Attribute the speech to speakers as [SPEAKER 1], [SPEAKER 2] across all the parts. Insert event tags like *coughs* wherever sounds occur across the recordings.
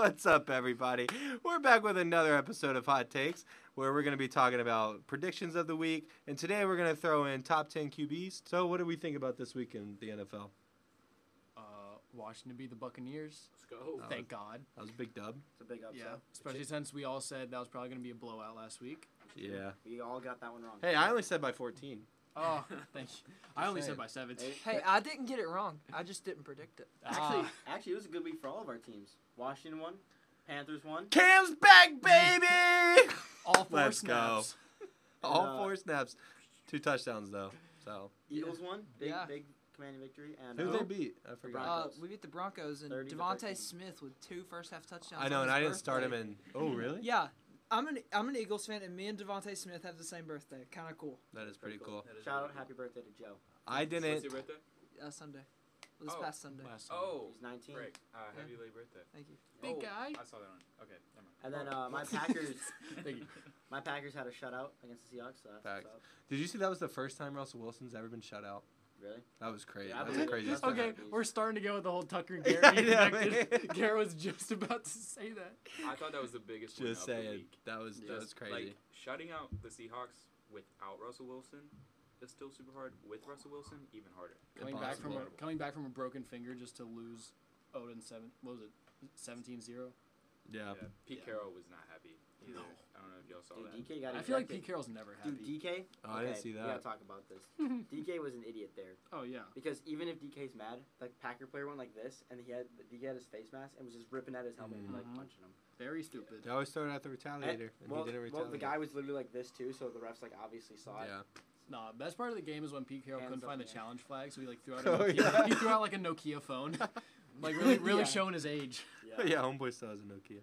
[SPEAKER 1] What's up, everybody? We're back with another episode of Hot Takes, where we're going to be talking about predictions of the week, and today we're going to throw in top ten QBs. So, what do we think about this week in the NFL?
[SPEAKER 2] Uh, Washington beat the Buccaneers. Uh,
[SPEAKER 3] Let's go.
[SPEAKER 2] Thank God.
[SPEAKER 1] That was a big dub.
[SPEAKER 3] It's a big upset.
[SPEAKER 2] Yeah. Especially since we all said that was probably going to be a blowout last week.
[SPEAKER 1] Yeah.
[SPEAKER 3] We all got that one wrong.
[SPEAKER 1] Hey, I only said by fourteen.
[SPEAKER 2] Oh, thank you. I only
[SPEAKER 1] saying.
[SPEAKER 2] said by 17.
[SPEAKER 4] *laughs* Hey, I didn't get it wrong. I just didn't predict it.
[SPEAKER 3] Actually,
[SPEAKER 2] Ah.
[SPEAKER 3] actually, it was a good week for all of our teams. Washington won. Panthers won.
[SPEAKER 1] Cam's back, *laughs* baby!
[SPEAKER 2] all 4
[SPEAKER 1] Let's go.
[SPEAKER 2] snaps.
[SPEAKER 1] All
[SPEAKER 3] Uh,
[SPEAKER 1] four snaps, two touchdowns though. So,
[SPEAKER 3] Eagles won. Big,
[SPEAKER 4] Yeah.
[SPEAKER 3] big commanding victory. And
[SPEAKER 1] who
[SPEAKER 3] uh,
[SPEAKER 1] they beat? I forgot.
[SPEAKER 4] Uh,
[SPEAKER 3] Broncos.
[SPEAKER 4] we beat the Broncos and
[SPEAKER 3] 30 to
[SPEAKER 4] Devontae
[SPEAKER 3] 13.
[SPEAKER 4] Smith with two first half touchdowns.
[SPEAKER 1] I know,
[SPEAKER 4] on
[SPEAKER 1] and
[SPEAKER 4] his
[SPEAKER 1] I didn't start him
[SPEAKER 4] birthday.
[SPEAKER 1] in. Oh, really?
[SPEAKER 4] Yeah, I'm an I'm an Eagles fan, and me and Devontae Smith have the same birthday. Kind of cool.
[SPEAKER 1] That is pretty cool.
[SPEAKER 3] Shout out, happy birthday to Joe.
[SPEAKER 1] I didn't.
[SPEAKER 4] Uh, Sunday, Well, this
[SPEAKER 5] Oh.
[SPEAKER 4] past Sunday.
[SPEAKER 2] Last time.
[SPEAKER 5] Oh,
[SPEAKER 3] He's 19.
[SPEAKER 5] frick. Uh, happy late birthday.
[SPEAKER 4] Thank you.
[SPEAKER 2] Big
[SPEAKER 3] Oh.
[SPEAKER 4] *laughs*
[SPEAKER 2] guy.
[SPEAKER 5] I saw that one. Okay, never mind.
[SPEAKER 3] And then
[SPEAKER 5] *laughs*
[SPEAKER 1] *laughs*
[SPEAKER 3] uh, my Packers,
[SPEAKER 2] Thank you.
[SPEAKER 3] my Packers had a shutout against the Seahawks. So that's
[SPEAKER 1] Facts.
[SPEAKER 3] what's up.
[SPEAKER 1] Did you see that was the first time Russell Wilson's ever been shut out?
[SPEAKER 3] Really?
[SPEAKER 1] That was crazy.
[SPEAKER 3] Yeah, I
[SPEAKER 1] That's the
[SPEAKER 3] believe it.
[SPEAKER 1] craziest.
[SPEAKER 3] That's
[SPEAKER 1] thing.
[SPEAKER 2] Okay, we're starting to go with the whole
[SPEAKER 1] *laughs*
[SPEAKER 2] Tucker and Garrett.
[SPEAKER 1] I know,
[SPEAKER 2] *laughs* connection.
[SPEAKER 1] man.
[SPEAKER 2] Garrett was just about to say that.
[SPEAKER 5] I thought that was the biggest win
[SPEAKER 1] Just
[SPEAKER 5] of the
[SPEAKER 1] saying,
[SPEAKER 5] week.
[SPEAKER 1] that was that was
[SPEAKER 5] Just,
[SPEAKER 1] crazy.
[SPEAKER 5] Like shutting out the Seahawks without Russell Wilson is still super hard. With Russell Wilson, even harder.
[SPEAKER 2] Coming back, from a,
[SPEAKER 1] Impossible.
[SPEAKER 2] coming back from a broken finger just to lose Odin 7. What was it? 17 0?
[SPEAKER 1] yeah.
[SPEAKER 5] Yeah, Pete
[SPEAKER 2] Yeah.
[SPEAKER 5] Carroll was not happy. Either.
[SPEAKER 2] No.
[SPEAKER 5] I don't know if y'all saw that.
[SPEAKER 3] Dude, DK got
[SPEAKER 2] I feel like Pete
[SPEAKER 3] ejected.
[SPEAKER 2] Carroll's never happy.
[SPEAKER 3] Dude, DK.
[SPEAKER 1] Oh, I didn't see
[SPEAKER 3] We gotta
[SPEAKER 1] that.
[SPEAKER 3] talk about this. DK was an idiot there
[SPEAKER 2] *laughs* oh, yeah.
[SPEAKER 3] because even if DK's mad, like Packer player went like this, and he had DK had his face mask and was just ripping at his helmet and like
[SPEAKER 1] Mm-hmm.
[SPEAKER 2] Mhm.
[SPEAKER 3] punching him.
[SPEAKER 2] Very stupid.
[SPEAKER 1] They always throw it at the retaliator, and
[SPEAKER 3] well,
[SPEAKER 1] he didn't
[SPEAKER 3] well,
[SPEAKER 1] retaliate.
[SPEAKER 3] the guy was literally like this too, so the refs like obviously saw it.
[SPEAKER 1] yeah,
[SPEAKER 2] Nah, best part of the game is when Pete Carroll
[SPEAKER 3] Hands
[SPEAKER 2] couldn't
[SPEAKER 3] up,
[SPEAKER 2] find the
[SPEAKER 3] yeah.
[SPEAKER 2] challenge flag, so he like threw out.
[SPEAKER 1] *laughs*
[SPEAKER 2] A
[SPEAKER 1] Oh,
[SPEAKER 2] Nokia,
[SPEAKER 1] yeah.
[SPEAKER 2] He threw out like a Nokia phone, *laughs* like really, really
[SPEAKER 3] Yeah.
[SPEAKER 2] showing his age.
[SPEAKER 3] *laughs*
[SPEAKER 1] yeah. *laughs* yeah, homeboy still has a Nokia.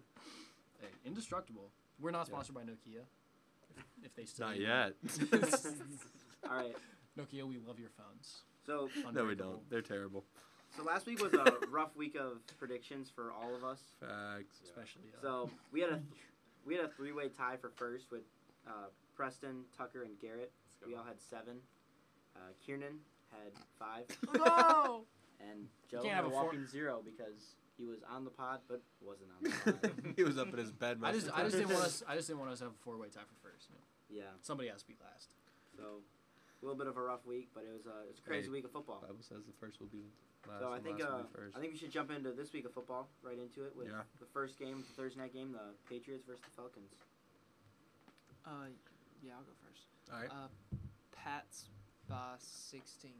[SPEAKER 2] Hey, indestructible. We're not
[SPEAKER 1] Yeah.
[SPEAKER 2] sponsored by Nokia. If- If they still
[SPEAKER 1] Not
[SPEAKER 2] do.
[SPEAKER 1] yet.
[SPEAKER 3] *laughs*
[SPEAKER 1] *laughs*
[SPEAKER 3] All right.
[SPEAKER 2] Nokia, we love your phones.
[SPEAKER 1] *laughs*
[SPEAKER 3] So
[SPEAKER 1] no, we
[SPEAKER 2] Unbreakable.
[SPEAKER 1] don't. They're terrible.
[SPEAKER 3] so last week was a rough week of predictions for all of us.
[SPEAKER 1] Facts.
[SPEAKER 2] Especially. Uh,
[SPEAKER 3] So we had a we had a three way tie for first with uh, Preston, Tucker, and Garrett.
[SPEAKER 5] Let's go.
[SPEAKER 3] We all had seven. Uh, Kiernan had five,
[SPEAKER 2] no.
[SPEAKER 3] and Joe
[SPEAKER 2] can't have
[SPEAKER 3] had a
[SPEAKER 2] a four-
[SPEAKER 3] walking zero because he was on the pod but wasn't on
[SPEAKER 1] *laughs*
[SPEAKER 3] the pod.
[SPEAKER 1] *laughs* he was up in his bed.
[SPEAKER 2] I
[SPEAKER 1] most
[SPEAKER 2] just,
[SPEAKER 1] of the
[SPEAKER 2] I just
[SPEAKER 1] time.
[SPEAKER 2] didn't want
[SPEAKER 1] *laughs*
[SPEAKER 2] us. I just didn't want us to have a four-way tie for first. You know?
[SPEAKER 3] yeah.
[SPEAKER 2] Somebody has to be last.
[SPEAKER 3] So a little bit of a rough week, but it was a it was a crazy
[SPEAKER 1] Hey,
[SPEAKER 3] week of football.
[SPEAKER 1] Bible says the first will be last.
[SPEAKER 3] So I
[SPEAKER 1] and
[SPEAKER 3] think
[SPEAKER 1] last
[SPEAKER 3] uh,
[SPEAKER 1] will be first.
[SPEAKER 3] I think we should jump into this week of football right into it with
[SPEAKER 1] Yeah.
[SPEAKER 3] the first game, the Thursday night game, the Patriots versus the Falcons.
[SPEAKER 4] Uh, yeah, I'll go first.
[SPEAKER 1] All
[SPEAKER 3] *laughs*
[SPEAKER 1] right.
[SPEAKER 4] Uh, Pats by 16.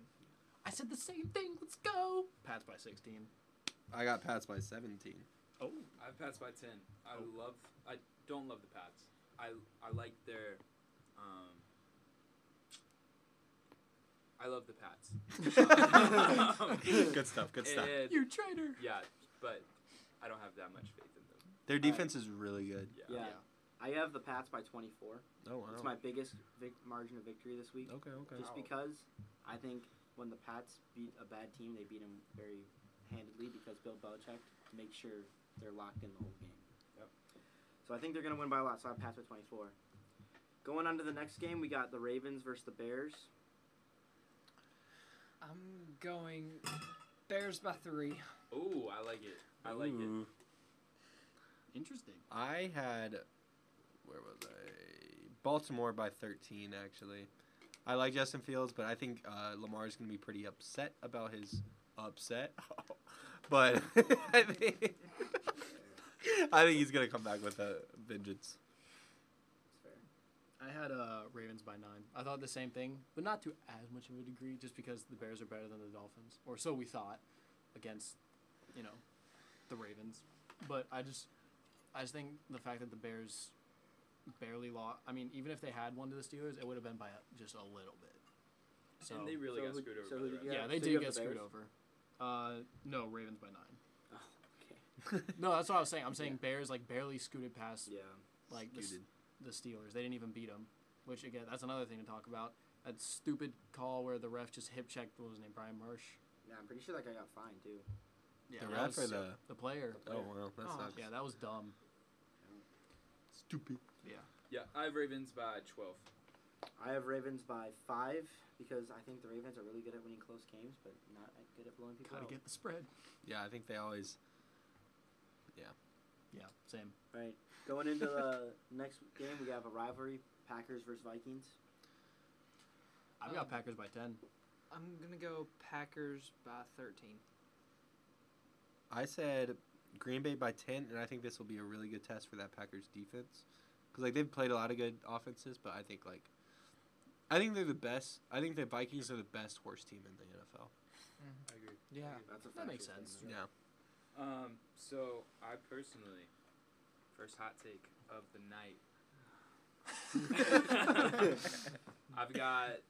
[SPEAKER 2] I said the same thing. Let's go. Pats by 16.
[SPEAKER 1] I got Pats by 17.
[SPEAKER 3] *laughs*
[SPEAKER 2] Oh, *laughs*
[SPEAKER 5] I've passed by ten. I love. I don't love the Pats. I I like their. Um, I love the Pats.
[SPEAKER 1] good stuff. Good stuff.
[SPEAKER 5] It-
[SPEAKER 2] you traitor.
[SPEAKER 5] yeah, but I don't have that much faith in them.
[SPEAKER 1] Their defense is really good.
[SPEAKER 5] Yeah.
[SPEAKER 3] Yeah.
[SPEAKER 2] Yeah.
[SPEAKER 3] I have the Pats by 24.
[SPEAKER 1] Oh wow.
[SPEAKER 3] It's my biggest vic- margin of victory this week.
[SPEAKER 1] okay. Okay.
[SPEAKER 3] Just because I think when the Pats beat a bad team, they beat them very handedly because Bill Belichick makes sure they're locked in the whole game.
[SPEAKER 5] Yep.
[SPEAKER 3] So I think they're going to win by a lot, so I pass by 24. Going on to the next game, we got the Ravens versus the Bears.
[SPEAKER 4] I'm going Bears by three.
[SPEAKER 5] Ooh, I like it. I like it.
[SPEAKER 1] Ooh.
[SPEAKER 2] Interesting.
[SPEAKER 1] I had where was I? Baltimore by 13 actually. I like Justin Fields, but I think uh, Lamar's going to be pretty upset about his upset. *laughs* but *laughs* I think I think he's going to come back with a vengeance. *laughs*
[SPEAKER 3] It's fair.
[SPEAKER 2] I had uh, Ravens by nine. I thought the same thing, but not to as much of a degree, just because the Bears are better than the Dolphins, or so we thought, against, you know, the Ravens. But I just, I just think the fact that the Bears barely lost. I mean, even if they had one to the Steelers, it would have been by just a little bit. So
[SPEAKER 5] and they really
[SPEAKER 3] so
[SPEAKER 5] got
[SPEAKER 3] who-
[SPEAKER 5] screwed over.
[SPEAKER 3] so
[SPEAKER 5] by
[SPEAKER 3] who
[SPEAKER 5] the
[SPEAKER 3] did you
[SPEAKER 5] Ravens.
[SPEAKER 2] yeah,
[SPEAKER 3] Yeah,
[SPEAKER 2] they
[SPEAKER 3] so
[SPEAKER 2] did
[SPEAKER 3] you have
[SPEAKER 2] get
[SPEAKER 3] the
[SPEAKER 2] screwed
[SPEAKER 3] Bears?
[SPEAKER 2] over. Uh, no, Ravens by nine.
[SPEAKER 3] Okay.
[SPEAKER 2] No, that's what I was saying. I'm saying Bears like barely scooted past
[SPEAKER 3] Yeah.
[SPEAKER 2] like the,
[SPEAKER 1] Scooted.
[SPEAKER 2] the Steelers. They didn't even beat them, which again, that's another thing to talk about. That stupid call where the ref just hip checked what was his name, Brian Marsh.
[SPEAKER 3] Yeah, I'm pretty sure that guy got fined too.
[SPEAKER 2] Yeah,
[SPEAKER 1] The
[SPEAKER 2] that
[SPEAKER 1] ref or
[SPEAKER 2] was-
[SPEAKER 1] the-
[SPEAKER 2] the player.
[SPEAKER 1] Oh well, that
[SPEAKER 4] Aw.
[SPEAKER 1] sucks.
[SPEAKER 2] Yeah, that was dumb.
[SPEAKER 1] Stupid.
[SPEAKER 5] Yeah, I have Ravens by 12.
[SPEAKER 3] I have Ravens by five because I think the Ravens are really good at winning close games, but not at- good at blowing people
[SPEAKER 2] Gotta
[SPEAKER 3] out.
[SPEAKER 2] get the spread.
[SPEAKER 1] Yeah, I think they always. Yeah.
[SPEAKER 2] Same.
[SPEAKER 3] Right. Going into the *laughs* next game, we have a rivalry: Packers versus Vikings.
[SPEAKER 2] I've got
[SPEAKER 4] Um,
[SPEAKER 2] Packers by ten.
[SPEAKER 4] I'm gonna go Packers by 13.
[SPEAKER 1] I said Green Bay by 10, and I think this will be a really good test for that Packers defense. Because, like, they've played a lot of good offenses, but I think, like, I think they're the best. I think the Vikings are the best worst team in the NFL.
[SPEAKER 5] I agree.
[SPEAKER 4] Yeah.
[SPEAKER 3] That's a
[SPEAKER 2] That makes
[SPEAKER 3] factual
[SPEAKER 1] *laughs*
[SPEAKER 2] sense.
[SPEAKER 3] statement.
[SPEAKER 1] Yeah.
[SPEAKER 5] Um, so I personally, first hot take of the night. I've got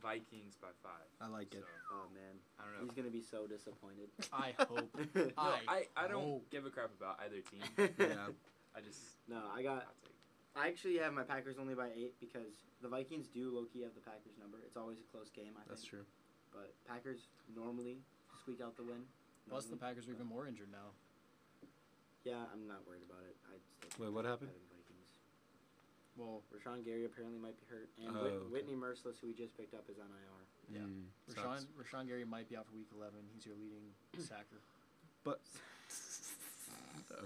[SPEAKER 5] Vikings by five.
[SPEAKER 1] I like it.
[SPEAKER 5] So,
[SPEAKER 3] Oh man,
[SPEAKER 5] I don't know.
[SPEAKER 3] he's gonna be so disappointed.
[SPEAKER 2] *laughs*
[SPEAKER 3] *laughs*
[SPEAKER 2] I hope.
[SPEAKER 5] No,
[SPEAKER 2] I
[SPEAKER 5] I, I don't
[SPEAKER 2] hope.
[SPEAKER 5] give a crap about either team.
[SPEAKER 2] *laughs*
[SPEAKER 1] yeah.
[SPEAKER 5] I just
[SPEAKER 3] no, I got.
[SPEAKER 5] hot take.
[SPEAKER 3] I actually have my Packers only by eight because the Vikings do low key have the Packers number. It's always a close game, I
[SPEAKER 1] That's
[SPEAKER 3] think.
[SPEAKER 1] true.
[SPEAKER 3] But Packers normally squeak out the win.
[SPEAKER 2] Plus, the
[SPEAKER 3] Normally.
[SPEAKER 2] Packers are even more injured now.
[SPEAKER 3] Yeah, I'm not worried about it. I still
[SPEAKER 1] Wait, what happened?
[SPEAKER 3] betting Vikings.
[SPEAKER 2] Well,
[SPEAKER 3] Rashawn Gary apparently might be hurt, and
[SPEAKER 1] Oh,
[SPEAKER 3] Whit-
[SPEAKER 1] okay.
[SPEAKER 3] Whitney Merciless, who we just picked up, is on IR.
[SPEAKER 2] Yeah.
[SPEAKER 1] Mm,
[SPEAKER 2] Rashawn
[SPEAKER 1] sucks.
[SPEAKER 2] Rashawn Gary might be out for Week 11. He's your *clears throat* leading sacker.
[SPEAKER 1] But.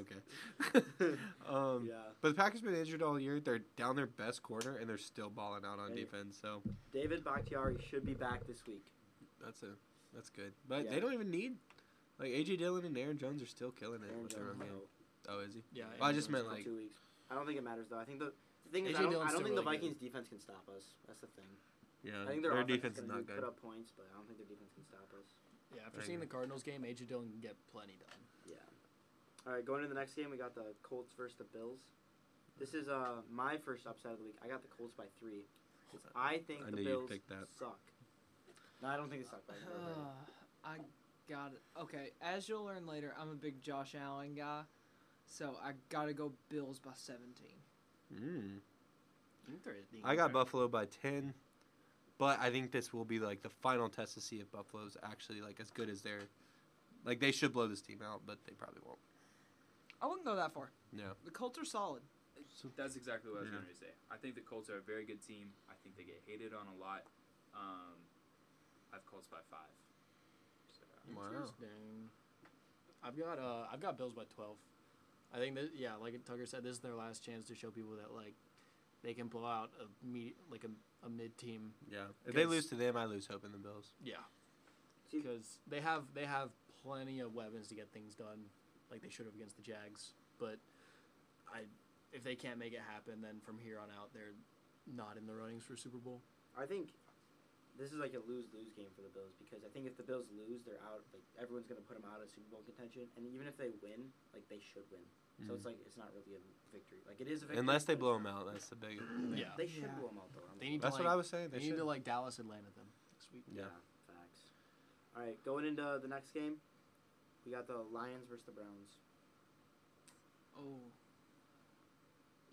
[SPEAKER 1] okay. um,
[SPEAKER 3] yeah,
[SPEAKER 1] But the Packers been injured all year. They're down their best corner, and they're still balling out on
[SPEAKER 3] Yeah.
[SPEAKER 1] defense. So
[SPEAKER 3] David Bakhtiari should be back this week.
[SPEAKER 1] that's a that's good. But
[SPEAKER 3] Yeah.
[SPEAKER 1] they don't even need like AJ Dillon and Aaron Jones are still killing it
[SPEAKER 3] Aaron
[SPEAKER 1] with their
[SPEAKER 3] Jones,
[SPEAKER 1] run game.
[SPEAKER 3] no.
[SPEAKER 1] Oh, is he?
[SPEAKER 2] Yeah.
[SPEAKER 1] Well, I
[SPEAKER 2] and
[SPEAKER 1] just
[SPEAKER 2] Jones-
[SPEAKER 1] meant like
[SPEAKER 3] two weeks. I don't think it matters though. I think the, the thing is,
[SPEAKER 2] AJ
[SPEAKER 3] I don't, I
[SPEAKER 2] Dillon's
[SPEAKER 3] don't
[SPEAKER 2] still
[SPEAKER 3] think the
[SPEAKER 2] really good.
[SPEAKER 3] Vikings defense can stop us. That's the thing.
[SPEAKER 1] yeah,
[SPEAKER 3] I think
[SPEAKER 1] their,
[SPEAKER 3] their, offense
[SPEAKER 1] defense is
[SPEAKER 3] gonna
[SPEAKER 1] not
[SPEAKER 3] do-
[SPEAKER 1] good.
[SPEAKER 3] put up points, but I don't think their defense can stop us.
[SPEAKER 2] Yeah, after
[SPEAKER 1] I
[SPEAKER 2] seeing the
[SPEAKER 1] agree.
[SPEAKER 2] Cardinals game, AJ Dillon can get plenty done.
[SPEAKER 3] Yeah. All right, going to the next game, we got the Colts versus the Bills. This is uh my first upset of the week. I got the Colts by three. 'Cause I think
[SPEAKER 1] I
[SPEAKER 3] the
[SPEAKER 1] knew you'd
[SPEAKER 3] Bills
[SPEAKER 1] pick that.
[SPEAKER 3] suck. No, I don't think they suck. but I think they're
[SPEAKER 4] Uh, *sighs* I got it. Okay, as you'll learn later, I'm a big Josh Allen guy, so I gotta go Bills by 17.
[SPEAKER 1] Mm.
[SPEAKER 2] Interesting.
[SPEAKER 1] I got Buffalo by ten, but I think this will be like the final test to see if Buffalo's actually like as good as they're like they should blow this team out, but they probably won't.
[SPEAKER 4] I wouldn't go that far.
[SPEAKER 1] No.
[SPEAKER 4] The Colts are solid.
[SPEAKER 5] That's exactly what I was
[SPEAKER 1] Yeah.
[SPEAKER 5] going to say. I think the Colts are a very good team. I think they get hated on a lot. Um, I've Colts by five. So,
[SPEAKER 1] Wow.
[SPEAKER 2] Interesting. I've got uh, I've got Bills by twelve. I think that yeah, like Tucker said, this is their last chance to show people that like they can blow out a me like a, a mid team.
[SPEAKER 1] Yeah. If they
[SPEAKER 2] Because-
[SPEAKER 1] lose to them, I lose hope in the Bills.
[SPEAKER 2] Yeah,
[SPEAKER 3] See-
[SPEAKER 2] because they have they have plenty of weapons to get things done, like they should have against the Jags. But I, if they can't make it happen, then from here on out, they're not in the runnings for Super Bowl.
[SPEAKER 3] I think this is like a lose lose game for the Bills because I think if the Bills lose, they're out. Like everyone's gonna put them out of Super Bowl contention, and even if they win, like they should win. So
[SPEAKER 2] Mm-hmm.
[SPEAKER 3] it's like it's not really a victory. Like it is a victory.
[SPEAKER 1] Unless they
[SPEAKER 3] but it's
[SPEAKER 1] blow them
[SPEAKER 3] not-
[SPEAKER 1] out, that's the big.
[SPEAKER 2] Yeah,
[SPEAKER 3] They should
[SPEAKER 4] Yeah.
[SPEAKER 3] blow them out though. I'm
[SPEAKER 2] They need to
[SPEAKER 1] That's
[SPEAKER 2] like,
[SPEAKER 1] what I was saying.
[SPEAKER 2] they
[SPEAKER 1] They,
[SPEAKER 2] need
[SPEAKER 1] should.
[SPEAKER 2] to like Dallas Atlanta them next week.
[SPEAKER 1] yeah.
[SPEAKER 3] Facts. All right, going into the next game, we got the Lions versus the Browns.
[SPEAKER 4] Oh.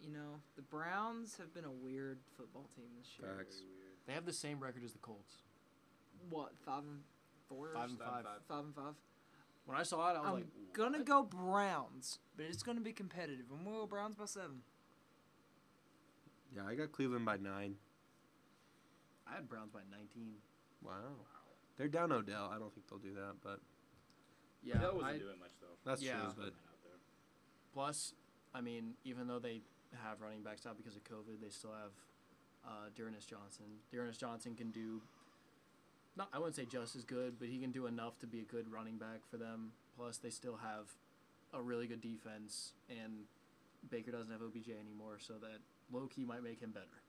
[SPEAKER 4] You know, the Browns have been a weird football team this year.
[SPEAKER 1] Facts.
[SPEAKER 2] They have the same record as the Colts.
[SPEAKER 4] What, 5 and 4?
[SPEAKER 2] Five and
[SPEAKER 5] Five
[SPEAKER 2] five.
[SPEAKER 5] and five.
[SPEAKER 4] 5 and 5?
[SPEAKER 2] When I saw it, I was
[SPEAKER 4] I'm
[SPEAKER 2] like,
[SPEAKER 4] gonna
[SPEAKER 2] "What?"
[SPEAKER 4] go Browns, but it's gonna be competitive. And we'll go Browns by 7.
[SPEAKER 1] Yeah, I got Cleveland by nine.
[SPEAKER 2] I had Browns by 19.
[SPEAKER 1] Wow. They're down Odell. I don't think they'll do that, but
[SPEAKER 2] Yeah,
[SPEAKER 5] that wasn't
[SPEAKER 2] I-
[SPEAKER 5] doing much though.
[SPEAKER 1] that's
[SPEAKER 2] Yeah.
[SPEAKER 1] true.
[SPEAKER 2] plus, I mean, even though they have running backs out because of COVID, they still have uh, Dearness Johnson. Dearness Johnson can do, not I wouldn't say just as good, but he can do enough to be a good running back for them. Plus, they still have a really good defense, and Baker doesn't have OBJ anymore, so that low key might make him better.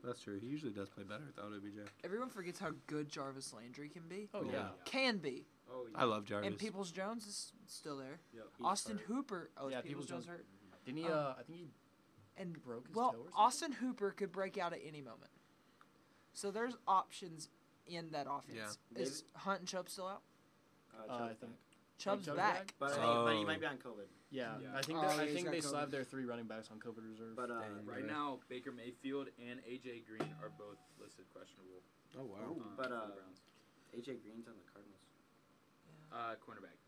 [SPEAKER 1] But that's true. He usually does play better without OBJ.
[SPEAKER 4] Everyone forgets how good Jarvis Landry can be.
[SPEAKER 2] Oh
[SPEAKER 1] Yeah.
[SPEAKER 2] yeah.
[SPEAKER 4] Can be.
[SPEAKER 5] Oh yeah.
[SPEAKER 1] I love Jarvis.
[SPEAKER 4] And Peoples Jones is still there.
[SPEAKER 3] He's
[SPEAKER 4] Austin
[SPEAKER 3] hurt.
[SPEAKER 4] Hooper. Oh,
[SPEAKER 2] Yeah,
[SPEAKER 4] yeah, Peoples Jones
[SPEAKER 2] Peoples-Jones-
[SPEAKER 4] hurt.
[SPEAKER 2] Didn't he?
[SPEAKER 4] Um,
[SPEAKER 2] uh, I think he
[SPEAKER 4] And
[SPEAKER 2] broke his
[SPEAKER 4] well,
[SPEAKER 2] toe. Or something?
[SPEAKER 4] Austin Hooper could break out at any moment. So there's options in that offense.
[SPEAKER 3] Yeah.
[SPEAKER 4] Is Hunt and Chubb still out?
[SPEAKER 3] Uh,
[SPEAKER 2] Uh, I
[SPEAKER 3] Chubb's
[SPEAKER 2] think.
[SPEAKER 3] back.
[SPEAKER 4] Chubb's
[SPEAKER 2] Chubb's
[SPEAKER 4] back.
[SPEAKER 2] back?
[SPEAKER 3] But, I
[SPEAKER 4] so-
[SPEAKER 3] think, but he
[SPEAKER 1] Oh.
[SPEAKER 3] might be on COVID.
[SPEAKER 2] Yeah,
[SPEAKER 5] Yeah.
[SPEAKER 2] I think
[SPEAKER 4] Oh,
[SPEAKER 2] that,
[SPEAKER 4] yeah,
[SPEAKER 2] I
[SPEAKER 4] he's
[SPEAKER 2] think
[SPEAKER 4] got
[SPEAKER 2] they still
[SPEAKER 4] COVID.
[SPEAKER 2] have their three running backs on COVID reserve.
[SPEAKER 3] But uh,
[SPEAKER 1] Dang.
[SPEAKER 5] Right now, Baker Mayfield and AJ Green are both listed questionable.
[SPEAKER 1] Oh wow.
[SPEAKER 5] um,
[SPEAKER 3] But,
[SPEAKER 5] for the
[SPEAKER 3] uh,
[SPEAKER 5] Browns.
[SPEAKER 3] AJ Green's on the Cardinals.
[SPEAKER 5] uh, cornerback.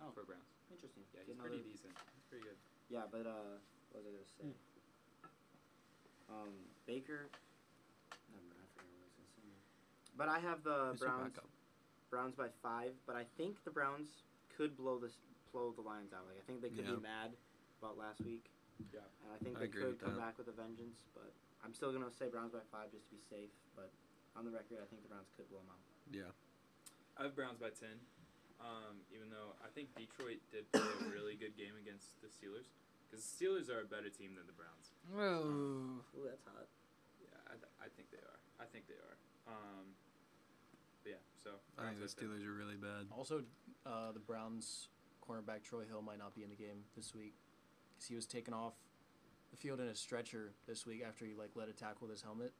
[SPEAKER 3] Oh.
[SPEAKER 5] For Browns.
[SPEAKER 3] Interesting.
[SPEAKER 5] Yeah,
[SPEAKER 3] Get
[SPEAKER 5] he's
[SPEAKER 3] another-
[SPEAKER 5] pretty decent. He's pretty good.
[SPEAKER 3] Yeah, but uh, what was I gonna say?
[SPEAKER 1] Hmm.
[SPEAKER 3] Um, Baker. Never mind, I forgot what I was gonna say. But I have the
[SPEAKER 1] Who's their
[SPEAKER 3] uh, Browns.
[SPEAKER 1] backup?
[SPEAKER 3] Browns by five, but I think the Browns could blow this blow the Lions out. Like I think they could
[SPEAKER 1] Yeah.
[SPEAKER 3] be mad about last week.
[SPEAKER 5] Yeah.
[SPEAKER 3] And I think
[SPEAKER 1] I
[SPEAKER 3] they
[SPEAKER 1] agree
[SPEAKER 3] could
[SPEAKER 1] with
[SPEAKER 3] come
[SPEAKER 1] that.
[SPEAKER 3] back with a vengeance, but I'm still gonna say Browns by five just to be safe. But on the record, I think the Browns could blow them out.
[SPEAKER 1] Yeah.
[SPEAKER 5] I have Browns by ten. Um, even though I think Detroit did play a really good game against the Steelers, because the Steelers are a better team than the Browns.
[SPEAKER 4] Whoa.
[SPEAKER 3] Ooh, that's hot.
[SPEAKER 5] Yeah, I, th- I think they are. I think they are. Um, but yeah, so
[SPEAKER 1] I think
[SPEAKER 5] Browns
[SPEAKER 1] the
[SPEAKER 5] by 10.
[SPEAKER 1] Steelers are really bad.
[SPEAKER 2] Also, uh, the Browns cornerback Troy Hill might not be in the game this week because he was taken off the field in a stretcher this week after he like let a tackle with his helmet.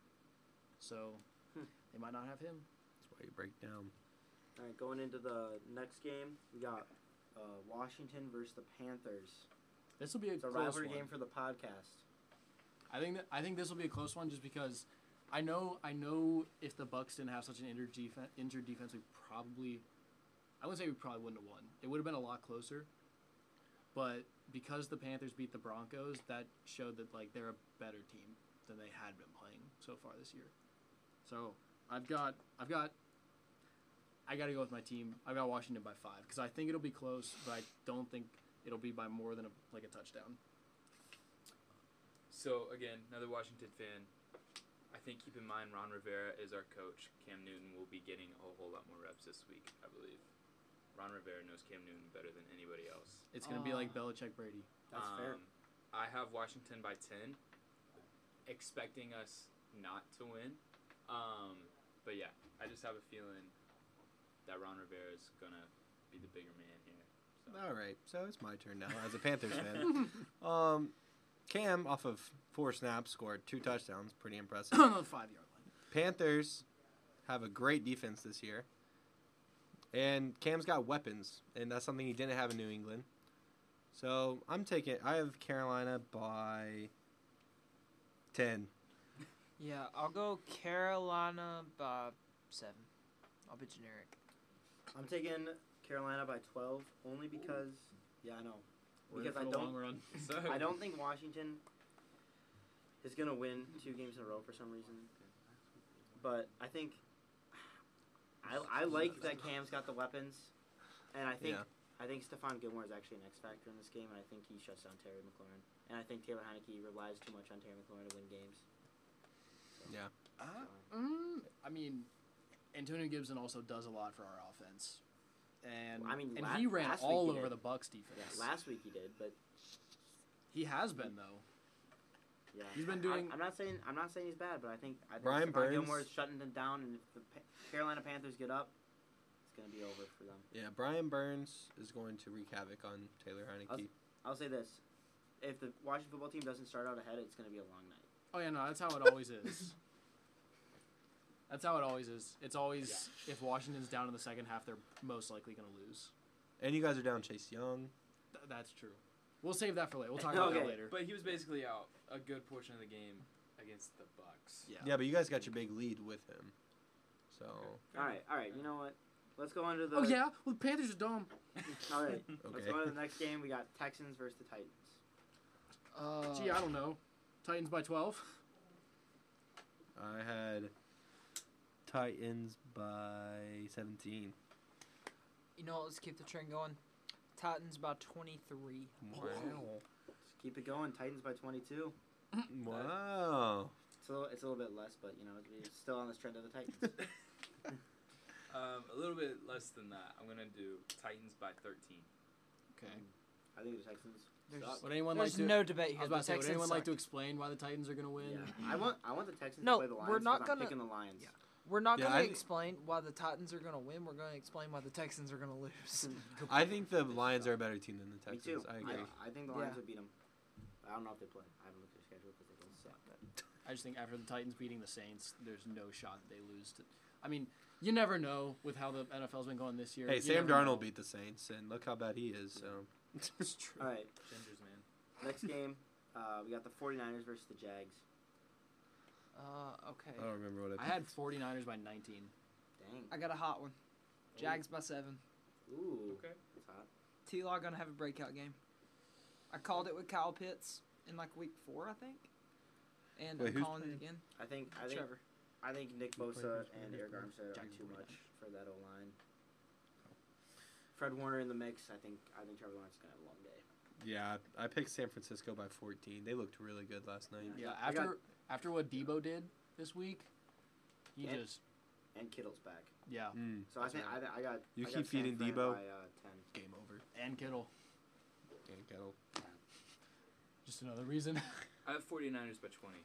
[SPEAKER 2] So
[SPEAKER 3] Hmm.
[SPEAKER 2] they might not have him.
[SPEAKER 1] That's why you break down.
[SPEAKER 3] All right, going into the next game, we got uh, Washington versus the Panthers.
[SPEAKER 2] This will be a
[SPEAKER 3] It's a
[SPEAKER 2] close
[SPEAKER 3] rivalry
[SPEAKER 2] one.
[SPEAKER 3] game for the podcast.
[SPEAKER 2] I think that, I think this will be a close one just because I know I know if the Bucks didn't have such an injured defense, injured defense, we probably I would say we probably wouldn't have won. It would have been a lot closer. But because the Panthers beat the Broncos, that showed that like they're a better team than they had been playing so far this year. So I've got I've got I got to go with my team. I've got Washington by five because I think it'll be close, but I don't think it'll be by more than a, like a touchdown.
[SPEAKER 5] So again, another Washington fan. I think keep in mind Ron Rivera is our coach. Cam Newton will be getting a whole lot more reps this week, I believe. Ron Rivera knows Cam Newton better than anybody else.
[SPEAKER 2] It's gonna be like
[SPEAKER 4] Ah.
[SPEAKER 2] Belichick Brady.
[SPEAKER 3] That's fair.
[SPEAKER 5] Um, I have Washington by ten, expecting us not to win. Um, but yeah, I just have a feeling that Ron Rivera is gonna be the bigger man here. So.
[SPEAKER 1] All right, so it's my turn now as a Panthers *laughs*
[SPEAKER 2] *laughs*
[SPEAKER 1] fan. Um, Cam, off of four snaps, scored two touchdowns. Pretty *laughs* impressive. *coughs*
[SPEAKER 2] five yard line.
[SPEAKER 1] Panthers have a great defense this year. And Cam's got weapons, and that's something he didn't have in New England. So I'm taking I have Carolina by ten.
[SPEAKER 4] Yeah, I'll go Carolina by seven. I'll be generic.
[SPEAKER 3] I'm taking Carolina by 12 only because, yeah, I know.
[SPEAKER 2] We're in
[SPEAKER 3] Because
[SPEAKER 2] for
[SPEAKER 3] I
[SPEAKER 2] the long *laughs*
[SPEAKER 3] don't-
[SPEAKER 2] run.
[SPEAKER 5] So
[SPEAKER 3] *laughs* I don't think Washington is going to win two games in a row for some reason. But I think I, I like that Cam's got the weapons, and I think
[SPEAKER 1] Yeah.
[SPEAKER 3] I think Stefan Gilmore is actually an X factor in this game, and I think he shuts down Terry McLaurin, and I think Taylor Heineke relies too much on Terry McLaurin to win games. Um,
[SPEAKER 2] Uh, mm, I mean, Antonio Gibson also does a lot for our offense, and
[SPEAKER 3] Well, I mean,
[SPEAKER 2] and
[SPEAKER 3] la-
[SPEAKER 2] he ran
[SPEAKER 3] last week
[SPEAKER 2] all
[SPEAKER 3] he
[SPEAKER 2] over
[SPEAKER 3] did.
[SPEAKER 2] the Bucks
[SPEAKER 3] Yeah,
[SPEAKER 2] defense.
[SPEAKER 3] last week he did, but
[SPEAKER 2] he has been though.
[SPEAKER 3] yeah,
[SPEAKER 2] He's been
[SPEAKER 3] I-
[SPEAKER 2] doing-
[SPEAKER 3] I, am not saying I'm not saying he's bad, but I think I think
[SPEAKER 1] Brian
[SPEAKER 3] Stephon
[SPEAKER 1] Burns-
[SPEAKER 3] Gilmore is shutting them down, and if the pa- Carolina Panthers get up, it's gonna be over for them.
[SPEAKER 1] Yeah, Brian Burns is going to wreak havoc on Taylor Heineke.
[SPEAKER 3] I'll say this: if the Washington football team doesn't start out ahead, it's gonna be a long night.
[SPEAKER 2] Oh yeah, no, that's how it always is. *laughs* That's how it always is. It's always if Washington's down in the second half, they're most likely going to lose.
[SPEAKER 1] And you guys are down Chase Young.
[SPEAKER 2] Th- that's true. We'll save that for later. We'll talk about that
[SPEAKER 3] Okay.
[SPEAKER 2] later.
[SPEAKER 5] But he was basically out a good portion of the game against the Bucks.
[SPEAKER 2] Yeah.
[SPEAKER 1] Yeah, but you guys got your big lead with him. So
[SPEAKER 3] All
[SPEAKER 5] *laughs*
[SPEAKER 3] right, all right. You know what? Let's go on to the.
[SPEAKER 2] oh yeah, well the Panthers are dumb.
[SPEAKER 3] All right. Let's
[SPEAKER 1] okay.
[SPEAKER 3] go on to the next game. We got Texans versus the Titans.
[SPEAKER 4] Uh,
[SPEAKER 2] Gee, I don't know. Titans by twelve.
[SPEAKER 1] *laughs* I had Titans by seventeen.
[SPEAKER 4] you know what? Let's keep the trend going. Titans by 23.
[SPEAKER 1] Wow.
[SPEAKER 3] Just keep it going. Titans by 22.
[SPEAKER 1] Wow.
[SPEAKER 3] It's a little, it's a little bit less, but you know we're still on this trend of the
[SPEAKER 2] *laughs*
[SPEAKER 3] Titans.
[SPEAKER 5] Um, a little bit less than that. I'm gonna do Titans by 13.
[SPEAKER 2] *laughs* Okay.
[SPEAKER 3] I think the Texans.
[SPEAKER 4] There's,
[SPEAKER 3] Suck.
[SPEAKER 2] Would anyone
[SPEAKER 4] there's
[SPEAKER 2] like to?
[SPEAKER 4] no
[SPEAKER 2] I
[SPEAKER 4] debate here.
[SPEAKER 2] was about to
[SPEAKER 4] the
[SPEAKER 2] say, would
[SPEAKER 4] Texans
[SPEAKER 2] anyone like to
[SPEAKER 4] suck.
[SPEAKER 2] explain why the Titans are going to win?
[SPEAKER 3] Yeah. I want I want the Texans
[SPEAKER 4] No,
[SPEAKER 3] to play the Lions.
[SPEAKER 4] we're not
[SPEAKER 3] 'cause
[SPEAKER 4] gonna-
[SPEAKER 3] I'm picking the Lions.
[SPEAKER 2] Yeah.
[SPEAKER 4] We're not
[SPEAKER 1] Yeah,
[SPEAKER 4] going
[SPEAKER 1] I-
[SPEAKER 4] to explain why the Titans are going to win. We're going to explain why the Texans are going to
[SPEAKER 2] *laughs*
[SPEAKER 4] lose.
[SPEAKER 1] I think the Lions are a better team than the
[SPEAKER 3] Me
[SPEAKER 1] Texans.
[SPEAKER 3] too.
[SPEAKER 1] I agree.
[SPEAKER 3] I, think the Lions
[SPEAKER 4] Yeah.
[SPEAKER 3] would beat them. I don't know if they play. I haven't looked at their schedule because they don't suck.
[SPEAKER 2] I just think after the Titans beating the Saints, there's no shot that they lose. To, I mean, you never know with how the NFL's been going this year.
[SPEAKER 1] Hey,
[SPEAKER 2] You
[SPEAKER 1] Sam
[SPEAKER 2] never
[SPEAKER 1] Darnold
[SPEAKER 2] know.
[SPEAKER 1] beat the Saints, and look how bad he is. So
[SPEAKER 2] It's true.
[SPEAKER 3] All right.
[SPEAKER 5] Gingers, man.
[SPEAKER 3] Next game, uh, we got the 49ers versus the Jags.
[SPEAKER 4] Uh, okay.
[SPEAKER 1] *laughs* I don't remember what I.
[SPEAKER 2] I had 49ers by 19.
[SPEAKER 3] Dang.
[SPEAKER 4] I got a hot one. Jags by seven.
[SPEAKER 3] Ooh.
[SPEAKER 5] Okay.
[SPEAKER 3] That's hot.
[SPEAKER 4] T Law gonna have a breakout game. I called it with Kyle Pitts in like week four, I think. And
[SPEAKER 1] Wait,
[SPEAKER 4] I'm
[SPEAKER 1] who's
[SPEAKER 4] calling
[SPEAKER 1] playing?
[SPEAKER 4] it again.
[SPEAKER 3] I think I think
[SPEAKER 4] Trevor.
[SPEAKER 3] I think Nick
[SPEAKER 1] Who's playing,
[SPEAKER 3] Bosa
[SPEAKER 1] who's playing,
[SPEAKER 3] and
[SPEAKER 1] who's
[SPEAKER 3] Eric
[SPEAKER 1] playing?
[SPEAKER 3] Armstead are
[SPEAKER 2] Jackson
[SPEAKER 3] too much
[SPEAKER 2] 49ers.
[SPEAKER 3] for that O line. Fred Warner in the mix. I think I think Trevor Lawrence is gonna have a long day.
[SPEAKER 1] Yeah, I picked San Francisco by 14. They looked really good last night.
[SPEAKER 2] Yeah,
[SPEAKER 3] I
[SPEAKER 2] after
[SPEAKER 3] got-
[SPEAKER 2] after what Debo did this week, you
[SPEAKER 3] Yeah.
[SPEAKER 2] just
[SPEAKER 3] And Kittle's back.
[SPEAKER 2] yeah.
[SPEAKER 1] Mm,
[SPEAKER 3] So I think I, I got.
[SPEAKER 1] You
[SPEAKER 3] I got
[SPEAKER 1] keep
[SPEAKER 3] San
[SPEAKER 1] feeding
[SPEAKER 3] Fran
[SPEAKER 1] Debo?
[SPEAKER 3] By, uh, ten.
[SPEAKER 1] game over.
[SPEAKER 2] And Kittle,
[SPEAKER 1] Game kettle.
[SPEAKER 2] just
[SPEAKER 1] *laughs*
[SPEAKER 2] another reason.
[SPEAKER 5] I have 49ers by 20.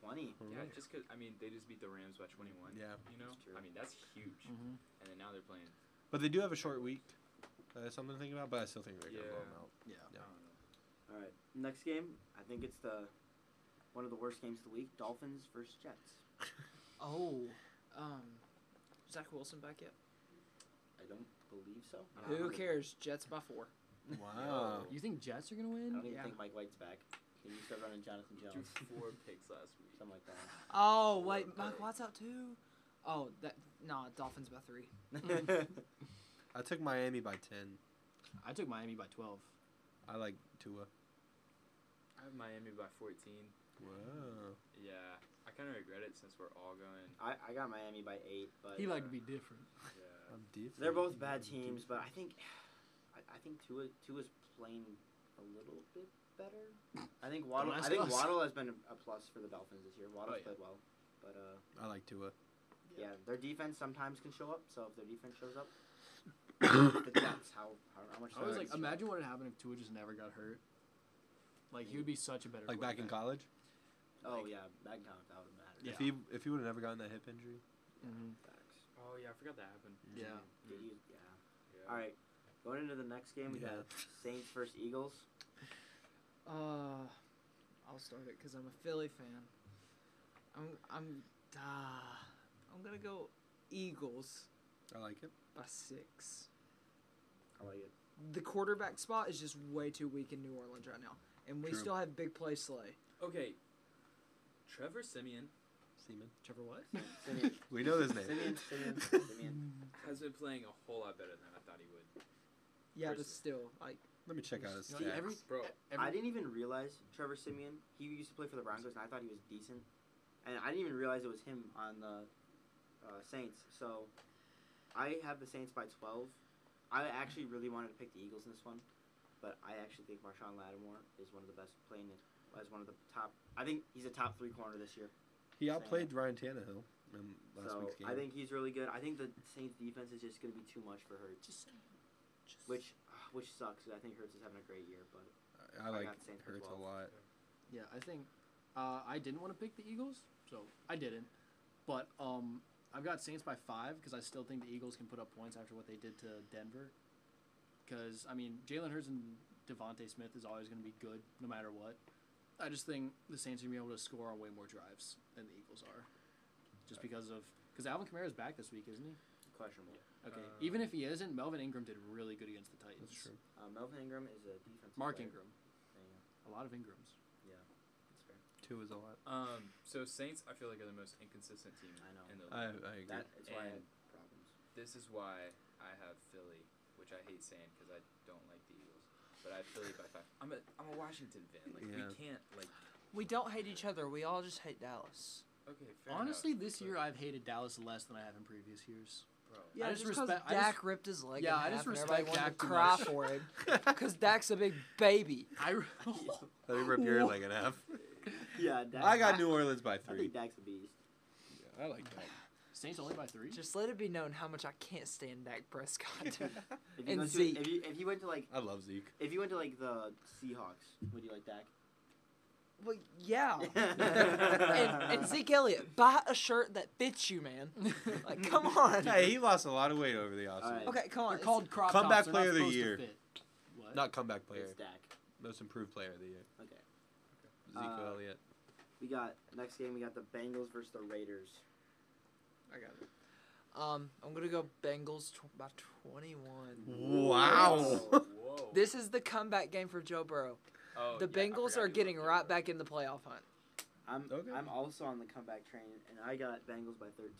[SPEAKER 3] 20.
[SPEAKER 5] Yeah, just 'cause I mean, they just beat the Rams by 21.
[SPEAKER 1] Yeah.
[SPEAKER 5] You know?
[SPEAKER 3] That's true. Mm-hmm.
[SPEAKER 5] I mean, that's huge.
[SPEAKER 2] Mhm.
[SPEAKER 5] And then now they're playing.
[SPEAKER 1] But they do have a short week. Uh, something to think about, but I still think they're going to blow
[SPEAKER 5] Yeah.
[SPEAKER 1] them out.
[SPEAKER 5] I don't know.
[SPEAKER 3] All right. Next game, I think it's the one of the worst games of the week. Dolphins versus Jets.
[SPEAKER 4] Oh, um, Zach Wilson back yet?
[SPEAKER 3] I don't believe so.
[SPEAKER 5] I don't
[SPEAKER 4] Who
[SPEAKER 5] know.
[SPEAKER 4] cares? Jets by four.
[SPEAKER 1] Wow.
[SPEAKER 2] You think Jets are gonna
[SPEAKER 3] I
[SPEAKER 2] win?
[SPEAKER 3] don't even
[SPEAKER 4] Yeah.
[SPEAKER 3] think Mike White's back. Can you start running Jonathan
[SPEAKER 5] Drew
[SPEAKER 3] Jones?
[SPEAKER 5] four *laughs* picks last week.
[SPEAKER 3] Something like
[SPEAKER 4] Oh
[SPEAKER 5] Four,
[SPEAKER 4] wait, Mike
[SPEAKER 5] right.
[SPEAKER 4] Watt's out too. Oh, that nah, Dolphins by three.
[SPEAKER 3] that. *laughs*
[SPEAKER 1] I took Miami by 10.
[SPEAKER 2] I took Miami by twelve.
[SPEAKER 1] I like Tua.
[SPEAKER 5] I have Miami by 14.
[SPEAKER 1] Wow.
[SPEAKER 5] Yeah. I kind of regret it since we're all going.
[SPEAKER 3] I, I got Miami by eight, but
[SPEAKER 2] He liked to be different.
[SPEAKER 5] Yeah.
[SPEAKER 3] *laughs*
[SPEAKER 1] I'm different.
[SPEAKER 3] they're both bad teams. But I think I, I think Tua Tua's playing a little bit better. I
[SPEAKER 2] *laughs*
[SPEAKER 3] think Waddle. I
[SPEAKER 2] ask
[SPEAKER 3] think
[SPEAKER 2] us.
[SPEAKER 3] Waddle has been a plus for the Dolphins this year. Waddle's
[SPEAKER 5] Oh, yeah.
[SPEAKER 3] played well, but uh,
[SPEAKER 1] I like Tua.
[SPEAKER 3] yeah. their defense sometimes can show up. So if their defense shows
[SPEAKER 2] *coughs*
[SPEAKER 3] up, the Jets, how, how how much?
[SPEAKER 2] I was
[SPEAKER 3] they
[SPEAKER 2] like,
[SPEAKER 3] show up.
[SPEAKER 2] imagine what would happen if Tua just never got hurt. Like he would be such a better.
[SPEAKER 1] Like back in
[SPEAKER 2] quarterback.
[SPEAKER 1] college,
[SPEAKER 3] Oh
[SPEAKER 2] like-
[SPEAKER 3] yeah, that count that would matter.
[SPEAKER 2] Yeah.
[SPEAKER 1] if he if he would have never gotten that hip injury,
[SPEAKER 2] Mhm.
[SPEAKER 3] Facts.
[SPEAKER 5] Oh, yeah. I forgot that happened.
[SPEAKER 2] Yeah.
[SPEAKER 3] Did he- yeah.
[SPEAKER 5] Yeah.
[SPEAKER 3] All right, going into the next game, we
[SPEAKER 1] Yeah.
[SPEAKER 3] got Saints versus Eagles.
[SPEAKER 4] Uh, I'll start it because I'm a Philly fan. I'm I'm uh, I'm gonna go Eagles
[SPEAKER 1] I like it.
[SPEAKER 4] by six.
[SPEAKER 3] I like it.
[SPEAKER 4] The quarterback spot is just way too weak in New Orleans right now, and we
[SPEAKER 1] True.
[SPEAKER 4] still have big play Slay.
[SPEAKER 5] Okay. Trevor Simeon
[SPEAKER 1] Seaman.
[SPEAKER 2] Trevor what?
[SPEAKER 3] Simeon.
[SPEAKER 1] We know *laughs* his name.
[SPEAKER 3] Simeon, Simeon, Simeon.
[SPEAKER 5] has been playing a whole lot better than I thought he would.
[SPEAKER 4] *laughs* Yeah, but
[SPEAKER 5] Versus-
[SPEAKER 4] still, like
[SPEAKER 1] Let me check out his
[SPEAKER 2] You know,
[SPEAKER 1] stats.
[SPEAKER 2] every- e,
[SPEAKER 5] Bro,
[SPEAKER 2] every-
[SPEAKER 3] I didn't even realize Trevor Simeon. He used to play for the Broncos, and I thought he was decent. And I didn't even realize it was him on the uh, Saints. So I have the Saints by twelve. I actually really wanted to pick the Eagles in this one, but I actually think Marshawn Lattimore is one of the best playing as one of the top. I think he's a top three corner this year.
[SPEAKER 1] He outplayed Ryan Tannehill in last
[SPEAKER 3] so
[SPEAKER 1] week's game.
[SPEAKER 3] I think he's really good. I think the Saints defense is just going to be too much for Hurts,
[SPEAKER 2] Just- just-
[SPEAKER 3] which ah, which sucks. 'cause I think Hurts is having a great year, but
[SPEAKER 1] I, I like
[SPEAKER 3] got Saints by
[SPEAKER 1] Hurts a
[SPEAKER 3] 12.
[SPEAKER 1] lot.
[SPEAKER 2] Yeah, I think uh, I didn't want to pick the Eagles, so I didn't. But um, I've got Saints by five because I still think the Eagles can put up points after what they did to Denver. Because I mean, Jalen Hurts and Devonte Smith is always going to be good no matter what. I just think the Saints are going to be able to score on way more drives than the Eagles are, just because of because Alvin Kamara is back this week, isn't he?
[SPEAKER 3] questionable.
[SPEAKER 2] Okay,
[SPEAKER 5] Uh,
[SPEAKER 2] even if he isn't, Melvin Ingram did really good against the Titans.
[SPEAKER 1] That's true.
[SPEAKER 3] Uh, Melvin Ingram is a defensive
[SPEAKER 2] Mark
[SPEAKER 3] player.
[SPEAKER 2] Ingram,
[SPEAKER 3] There you
[SPEAKER 2] a
[SPEAKER 3] go.
[SPEAKER 2] lot of Ingrams.
[SPEAKER 3] That's fair.
[SPEAKER 1] Two is a lot.
[SPEAKER 5] Um, so Saints, I feel like are the most inconsistent team
[SPEAKER 3] I know.
[SPEAKER 5] in
[SPEAKER 1] I,
[SPEAKER 5] the
[SPEAKER 1] I
[SPEAKER 5] league.
[SPEAKER 1] agree.
[SPEAKER 3] That is why I had
[SPEAKER 5] And-
[SPEAKER 3] problems.
[SPEAKER 5] This is why I have Philly, which I hate saying because I don't like the Eagles, but I have Philly by five. I'm a I'm a Washington fan. Like
[SPEAKER 1] Yeah.
[SPEAKER 5] we can't like.
[SPEAKER 4] we don't hate each other. We all just hate Dallas.
[SPEAKER 5] Okay, fair
[SPEAKER 2] Honestly,
[SPEAKER 5] enough,
[SPEAKER 2] this
[SPEAKER 5] but-
[SPEAKER 2] year I've hated Dallas less than I have in previous years. *laughs*
[SPEAKER 5] bro. *laughs*
[SPEAKER 4] Yeah,
[SPEAKER 2] just
[SPEAKER 4] just because
[SPEAKER 2] respect- I
[SPEAKER 4] Dak
[SPEAKER 2] just-
[SPEAKER 4] ripped his leg.
[SPEAKER 2] Yeah,
[SPEAKER 4] in
[SPEAKER 2] I just
[SPEAKER 4] half and everybody
[SPEAKER 2] respect
[SPEAKER 4] wanted
[SPEAKER 2] Dak
[SPEAKER 4] to
[SPEAKER 2] too
[SPEAKER 4] cry
[SPEAKER 2] much.
[SPEAKER 4] for it because Dak's a big baby.
[SPEAKER 2] I
[SPEAKER 1] *laughs* Let me rip your
[SPEAKER 3] *laughs*
[SPEAKER 4] Wha-
[SPEAKER 1] leg in half.
[SPEAKER 3] *laughs* Yeah,
[SPEAKER 1] *laughs*
[SPEAKER 3] Dak,
[SPEAKER 1] I got New Orleans by
[SPEAKER 3] I
[SPEAKER 1] three.
[SPEAKER 3] think Dak's a beast.
[SPEAKER 1] I like that.
[SPEAKER 2] Saints only by three.
[SPEAKER 4] Just let it be known how much I can't stand Dak
[SPEAKER 1] *laughs*
[SPEAKER 4] Prescott. dude.
[SPEAKER 3] If
[SPEAKER 4] And
[SPEAKER 3] went to,
[SPEAKER 4] Zeke.
[SPEAKER 3] If you, if you went to like
[SPEAKER 1] I love
[SPEAKER 3] *laughs*
[SPEAKER 1] Zeke.
[SPEAKER 3] if you went to like the Seahawks, would you like Dak?
[SPEAKER 4] *laughs* well, yeah. *laughs*
[SPEAKER 3] Oh. *laughs*
[SPEAKER 1] And- *laughs*
[SPEAKER 4] and, and Zeke Elliott, buy a shirt that fits you, man. Like, come on.
[SPEAKER 1] Hey, he lost a lot of weight over the offseason.
[SPEAKER 3] Alright.
[SPEAKER 4] Okay, come on.
[SPEAKER 2] They're
[SPEAKER 4] it's-
[SPEAKER 2] called crop
[SPEAKER 1] Comeback
[SPEAKER 2] tops. They're
[SPEAKER 1] player
[SPEAKER 2] not
[SPEAKER 1] of the
[SPEAKER 2] supposed to
[SPEAKER 1] year.
[SPEAKER 2] fit. What?
[SPEAKER 1] Not comeback player.
[SPEAKER 3] It's Dak.
[SPEAKER 1] Most improved player of the year.
[SPEAKER 3] Okay.
[SPEAKER 1] Zeke
[SPEAKER 3] Uh,
[SPEAKER 1] Elliott.
[SPEAKER 3] We got next game. We got the Bengals versus the Raiders.
[SPEAKER 4] I got it. Um, I'm gonna go Bengals tw- by 21.
[SPEAKER 1] Wow.
[SPEAKER 5] Oh, Whoa.
[SPEAKER 4] This is the comeback game for Joe Burrow.
[SPEAKER 5] Oh,
[SPEAKER 4] The
[SPEAKER 5] yeah, I
[SPEAKER 4] Bengals
[SPEAKER 5] forgot
[SPEAKER 4] are
[SPEAKER 5] you
[SPEAKER 4] getting
[SPEAKER 5] loved
[SPEAKER 4] right
[SPEAKER 5] it.
[SPEAKER 4] back in the playoff hunt.
[SPEAKER 3] I'm
[SPEAKER 1] Okay.
[SPEAKER 3] I'm also on the comeback train, and I got Bengals by 13.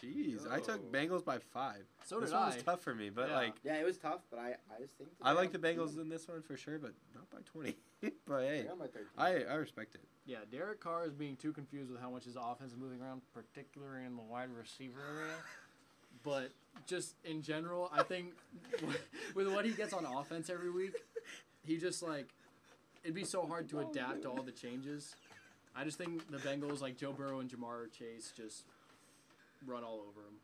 [SPEAKER 1] Jeez, I took
[SPEAKER 5] Yo.
[SPEAKER 1] Bengals by five.
[SPEAKER 2] So
[SPEAKER 1] this
[SPEAKER 2] did
[SPEAKER 1] one
[SPEAKER 2] I.
[SPEAKER 1] was tough for me, but
[SPEAKER 2] Yeah.
[SPEAKER 1] like
[SPEAKER 3] Yeah, it was tough, but I I just think
[SPEAKER 1] I like the Bengals in this one for sure, but not by twenty. *laughs* but
[SPEAKER 3] They
[SPEAKER 1] hey,
[SPEAKER 3] got by 13.
[SPEAKER 1] *laughs* I I respect it.
[SPEAKER 2] Yeah, Derek Carr is being too confused with how much his offense is moving around, particularly in the wide receiver area. *laughs*
[SPEAKER 5] *laughs*
[SPEAKER 2] But just in general, I think with what he gets on offense every week, he just like it'd be so hard to adapt to all the changes. I just think the Bengals like Joe Burrow and Jamar Chase just run all over him.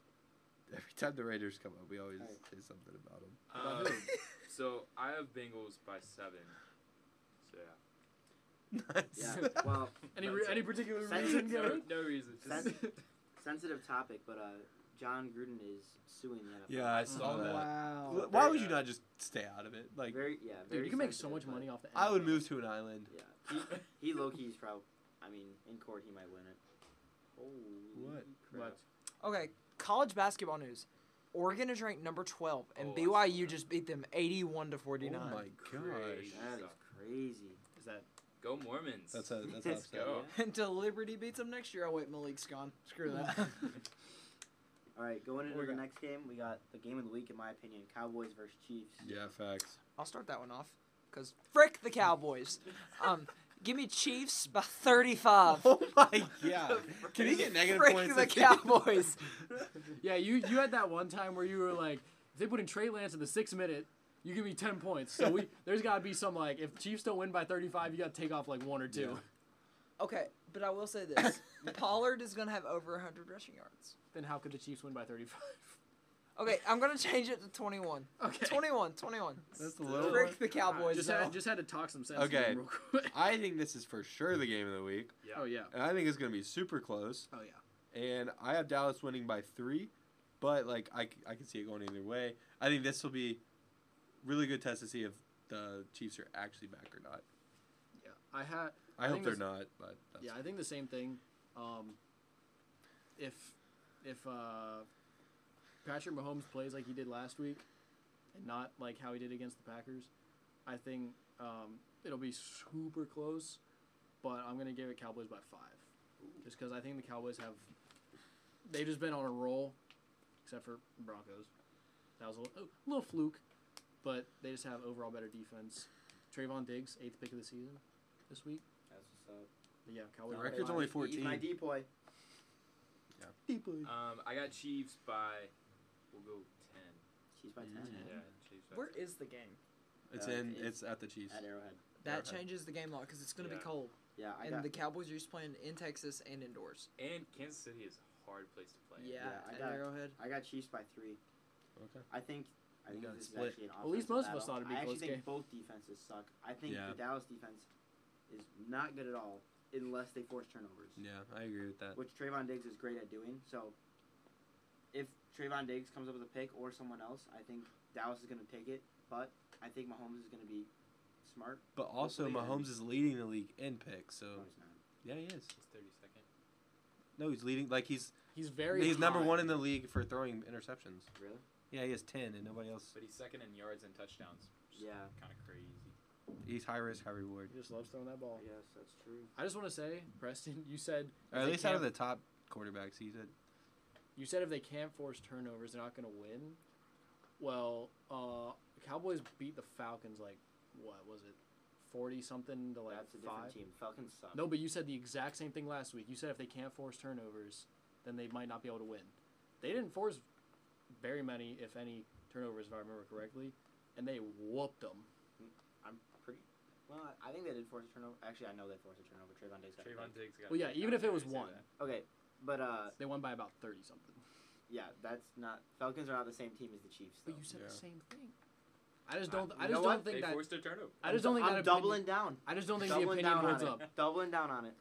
[SPEAKER 1] Every time the Raiders come up, we always
[SPEAKER 3] Alright.
[SPEAKER 1] say something about
[SPEAKER 5] *laughs*
[SPEAKER 1] them.
[SPEAKER 5] Um, so I have Bengals by seven. So yeah.
[SPEAKER 1] Nice. *laughs*
[SPEAKER 3] Yeah. Well,
[SPEAKER 2] Any
[SPEAKER 5] That's
[SPEAKER 2] re-
[SPEAKER 5] it.
[SPEAKER 2] any particular
[SPEAKER 3] That's
[SPEAKER 2] reason?
[SPEAKER 3] it.
[SPEAKER 5] no,
[SPEAKER 2] Gary?
[SPEAKER 5] no reason. Just,
[SPEAKER 3] That's- sensitive topic, but uh, John Gruden is suing the NFL.
[SPEAKER 1] Yeah, I saw
[SPEAKER 5] Oh,
[SPEAKER 1] that.
[SPEAKER 4] wow.
[SPEAKER 1] Wh- Why
[SPEAKER 5] Very
[SPEAKER 1] would you
[SPEAKER 5] good.
[SPEAKER 1] not just stay out of it? Like,
[SPEAKER 3] very yeah.
[SPEAKER 2] Dude,
[SPEAKER 3] very
[SPEAKER 2] you can make so
[SPEAKER 3] sensitive,
[SPEAKER 2] much
[SPEAKER 3] but,
[SPEAKER 2] money off the.
[SPEAKER 1] I would
[SPEAKER 2] NFL.
[SPEAKER 1] move to an island.
[SPEAKER 3] Yeah, *laughs* he, he low key's probably. I mean, in court he might win it. Holy
[SPEAKER 1] What?
[SPEAKER 3] crap.
[SPEAKER 2] What?
[SPEAKER 6] Okay, college basketball news. Oregon is ranked number 12, and
[SPEAKER 5] Oh, I saw
[SPEAKER 6] BYU
[SPEAKER 5] that.
[SPEAKER 6] just beat them 81 to 49.
[SPEAKER 1] Oh my gosh.
[SPEAKER 5] Crazy.
[SPEAKER 3] That is crazy.
[SPEAKER 2] Is that
[SPEAKER 5] *laughs* go Mormons.
[SPEAKER 1] That's a
[SPEAKER 3] *laughs*
[SPEAKER 1] that's
[SPEAKER 3] Let's
[SPEAKER 1] upset.
[SPEAKER 5] go.
[SPEAKER 4] *laughs*
[SPEAKER 6] Until Liberty beats them next year. Oh, wait, Malik's gone. Screw that.
[SPEAKER 4] *laughs*
[SPEAKER 3] All right, going into
[SPEAKER 6] What we
[SPEAKER 3] the
[SPEAKER 6] got?
[SPEAKER 3] next game, we got the game of the week, in my opinion, Cowboys versus Chiefs.
[SPEAKER 1] Yeah, facts.
[SPEAKER 6] I'll start that one off because frick the Cowboys. Um, give me Chiefs by 35.
[SPEAKER 1] Oh my *laughs* god. Can he get negative
[SPEAKER 6] frick
[SPEAKER 1] points?
[SPEAKER 6] the
[SPEAKER 1] if he- *laughs*
[SPEAKER 6] Cowboys.
[SPEAKER 2] Yeah, you you had that one time where you were like, if they put in Trey Lance in the sixth minute, you give me ten points.
[SPEAKER 1] *laughs*
[SPEAKER 2] So we there's got to be some like, if Chiefs don't win by thirty five, you got to take off like one or two.
[SPEAKER 1] Yeah.
[SPEAKER 6] Okay, but I will say this: Pollard is going to have over 100 rushing yards.
[SPEAKER 2] Then how could the Chiefs win by thirty five?
[SPEAKER 6] Okay, I'm going to change it to 21.
[SPEAKER 2] *laughs* Okay.
[SPEAKER 6] 21, 21.
[SPEAKER 1] That's the low one.
[SPEAKER 6] Frick the Cowboys.
[SPEAKER 2] Just
[SPEAKER 6] though.
[SPEAKER 2] had, just had to talk some sense.
[SPEAKER 1] Okay.
[SPEAKER 2] Okay. Real quick.
[SPEAKER 1] I think this is for sure the game of the week,
[SPEAKER 2] *laughs* Oh yeah.
[SPEAKER 1] and I think it's going to be super close.
[SPEAKER 2] Oh yeah.
[SPEAKER 1] And I have Dallas winning by three, but like I, c- I can see it going either way. I think this will be really good test to see if the Chiefs are actually back or not.
[SPEAKER 2] Yeah. I had
[SPEAKER 1] I,
[SPEAKER 2] I
[SPEAKER 1] hope
[SPEAKER 2] think
[SPEAKER 1] they're
[SPEAKER 2] this-
[SPEAKER 1] not, but that's
[SPEAKER 2] yeah. I think the same thing. Um, if if uh, Patrick Mahomes plays like he did last week, and not like how he did against the Packers, I think um, it'll be super close. But I'm gonna give it Cowboys by five, just because I think the Cowboys have they've just been on a roll, except for Broncos. That was a little, a little fluke, but they just have overall better defense. Trayvon Diggs, eighth pick of the season this week.
[SPEAKER 3] That's what's up.
[SPEAKER 2] But yeah,
[SPEAKER 1] The
[SPEAKER 2] Cowboys.
[SPEAKER 1] record's
[SPEAKER 2] by
[SPEAKER 1] only
[SPEAKER 3] Eat My
[SPEAKER 1] 14.
[SPEAKER 3] depoy.
[SPEAKER 5] Um, I got Chiefs by. We'll go ten.
[SPEAKER 3] Chiefs by
[SPEAKER 1] Mm.
[SPEAKER 3] ten.
[SPEAKER 5] Yeah, Chiefs. by
[SPEAKER 6] Where
[SPEAKER 5] 10.
[SPEAKER 6] is the game?
[SPEAKER 1] it's
[SPEAKER 3] Uh,
[SPEAKER 1] in
[SPEAKER 3] it's-
[SPEAKER 1] it's at the Chiefs.
[SPEAKER 3] At Arrowhead.
[SPEAKER 6] That
[SPEAKER 1] Okay.
[SPEAKER 6] changes the game a lot because it's going to
[SPEAKER 5] Yeah.
[SPEAKER 6] be cold,
[SPEAKER 3] Yeah, I
[SPEAKER 6] and
[SPEAKER 3] got.
[SPEAKER 6] the Cowboys are just playing in Texas and indoors.
[SPEAKER 5] And Kansas City is a hard place to play. in.
[SPEAKER 6] yeah,
[SPEAKER 3] Yeah, I
[SPEAKER 6] at
[SPEAKER 3] got-
[SPEAKER 6] Arrowhead.
[SPEAKER 3] I got Chiefs by three.
[SPEAKER 1] Okay.
[SPEAKER 3] I think. I
[SPEAKER 1] You
[SPEAKER 3] think
[SPEAKER 1] got a
[SPEAKER 3] this
[SPEAKER 1] split.
[SPEAKER 3] is actually an
[SPEAKER 2] At least
[SPEAKER 3] offensive
[SPEAKER 2] most of us
[SPEAKER 3] battle.
[SPEAKER 2] thought it'd be
[SPEAKER 3] I
[SPEAKER 2] a
[SPEAKER 3] actually
[SPEAKER 2] close
[SPEAKER 3] think both defenses suck. I think
[SPEAKER 1] Yeah.
[SPEAKER 3] the Dallas defense is not good at all unless they force turnovers,
[SPEAKER 1] Yeah, I agree with that.
[SPEAKER 3] which Trayvon Diggs is great at doing. So if Trayvon Diggs comes up with a pick or someone else, I think Dallas is going to take it. But I think Mahomes is going to be smart.
[SPEAKER 1] But also,
[SPEAKER 3] Hopefully, and-
[SPEAKER 1] Mahomes is leading the league in picks, so
[SPEAKER 2] Oh.
[SPEAKER 3] No, he's not.
[SPEAKER 1] yeah, he is.
[SPEAKER 5] It's thirty second.
[SPEAKER 1] No, he's leading. Like he's
[SPEAKER 2] He's very.
[SPEAKER 1] he's number
[SPEAKER 2] high.
[SPEAKER 1] one in the league for throwing interceptions.
[SPEAKER 3] Really?
[SPEAKER 1] Yeah, he has ten, and nobody else.
[SPEAKER 5] But he's second in yards and touchdowns. Which
[SPEAKER 3] Yeah.
[SPEAKER 5] Kind of crazy.
[SPEAKER 1] He's high risk, high reward,
[SPEAKER 2] He just loves throwing that ball.
[SPEAKER 3] Yes, that's true.
[SPEAKER 2] I just want to say, Preston, you said
[SPEAKER 1] or
[SPEAKER 2] if
[SPEAKER 1] at
[SPEAKER 2] they
[SPEAKER 1] least out of the
[SPEAKER 2] can't-
[SPEAKER 1] top quarterbacks. He's a
[SPEAKER 2] you said if they can't force turnovers, they're not going to win. Well, uh, Cowboys beat the Falcons like what was it, forty something to like
[SPEAKER 3] That's a different
[SPEAKER 2] five.
[SPEAKER 3] team. Falcons suck.
[SPEAKER 2] No, but you said the exact same thing last week. You said if they can't force turnovers, then they might not be able to win. They didn't force very many, if any, turnovers, if I remember correctly, and they whooped them.
[SPEAKER 3] I'm pretty. Well, I- I think they did force a turnover. Actually, I know they forced a turnover. Trayvon Diggs got a
[SPEAKER 5] Trayvon
[SPEAKER 3] pick.
[SPEAKER 5] Diggs got.
[SPEAKER 2] Well, yeah,
[SPEAKER 5] picked
[SPEAKER 2] even
[SPEAKER 5] on
[SPEAKER 2] if it
[SPEAKER 5] there,
[SPEAKER 2] was
[SPEAKER 5] you say
[SPEAKER 2] one.
[SPEAKER 5] that.
[SPEAKER 3] Okay, but uh,
[SPEAKER 2] They won by about thirty something.
[SPEAKER 3] yeah, that's not. Falcons are not the same team as the Chiefs. Though.
[SPEAKER 2] But you said
[SPEAKER 1] Yeah.
[SPEAKER 2] the same thing. I just don't.
[SPEAKER 5] you
[SPEAKER 2] I,
[SPEAKER 5] know
[SPEAKER 2] just
[SPEAKER 5] what?
[SPEAKER 2] don't think
[SPEAKER 5] they
[SPEAKER 2] that.
[SPEAKER 5] forced a turnover.
[SPEAKER 2] I just don't think
[SPEAKER 3] I'm
[SPEAKER 2] that. opinion-
[SPEAKER 3] doubling down.
[SPEAKER 2] I just don't think the
[SPEAKER 3] doubling
[SPEAKER 2] opinion
[SPEAKER 3] down
[SPEAKER 2] holds
[SPEAKER 3] on
[SPEAKER 2] up.
[SPEAKER 3] it. Doubling down on it.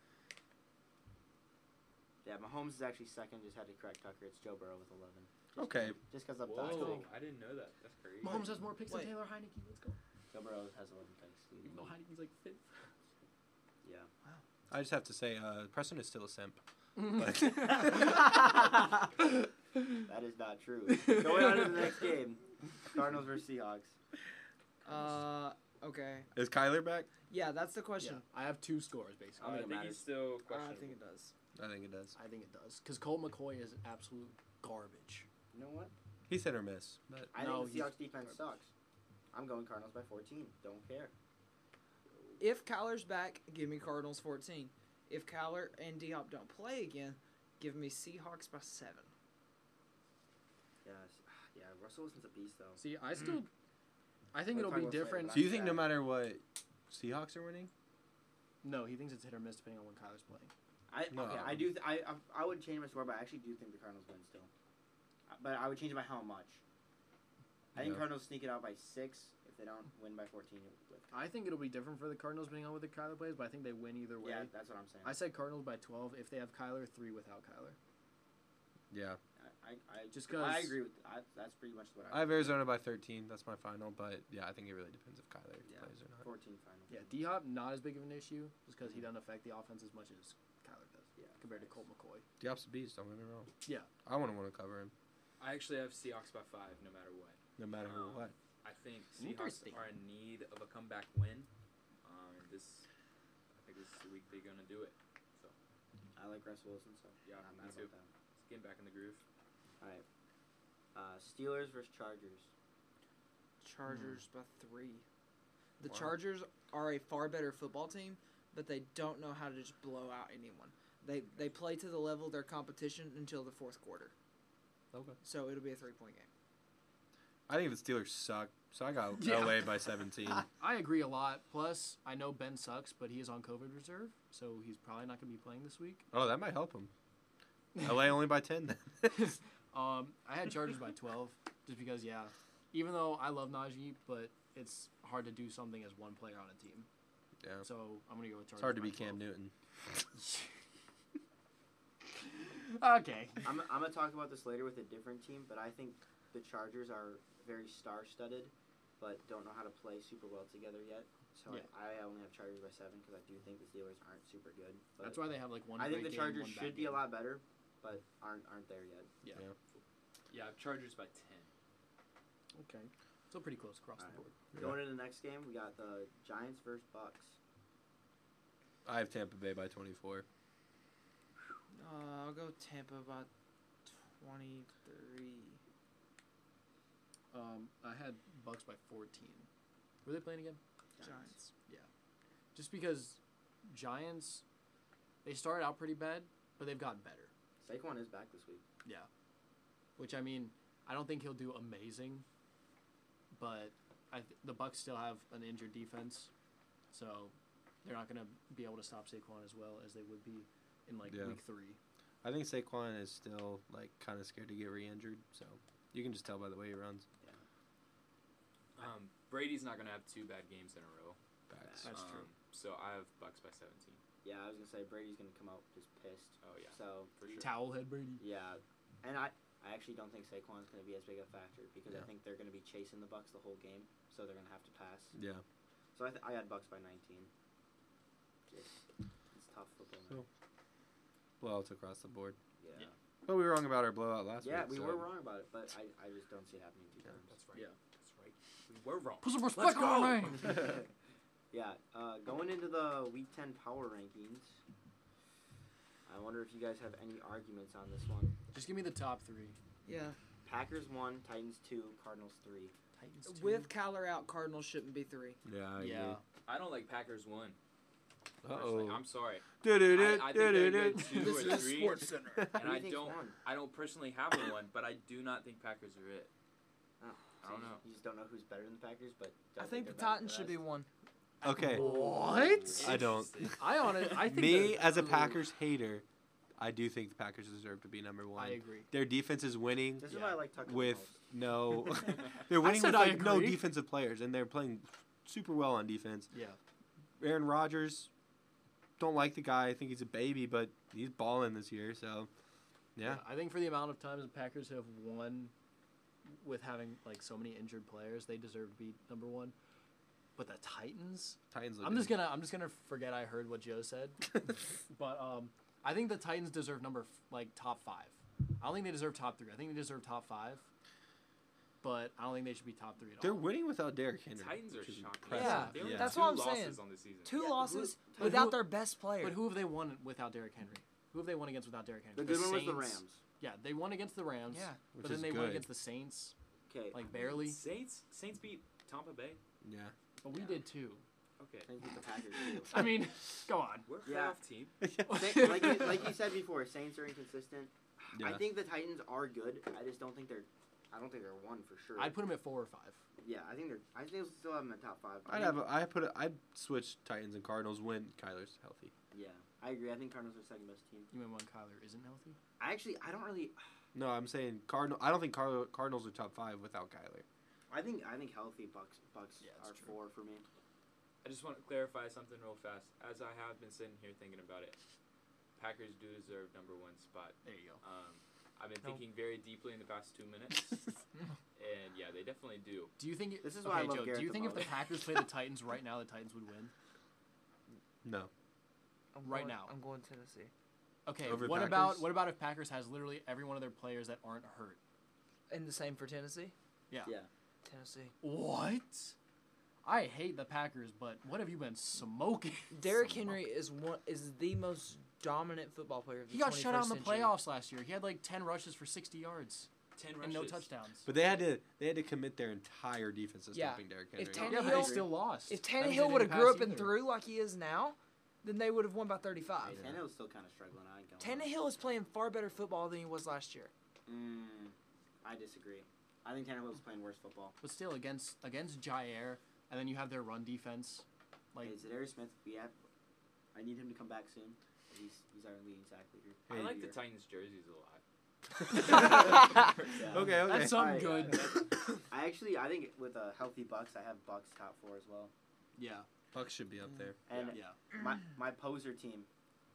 [SPEAKER 3] Yeah, Mahomes is actually second. Just had to correct Tucker. It's Joe Burrow with 11. Just
[SPEAKER 1] Okay.
[SPEAKER 3] 'cause- Just because I'm
[SPEAKER 5] Whoa!
[SPEAKER 3] Whoa.
[SPEAKER 5] I didn't know that. That's crazy.
[SPEAKER 2] Mahomes has more picks
[SPEAKER 6] Wait.
[SPEAKER 2] than Taylor Heineke. Let's go.
[SPEAKER 3] Joe Burrow has 11 picks.
[SPEAKER 2] Even though Heineke's like fifth.
[SPEAKER 3] Yeah.
[SPEAKER 1] I just have to say, uh, Preston is still a simp.
[SPEAKER 6] *laughs* Uh,
[SPEAKER 3] That is not
[SPEAKER 5] *laughs*
[SPEAKER 3] true. Going on to the next game, Cardinals versus Seahawks.
[SPEAKER 6] Uh, okay.
[SPEAKER 1] Is Kyler back?
[SPEAKER 6] Yeah, that's the
[SPEAKER 2] Yeah,
[SPEAKER 6] question.
[SPEAKER 2] I have two scores basically.
[SPEAKER 5] Uh, I
[SPEAKER 3] think it
[SPEAKER 5] think
[SPEAKER 3] matters.
[SPEAKER 5] he's still
[SPEAKER 6] I
[SPEAKER 5] questionable.
[SPEAKER 6] think it does.
[SPEAKER 1] I think it does.
[SPEAKER 2] I think it does because Colt McCoy is absolute garbage.
[SPEAKER 3] You know what?
[SPEAKER 1] He's hit or miss, but
[SPEAKER 3] I
[SPEAKER 2] No,
[SPEAKER 3] think the
[SPEAKER 2] he's-
[SPEAKER 3] Seahawks defense sucks. I'm going Cardinals by 14. Don't care.
[SPEAKER 6] If Kyler's back, give me Cardinals 14. If Kyler and D Hop don't play again, give me Seahawks by seven.
[SPEAKER 3] *sighs* Yes. Yeah, Russell Wilson's a beast, though.
[SPEAKER 2] See, I still, I think
[SPEAKER 3] We'll
[SPEAKER 2] it'll
[SPEAKER 3] talk
[SPEAKER 2] be
[SPEAKER 3] about this later,
[SPEAKER 2] different.
[SPEAKER 1] Do you think no matter what, Seahawks are winning?
[SPEAKER 2] No, he thinks it's hit or miss depending on when Kyler's playing.
[SPEAKER 3] I
[SPEAKER 1] No.
[SPEAKER 3] okay. I do. Th- I, I I would change my score, but I actually do think the Cardinals win still. Uh, But I would change it by how much. I think
[SPEAKER 1] Yeah.
[SPEAKER 3] Cardinals sneak it out by six. If they don't win by fourteen, with
[SPEAKER 2] I think it'll be different for the Cardinals depending on whether Kyler plays, but I think they win either way.
[SPEAKER 3] yeah, that's what I'm saying.
[SPEAKER 2] I said Cardinals by 12 if they have Kyler, three without Kyler.
[SPEAKER 1] Yeah.
[SPEAKER 3] I, I, I
[SPEAKER 2] Just
[SPEAKER 3] I
[SPEAKER 2] 'cause-
[SPEAKER 3] agree with I, that's pretty much what
[SPEAKER 1] I
[SPEAKER 3] I,
[SPEAKER 1] have Arizona by 13. That's my final, but yeah, I think it really depends if Kyler
[SPEAKER 3] Yeah.
[SPEAKER 1] plays or not.
[SPEAKER 3] fourteen final.
[SPEAKER 2] Yeah, D Hop not as big of an issue just because he doesn't affect the offense as much as Kyler does
[SPEAKER 3] Yeah.
[SPEAKER 2] compared to Colt McCoy.
[SPEAKER 1] Diop's a beast. Don't get me wrong.
[SPEAKER 2] Yeah.
[SPEAKER 1] I want to want to cover him
[SPEAKER 5] I actually have Seahawks by five, no matter what.
[SPEAKER 1] no matter
[SPEAKER 5] Um,
[SPEAKER 1] what.
[SPEAKER 5] I think Seahawks
[SPEAKER 2] Interesting.
[SPEAKER 5] are in need of a comeback win. Um, and this, I think this is the week they're gonna do it.
[SPEAKER 3] I like Russell Wilson, so
[SPEAKER 5] Yeah,
[SPEAKER 3] I'm
[SPEAKER 5] me
[SPEAKER 3] not
[SPEAKER 5] too.
[SPEAKER 3] about that.
[SPEAKER 5] Let's get back in the groove.
[SPEAKER 3] Uh, Steelers versus Chargers.
[SPEAKER 6] Chargers by three. The
[SPEAKER 1] Hmm. Wow.
[SPEAKER 6] Chargers are a far better football team, but they don't know how to just blow out anyone. They they play to the level of their competition until the fourth quarter.
[SPEAKER 1] Okay.
[SPEAKER 6] So it'll be a three point game.
[SPEAKER 1] I think the Steelers suck, so I got
[SPEAKER 2] Yeah.
[SPEAKER 1] LA by
[SPEAKER 2] *laughs*
[SPEAKER 1] 17.
[SPEAKER 2] I agree a lot. Plus, I know Ben sucks, but he is on COVID reserve, so he's probably not going to be playing this week.
[SPEAKER 1] oh, that might help him.
[SPEAKER 3] Oh,
[SPEAKER 1] LA only by 10 then.
[SPEAKER 2] *laughs* Um, I had Chargers by 12 just because, yeah, even though I love Najee, but it's hard to do something as one player on a team.
[SPEAKER 1] Yeah.
[SPEAKER 2] So I'm going to go with Chargers.
[SPEAKER 1] it's hard to
[SPEAKER 2] by
[SPEAKER 1] be Cam
[SPEAKER 2] 12.
[SPEAKER 1] Newton.
[SPEAKER 2] *laughs* okay.
[SPEAKER 3] I'm, I'm gonna talk about this later with a different team, but I think the Chargers are very star-studded, but don't know how to play super well together yet. So
[SPEAKER 2] Yeah.
[SPEAKER 3] I, I only have Chargers by seven because I do think the Steelers aren't super good. But
[SPEAKER 2] That's why they have like one.
[SPEAKER 3] I think
[SPEAKER 2] great
[SPEAKER 3] the
[SPEAKER 2] game,
[SPEAKER 3] Chargers
[SPEAKER 2] one bad
[SPEAKER 3] should be
[SPEAKER 2] game.
[SPEAKER 3] a lot better, but aren't aren't there yet.
[SPEAKER 5] Yeah, I have Chargers by ten.
[SPEAKER 2] Okay. So pretty close across
[SPEAKER 3] Alright.
[SPEAKER 2] the board.
[SPEAKER 1] Yeah.
[SPEAKER 3] Going into the next game, we got the Giants versus Bucks.
[SPEAKER 1] I have Tampa Bay by 24.
[SPEAKER 6] Uh, I'll go Tampa by twenty three.
[SPEAKER 2] Um, I had Bucks by 14. Were they playing again?
[SPEAKER 6] Giants.
[SPEAKER 2] Just because Giants, they started out pretty bad, but they've gotten better.
[SPEAKER 3] Saquon is back this week.
[SPEAKER 2] Which I mean, I don't think he'll do amazing, but I th- the Bucks still have an injured defense, so they're not gonna be able to stop Saquon as well as they would be in like
[SPEAKER 1] Yeah.
[SPEAKER 2] week three.
[SPEAKER 1] I think Saquon is still like kind of scared to get re-injured, so you can just tell by the way he runs.
[SPEAKER 5] Um, Brady's not gonna have two bad games in a row.
[SPEAKER 1] Facts.
[SPEAKER 2] That's true.
[SPEAKER 5] Um, So I have Bucks by seventeen.
[SPEAKER 3] Yeah, I was gonna say Brady's gonna come out just pissed.
[SPEAKER 5] Oh yeah,
[SPEAKER 3] So
[SPEAKER 5] for sure.
[SPEAKER 2] Towelhead Brady.
[SPEAKER 3] yeah, and I I actually don't think Saquon's gonna be as big a factor because
[SPEAKER 1] Yeah.
[SPEAKER 3] I think they're gonna be chasing the Bucks the whole game, so they're gonna have to pass.
[SPEAKER 1] Yeah.
[SPEAKER 3] So I, th- I had Bucks by 19. Just, it's tough football.
[SPEAKER 1] So-
[SPEAKER 3] man.
[SPEAKER 1] Blowouts across the board.
[SPEAKER 3] yeah.
[SPEAKER 1] But we were wrong about our blowout last
[SPEAKER 3] Yeah,
[SPEAKER 1] week.
[SPEAKER 3] we
[SPEAKER 1] so-
[SPEAKER 3] were wrong about it, but I, I just don't see it happening two
[SPEAKER 1] uh, Yeah.
[SPEAKER 3] times. *laughs*
[SPEAKER 5] That's right.
[SPEAKER 2] Yeah.
[SPEAKER 5] That's right. We were wrong.
[SPEAKER 2] Put some
[SPEAKER 5] Let's
[SPEAKER 2] respect on
[SPEAKER 5] go!
[SPEAKER 2] my name.
[SPEAKER 3] yeah, uh, going into the Week 10 power rankings, I wonder if you guys have any arguments on this one.
[SPEAKER 2] *laughs* Just give me the top three.
[SPEAKER 6] Yeah.
[SPEAKER 3] Packers 1, Titans 2, Cardinals 3. *laughs*
[SPEAKER 2] Titans
[SPEAKER 6] With Kyler out, Cardinals shouldn't be three.
[SPEAKER 1] Yeah. I
[SPEAKER 2] yeah.
[SPEAKER 5] I don't like Packers one. personally.
[SPEAKER 1] Uh-oh.
[SPEAKER 5] I'm sorry.
[SPEAKER 1] Du-du-du,
[SPEAKER 5] I- I think they're good
[SPEAKER 1] du-du-du.
[SPEAKER 5] Two
[SPEAKER 1] *laughs*
[SPEAKER 6] this
[SPEAKER 5] or
[SPEAKER 6] is
[SPEAKER 5] three?
[SPEAKER 6] Sports Center.
[SPEAKER 5] And
[SPEAKER 3] Who do
[SPEAKER 5] I
[SPEAKER 3] you think's
[SPEAKER 5] don't.
[SPEAKER 3] won?
[SPEAKER 5] I don't personally have a one, but I do not think Packers are it.
[SPEAKER 3] Oh,
[SPEAKER 5] I
[SPEAKER 3] so
[SPEAKER 5] don't
[SPEAKER 3] you-
[SPEAKER 5] know.
[SPEAKER 3] You just don't know who's better than the Packers, but
[SPEAKER 6] I think the
[SPEAKER 3] they're better than
[SPEAKER 6] Titans should be
[SPEAKER 3] rest.
[SPEAKER 6] one.
[SPEAKER 1] Okay.
[SPEAKER 2] What?
[SPEAKER 1] I don't.
[SPEAKER 5] Interesting.
[SPEAKER 2] I on it. I think
[SPEAKER 1] *laughs* Me
[SPEAKER 2] the-
[SPEAKER 1] as a
[SPEAKER 2] Ooh,
[SPEAKER 1] Packers hater, I do think the Packers deserve to be number one.
[SPEAKER 2] I agree.
[SPEAKER 1] Their defense is winning
[SPEAKER 3] This is
[SPEAKER 2] Yeah.
[SPEAKER 3] why I like Tucker the
[SPEAKER 1] with
[SPEAKER 3] most.
[SPEAKER 2] *laughs*
[SPEAKER 1] no. they're winning
[SPEAKER 2] said
[SPEAKER 1] with
[SPEAKER 2] I
[SPEAKER 1] like no
[SPEAKER 2] agree.
[SPEAKER 1] defensive players, and they're playing super well on defense.
[SPEAKER 2] Yeah.
[SPEAKER 1] Aaron Rodgers, don't like the guy. I think he's a baby, but he's balling this year. So, yeah,
[SPEAKER 2] I think for the amount of times the Packers have won with having like so many injured players, they deserve to be number one. But the Titans,
[SPEAKER 1] Titans. Look
[SPEAKER 2] I'm just gonna I'm just gonna forget I heard what Joe said.
[SPEAKER 1] *laughs*
[SPEAKER 2] but um, I think the Titans deserve number f- like top five. I don't think they deserve top three. I think they deserve top five. But I don't think they should be top three at
[SPEAKER 1] They're
[SPEAKER 2] all.
[SPEAKER 1] winning without Derrick Henry.
[SPEAKER 5] Titans are
[SPEAKER 1] which is
[SPEAKER 5] shocking.
[SPEAKER 1] impressive.
[SPEAKER 6] Yeah,
[SPEAKER 5] They only
[SPEAKER 1] yeah.
[SPEAKER 5] have
[SPEAKER 6] that's
[SPEAKER 5] two
[SPEAKER 6] what I'm
[SPEAKER 5] losses
[SPEAKER 6] saying.
[SPEAKER 5] on the season.
[SPEAKER 6] Two
[SPEAKER 3] Yeah, but who-
[SPEAKER 6] losses
[SPEAKER 3] but who-
[SPEAKER 6] without their best player.
[SPEAKER 2] But who have they won without Derrick Henry? Who have they won against without Derrick Henry?
[SPEAKER 3] The good one was the
[SPEAKER 6] Saints.
[SPEAKER 3] Rams.
[SPEAKER 2] yeah, they won against the Rams.
[SPEAKER 6] Yeah.
[SPEAKER 1] Which
[SPEAKER 2] but then
[SPEAKER 1] is
[SPEAKER 2] they
[SPEAKER 1] good.
[SPEAKER 2] won against the Saints,
[SPEAKER 3] Okay.
[SPEAKER 2] like barely.
[SPEAKER 5] Saints. Saints beat Tampa Bay.
[SPEAKER 1] Yeah,
[SPEAKER 2] But we
[SPEAKER 3] Yeah.
[SPEAKER 2] did too.
[SPEAKER 5] Okay.
[SPEAKER 3] Thank you, the Packers. *laughs* Too.
[SPEAKER 2] I mean, go on.
[SPEAKER 5] We're a
[SPEAKER 3] Yeah.
[SPEAKER 5] playoff team.
[SPEAKER 1] *laughs*
[SPEAKER 3] Sa- like, you, like you said before, Saints are inconsistent. I
[SPEAKER 1] Yeah.
[SPEAKER 3] think the Titans are good. I just don't think they're. I don't think they're one for sure.
[SPEAKER 2] I'd put them at four or five.
[SPEAKER 3] yeah, I think they're. I think they'll still have them in top five. but I
[SPEAKER 1] I'd
[SPEAKER 3] think-
[SPEAKER 1] have. A, I put. A, I'd switch Titans and Cardinals when Kyler's healthy.
[SPEAKER 3] Yeah, I agree. I think Cardinals are second best team.
[SPEAKER 2] You mean when Kyler isn't healthy?
[SPEAKER 3] I actually, I don't really.
[SPEAKER 1] No, I'm saying Cardinal. I don't think Cardinal, Cardinals are top five without Kyler.
[SPEAKER 2] *laughs*
[SPEAKER 3] I think I think healthy Bucks Bucks
[SPEAKER 2] Yeah, that's
[SPEAKER 3] are
[SPEAKER 2] true.
[SPEAKER 3] four for me.
[SPEAKER 5] I just want to clarify something real fast. As I have been sitting here thinking about it, Packers do deserve number one spot.
[SPEAKER 2] There you go.
[SPEAKER 5] Um, I've been
[SPEAKER 2] No.
[SPEAKER 5] thinking very deeply in the past two minutes,
[SPEAKER 2] *laughs*
[SPEAKER 5] and yeah, they definitely do.
[SPEAKER 2] Do you think it,
[SPEAKER 3] This is why I love
[SPEAKER 2] Joe,
[SPEAKER 3] Garrett
[SPEAKER 2] Do you
[SPEAKER 3] the
[SPEAKER 2] think if the
[SPEAKER 3] most.
[SPEAKER 2] Packers played the Titans right now, the Titans would win?
[SPEAKER 1] No,
[SPEAKER 4] I'm
[SPEAKER 2] Right
[SPEAKER 4] going-
[SPEAKER 2] now.
[SPEAKER 4] I'm going Tennessee.
[SPEAKER 2] Okay.
[SPEAKER 1] Over the
[SPEAKER 2] what about
[SPEAKER 1] Packers?
[SPEAKER 2] what about if Packers has literally every one of their players that aren't hurt?
[SPEAKER 4] And the same for Tennessee.
[SPEAKER 2] Yeah.
[SPEAKER 3] Yeah.
[SPEAKER 4] Tennessee.
[SPEAKER 2] What? I hate the Packers, but what have you been smoking?
[SPEAKER 4] Derrick Henry is one is the most dominant football player of the
[SPEAKER 2] He got shut out in
[SPEAKER 4] 21st
[SPEAKER 2] the
[SPEAKER 4] century.
[SPEAKER 2] playoffs last year. He had like ten rushes for sixty yards
[SPEAKER 5] Ten
[SPEAKER 2] and
[SPEAKER 5] rushes.
[SPEAKER 2] no touchdowns.
[SPEAKER 1] but they had to. They had to commit their entire defense to
[SPEAKER 4] Yeah.
[SPEAKER 1] stopping Derrick Henry.
[SPEAKER 4] If
[SPEAKER 2] Yeah,
[SPEAKER 4] Tannehill-
[SPEAKER 2] but they still lost.
[SPEAKER 4] If
[SPEAKER 2] That means they
[SPEAKER 4] Tannehill would have
[SPEAKER 2] didn't
[SPEAKER 4] grew
[SPEAKER 2] pass
[SPEAKER 4] up and
[SPEAKER 2] either.
[SPEAKER 4] threw like he is now, then they would have won by 35.
[SPEAKER 3] Hey, Tannehill's still kind of struggling. I ain't gonna lie.
[SPEAKER 4] Tannehill is playing far better football than he was last year.
[SPEAKER 3] Mm, I disagree. I think Tannehill's playing worse football.
[SPEAKER 2] but still against against Jair, and then you have their run defense. Like
[SPEAKER 3] hey, Zadarius Smith, we have. I need him to come back soon. He's he's our leading sack leader.
[SPEAKER 5] I
[SPEAKER 1] Hey,
[SPEAKER 5] like the
[SPEAKER 3] Here.
[SPEAKER 5] Titans jerseys a
[SPEAKER 2] *laughs*
[SPEAKER 5] lot.
[SPEAKER 3] Yeah.
[SPEAKER 1] *laughs* okay, okay.
[SPEAKER 2] that's something
[SPEAKER 3] I-
[SPEAKER 2] good.
[SPEAKER 3] I actually I think with a healthy Bucks, I have Bucks top four as well.
[SPEAKER 2] yeah,
[SPEAKER 1] Bucks should be up there.
[SPEAKER 3] And
[SPEAKER 2] yeah.
[SPEAKER 3] my my poser team,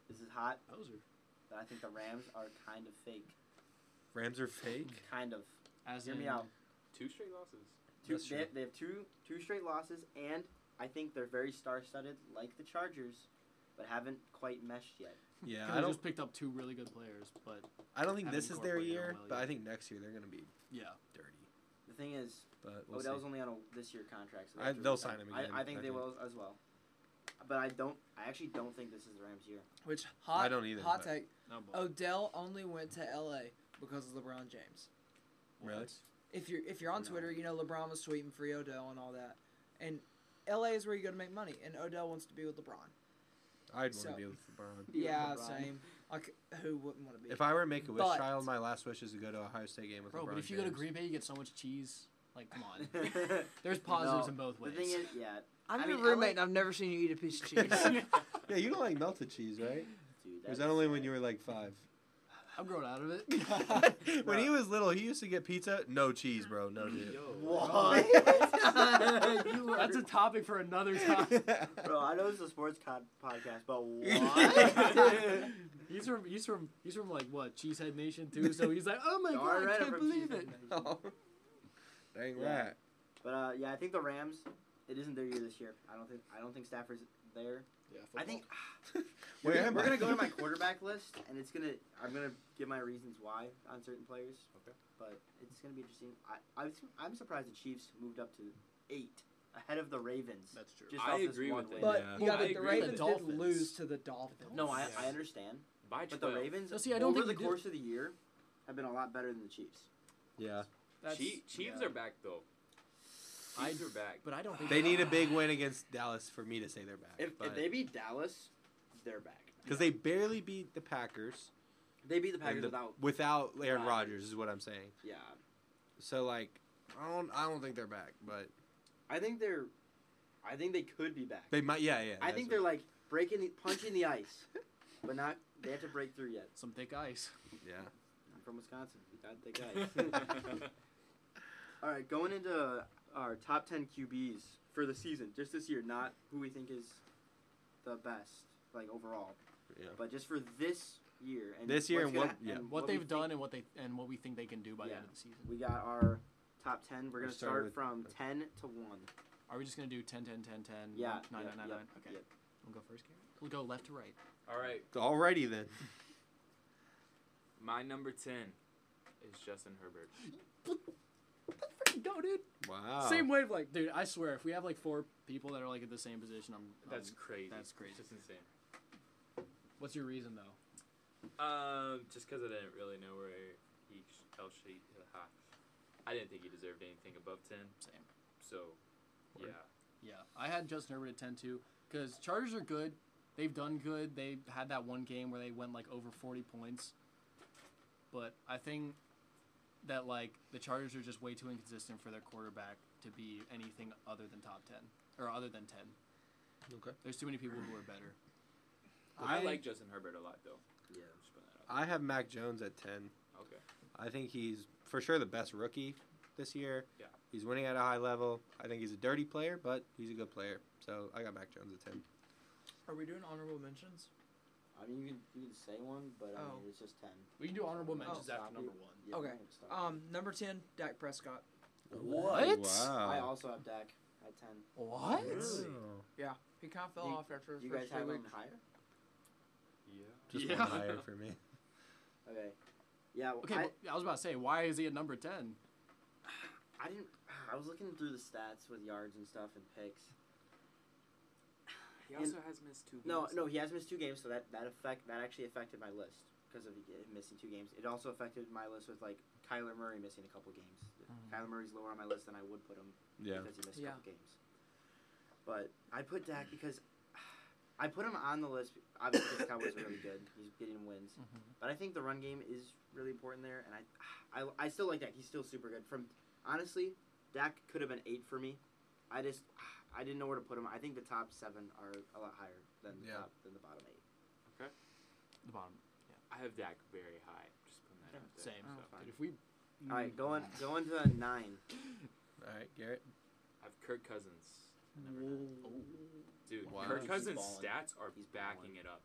[SPEAKER 3] this is hot,
[SPEAKER 2] Poser.
[SPEAKER 3] but I think the Rams are kind of fake.
[SPEAKER 1] Rams are fake.
[SPEAKER 2] *laughs*
[SPEAKER 3] Kind of.
[SPEAKER 2] As
[SPEAKER 3] Hear
[SPEAKER 2] in,
[SPEAKER 3] me out.
[SPEAKER 5] Two straight losses.
[SPEAKER 3] Two,
[SPEAKER 1] That's
[SPEAKER 3] they,
[SPEAKER 1] true.
[SPEAKER 3] they have two two straight losses, and I think they're very star-studded, like the Chargers, but haven't quite meshed yet.
[SPEAKER 1] Yeah,
[SPEAKER 2] They
[SPEAKER 1] I don't.
[SPEAKER 2] just picked up two really good players, but
[SPEAKER 1] I don't think
[SPEAKER 2] haven't
[SPEAKER 1] this is their
[SPEAKER 2] incorporated
[SPEAKER 1] year,
[SPEAKER 2] well
[SPEAKER 1] but I
[SPEAKER 2] yet.
[SPEAKER 1] think next year they're gonna be
[SPEAKER 2] yeah.
[SPEAKER 1] dirty.
[SPEAKER 3] The thing is,
[SPEAKER 1] But
[SPEAKER 3] oh,
[SPEAKER 1] we'll
[SPEAKER 3] that
[SPEAKER 1] see.
[SPEAKER 3] was only on a this year contract. So they
[SPEAKER 1] I-
[SPEAKER 3] have to
[SPEAKER 1] they'll
[SPEAKER 3] resign.
[SPEAKER 1] sign him
[SPEAKER 3] I-
[SPEAKER 1] again,
[SPEAKER 3] I, think
[SPEAKER 1] I
[SPEAKER 3] they
[SPEAKER 1] think.
[SPEAKER 3] will as well, but I don't. I actually don't think this is the Rams' year.
[SPEAKER 6] Which hot
[SPEAKER 1] I don't either.
[SPEAKER 6] hot
[SPEAKER 1] but-
[SPEAKER 6] take?
[SPEAKER 2] No, but
[SPEAKER 6] Odell only went to L.A. because of LeBron James.
[SPEAKER 1] Really?
[SPEAKER 6] If you're if you're on
[SPEAKER 3] No.
[SPEAKER 6] Twitter, you know LeBron was tweeting free Odell and all that, and L.A. is where you go to make money, and Odell wants to be with LeBron.
[SPEAKER 1] I'd want to
[SPEAKER 6] So-
[SPEAKER 1] be with LeBron.
[SPEAKER 3] Be with
[SPEAKER 6] yeah,
[SPEAKER 3] LeBron.
[SPEAKER 6] same. Like who wouldn't want to be?
[SPEAKER 1] If I were to make a wish
[SPEAKER 6] But-
[SPEAKER 1] child, my last wish is to go to a Ohio State game with
[SPEAKER 2] bro,
[SPEAKER 1] LeBron.
[SPEAKER 2] but if you go
[SPEAKER 1] James.
[SPEAKER 2] to Green Bay, you get so much cheese. Like, come
[SPEAKER 3] *laughs*
[SPEAKER 2] on.
[SPEAKER 3] the
[SPEAKER 2] There's positives
[SPEAKER 3] No,
[SPEAKER 2] in both ways.
[SPEAKER 3] thing is, yeah,
[SPEAKER 4] I'm
[SPEAKER 3] I
[SPEAKER 4] your
[SPEAKER 3] mean, LA
[SPEAKER 4] roommate, and I've never seen you eat a piece
[SPEAKER 2] *laughs*
[SPEAKER 4] of cheese.
[SPEAKER 3] *laughs*
[SPEAKER 1] yeah, you don't like melted cheese, right?
[SPEAKER 3] dude.
[SPEAKER 1] Or is that only when you were like five?
[SPEAKER 2] I'm growing out of it.
[SPEAKER 1] when he was little, he used to get pizza, no cheese, bro, no
[SPEAKER 3] *laughs*
[SPEAKER 1] dip.
[SPEAKER 3] What? *laughs* You
[SPEAKER 2] That's a
[SPEAKER 3] are-
[SPEAKER 2] topic for another time.
[SPEAKER 3] *laughs* bro. I
[SPEAKER 1] *laughs*
[SPEAKER 3] know this is a sports cod podcast,
[SPEAKER 2] *laughs*
[SPEAKER 3] but *laughs* what?
[SPEAKER 1] What?
[SPEAKER 2] He's from he's from he's from like what Cheesehead Nation too. So he's like, oh my god, I can't
[SPEAKER 1] *laughs*
[SPEAKER 2] believe it.
[SPEAKER 1] Oh. Dang
[SPEAKER 3] Yeah.
[SPEAKER 1] *laughs* right.
[SPEAKER 3] But uh, yeah, I think the Rams. It isn't their year this year. I don't think. I don't think Stafford's there.
[SPEAKER 2] Yeah,
[SPEAKER 3] I think
[SPEAKER 1] Where
[SPEAKER 3] we're,
[SPEAKER 1] am
[SPEAKER 3] we're
[SPEAKER 1] I?
[SPEAKER 3] gonna go to
[SPEAKER 1] *laughs*
[SPEAKER 3] my quarterback list, and it's gonna. I'm gonna give my reasons why on certain players.
[SPEAKER 5] Okay.
[SPEAKER 3] But it's gonna be interesting. I, I was, I'm surprised the Chiefs moved up to eight ahead of the Ravens.
[SPEAKER 2] that's true.
[SPEAKER 3] Just
[SPEAKER 5] I
[SPEAKER 3] off this
[SPEAKER 5] agree
[SPEAKER 3] one
[SPEAKER 5] with
[SPEAKER 3] win.
[SPEAKER 1] that.
[SPEAKER 6] but yeah,
[SPEAKER 1] Yeah.
[SPEAKER 2] Well, I
[SPEAKER 6] but the
[SPEAKER 2] agree with
[SPEAKER 6] Ravens
[SPEAKER 2] the
[SPEAKER 6] did
[SPEAKER 2] Dolphins.
[SPEAKER 6] lose to the Dolphins.
[SPEAKER 3] No, I,
[SPEAKER 2] Yeah.
[SPEAKER 3] I understand.
[SPEAKER 5] By
[SPEAKER 3] But
[SPEAKER 5] twelve.
[SPEAKER 3] the Ravens
[SPEAKER 2] No, see, I don't
[SPEAKER 3] over
[SPEAKER 2] think
[SPEAKER 3] the
[SPEAKER 2] you did.
[SPEAKER 3] course of the year have been a lot better than the Chiefs.
[SPEAKER 1] Yeah.
[SPEAKER 5] Chie- Chiefs are back though.
[SPEAKER 2] I-
[SPEAKER 5] Chiefs are back. *laughs*
[SPEAKER 2] but I don't think
[SPEAKER 1] They need a big win against Dallas for me to say they're back.
[SPEAKER 3] If, if
[SPEAKER 1] but-
[SPEAKER 3] they beat Dallas, they're back.
[SPEAKER 1] Because they barely beat the Packers.
[SPEAKER 3] They beat the
[SPEAKER 1] and
[SPEAKER 3] Packers
[SPEAKER 1] the-
[SPEAKER 3] without.
[SPEAKER 1] without Aaron
[SPEAKER 3] Rodgers.
[SPEAKER 1] Rodgers is what I'm saying.
[SPEAKER 3] Yeah,
[SPEAKER 1] So like, I don't I don't think they're back, but
[SPEAKER 3] I think they're. I think they could be back.
[SPEAKER 1] they might. Yeah, yeah.
[SPEAKER 3] I
[SPEAKER 1] that's
[SPEAKER 3] think
[SPEAKER 1] what-
[SPEAKER 3] they're like breaking, the,
[SPEAKER 1] *laughs*
[SPEAKER 3] punching the ice, but not. They have to break through yet.
[SPEAKER 2] some thick ice.
[SPEAKER 1] Yeah.
[SPEAKER 3] I'm from Wisconsin. We got
[SPEAKER 1] *laughs*
[SPEAKER 3] the guys. All right, going into our top ten QBs for the season, just this year, not who we think is the best, like overall,
[SPEAKER 1] Yeah.
[SPEAKER 3] but just for this year. And
[SPEAKER 1] This year
[SPEAKER 3] what's
[SPEAKER 1] and
[SPEAKER 3] gonna
[SPEAKER 1] what-
[SPEAKER 3] hap-
[SPEAKER 1] yeah.
[SPEAKER 3] and
[SPEAKER 2] What,
[SPEAKER 3] we
[SPEAKER 2] they've
[SPEAKER 3] think-
[SPEAKER 2] done and what they and what we think they can do by the end
[SPEAKER 3] Yeah.
[SPEAKER 2] of the season.
[SPEAKER 3] We got our top ten. We're
[SPEAKER 1] We're
[SPEAKER 3] gonna
[SPEAKER 1] starting
[SPEAKER 3] start
[SPEAKER 1] with-
[SPEAKER 3] from ten to one.
[SPEAKER 2] Are we just gonna do 10, 10, 10, 10,
[SPEAKER 3] Yeah,
[SPEAKER 2] 9, 9, 9,
[SPEAKER 3] yeah, yeah,
[SPEAKER 2] 9? Okay.
[SPEAKER 3] yeah.
[SPEAKER 2] We'll go first, Garrett. We'll go left to right.
[SPEAKER 5] All right,
[SPEAKER 1] Alrighty then.
[SPEAKER 5] my number ten is Justin Herbert.
[SPEAKER 2] Go, dude.
[SPEAKER 1] Wow.
[SPEAKER 2] Same wave, like, dude. I swear, if we have like four people that are like at the same position, I'm.
[SPEAKER 5] That's
[SPEAKER 2] I'm-
[SPEAKER 5] crazy.
[SPEAKER 2] that's crazy.
[SPEAKER 5] Just insane.
[SPEAKER 2] What's your reason though?
[SPEAKER 5] Um, just because I didn't really know where he sh- else he, ha. I didn't think he deserved anything above ten.
[SPEAKER 2] Same.
[SPEAKER 5] So,
[SPEAKER 1] Word.
[SPEAKER 5] yeah,
[SPEAKER 2] Yeah, I had Justin Herbert at 10 too because Chargers are good. They've done good. They had that one game where they went like over 40 points. But I think that like the Chargers are just way too inconsistent for their quarterback to be anything other than top ten or other than ten.
[SPEAKER 1] Okay.
[SPEAKER 2] There's too many people who are better.
[SPEAKER 5] I,
[SPEAKER 1] I-
[SPEAKER 5] like Justin Herbert a lot, though.
[SPEAKER 3] Yeah.
[SPEAKER 5] I'm just putting that out.
[SPEAKER 1] I have Mac Jones at 10.
[SPEAKER 5] there. Okay.
[SPEAKER 1] I think he's for sure the best rookie this year.
[SPEAKER 5] Yeah.
[SPEAKER 1] He's winning at a high level. I think he's a dirty player, but he's a good player. So I got Mac Jones at 10.
[SPEAKER 6] Are we doing honorable mentions?
[SPEAKER 3] I mean, you can you can say one, but I
[SPEAKER 6] Oh.
[SPEAKER 3] mean, it's just ten.
[SPEAKER 2] We can do honorable mentions
[SPEAKER 3] Oh.
[SPEAKER 2] after number one.
[SPEAKER 3] Yeah,
[SPEAKER 6] Okay.
[SPEAKER 3] it's not-
[SPEAKER 6] Um, number ten, Dak Prescott.
[SPEAKER 2] What?
[SPEAKER 3] I
[SPEAKER 1] Wow.
[SPEAKER 3] also have Dak at ten.
[SPEAKER 2] What?
[SPEAKER 3] Really?
[SPEAKER 6] He kind of fell
[SPEAKER 3] You-
[SPEAKER 6] off after the
[SPEAKER 3] You
[SPEAKER 6] first
[SPEAKER 3] guys
[SPEAKER 6] three
[SPEAKER 3] have him
[SPEAKER 6] weeks.
[SPEAKER 3] higher?
[SPEAKER 5] Yeah.
[SPEAKER 1] Just
[SPEAKER 2] Yeah.
[SPEAKER 1] one higher for *laughs* me.
[SPEAKER 3] Okay. Yeah. Well,
[SPEAKER 2] Okay,
[SPEAKER 3] I,
[SPEAKER 2] well, I, was about to say, why is he at number ten?
[SPEAKER 3] I didn't. *sighs* I was looking through the stats with yards and stuff and picks.
[SPEAKER 5] He
[SPEAKER 3] And-
[SPEAKER 5] also has missed two.
[SPEAKER 3] No,
[SPEAKER 5] games.
[SPEAKER 3] no, he has missed two games, so that that affect that actually affected my list because of him missing two games. It also affected my list with like Kyler Murray missing a couple games. Kyler Murray's lower on my list than I would put him because he missed a
[SPEAKER 6] Yeah.
[SPEAKER 3] couple games. But I put Dak because I put him on the list. Obviously, because Cowboys are really good. He's getting wins,
[SPEAKER 6] Mm-hmm.
[SPEAKER 3] but I think the run game is really important there, and I, I, I still like Dak. He's still super good. From honestly, Dak could have been eight for me. I just I didn't know where to put him. I think the top seven are a lot higher than the
[SPEAKER 1] Yeah.
[SPEAKER 3] top than the bottom eight.
[SPEAKER 2] The bottom.
[SPEAKER 5] *laughs* I have Dak very high. Just putting that out there.
[SPEAKER 2] Same.
[SPEAKER 5] So.
[SPEAKER 3] Oh, fine.
[SPEAKER 2] Dude, if we.
[SPEAKER 6] Mm.
[SPEAKER 3] All right, going going to nine. *clears throat*
[SPEAKER 1] All right, Garrett.
[SPEAKER 5] I have Kirk Cousins. I never had.
[SPEAKER 2] Oh,
[SPEAKER 5] Dude,
[SPEAKER 1] Wow.
[SPEAKER 5] Kirk
[SPEAKER 1] He's
[SPEAKER 5] Cousins'
[SPEAKER 3] balling.
[SPEAKER 5] stats are
[SPEAKER 3] He's
[SPEAKER 5] backing it up.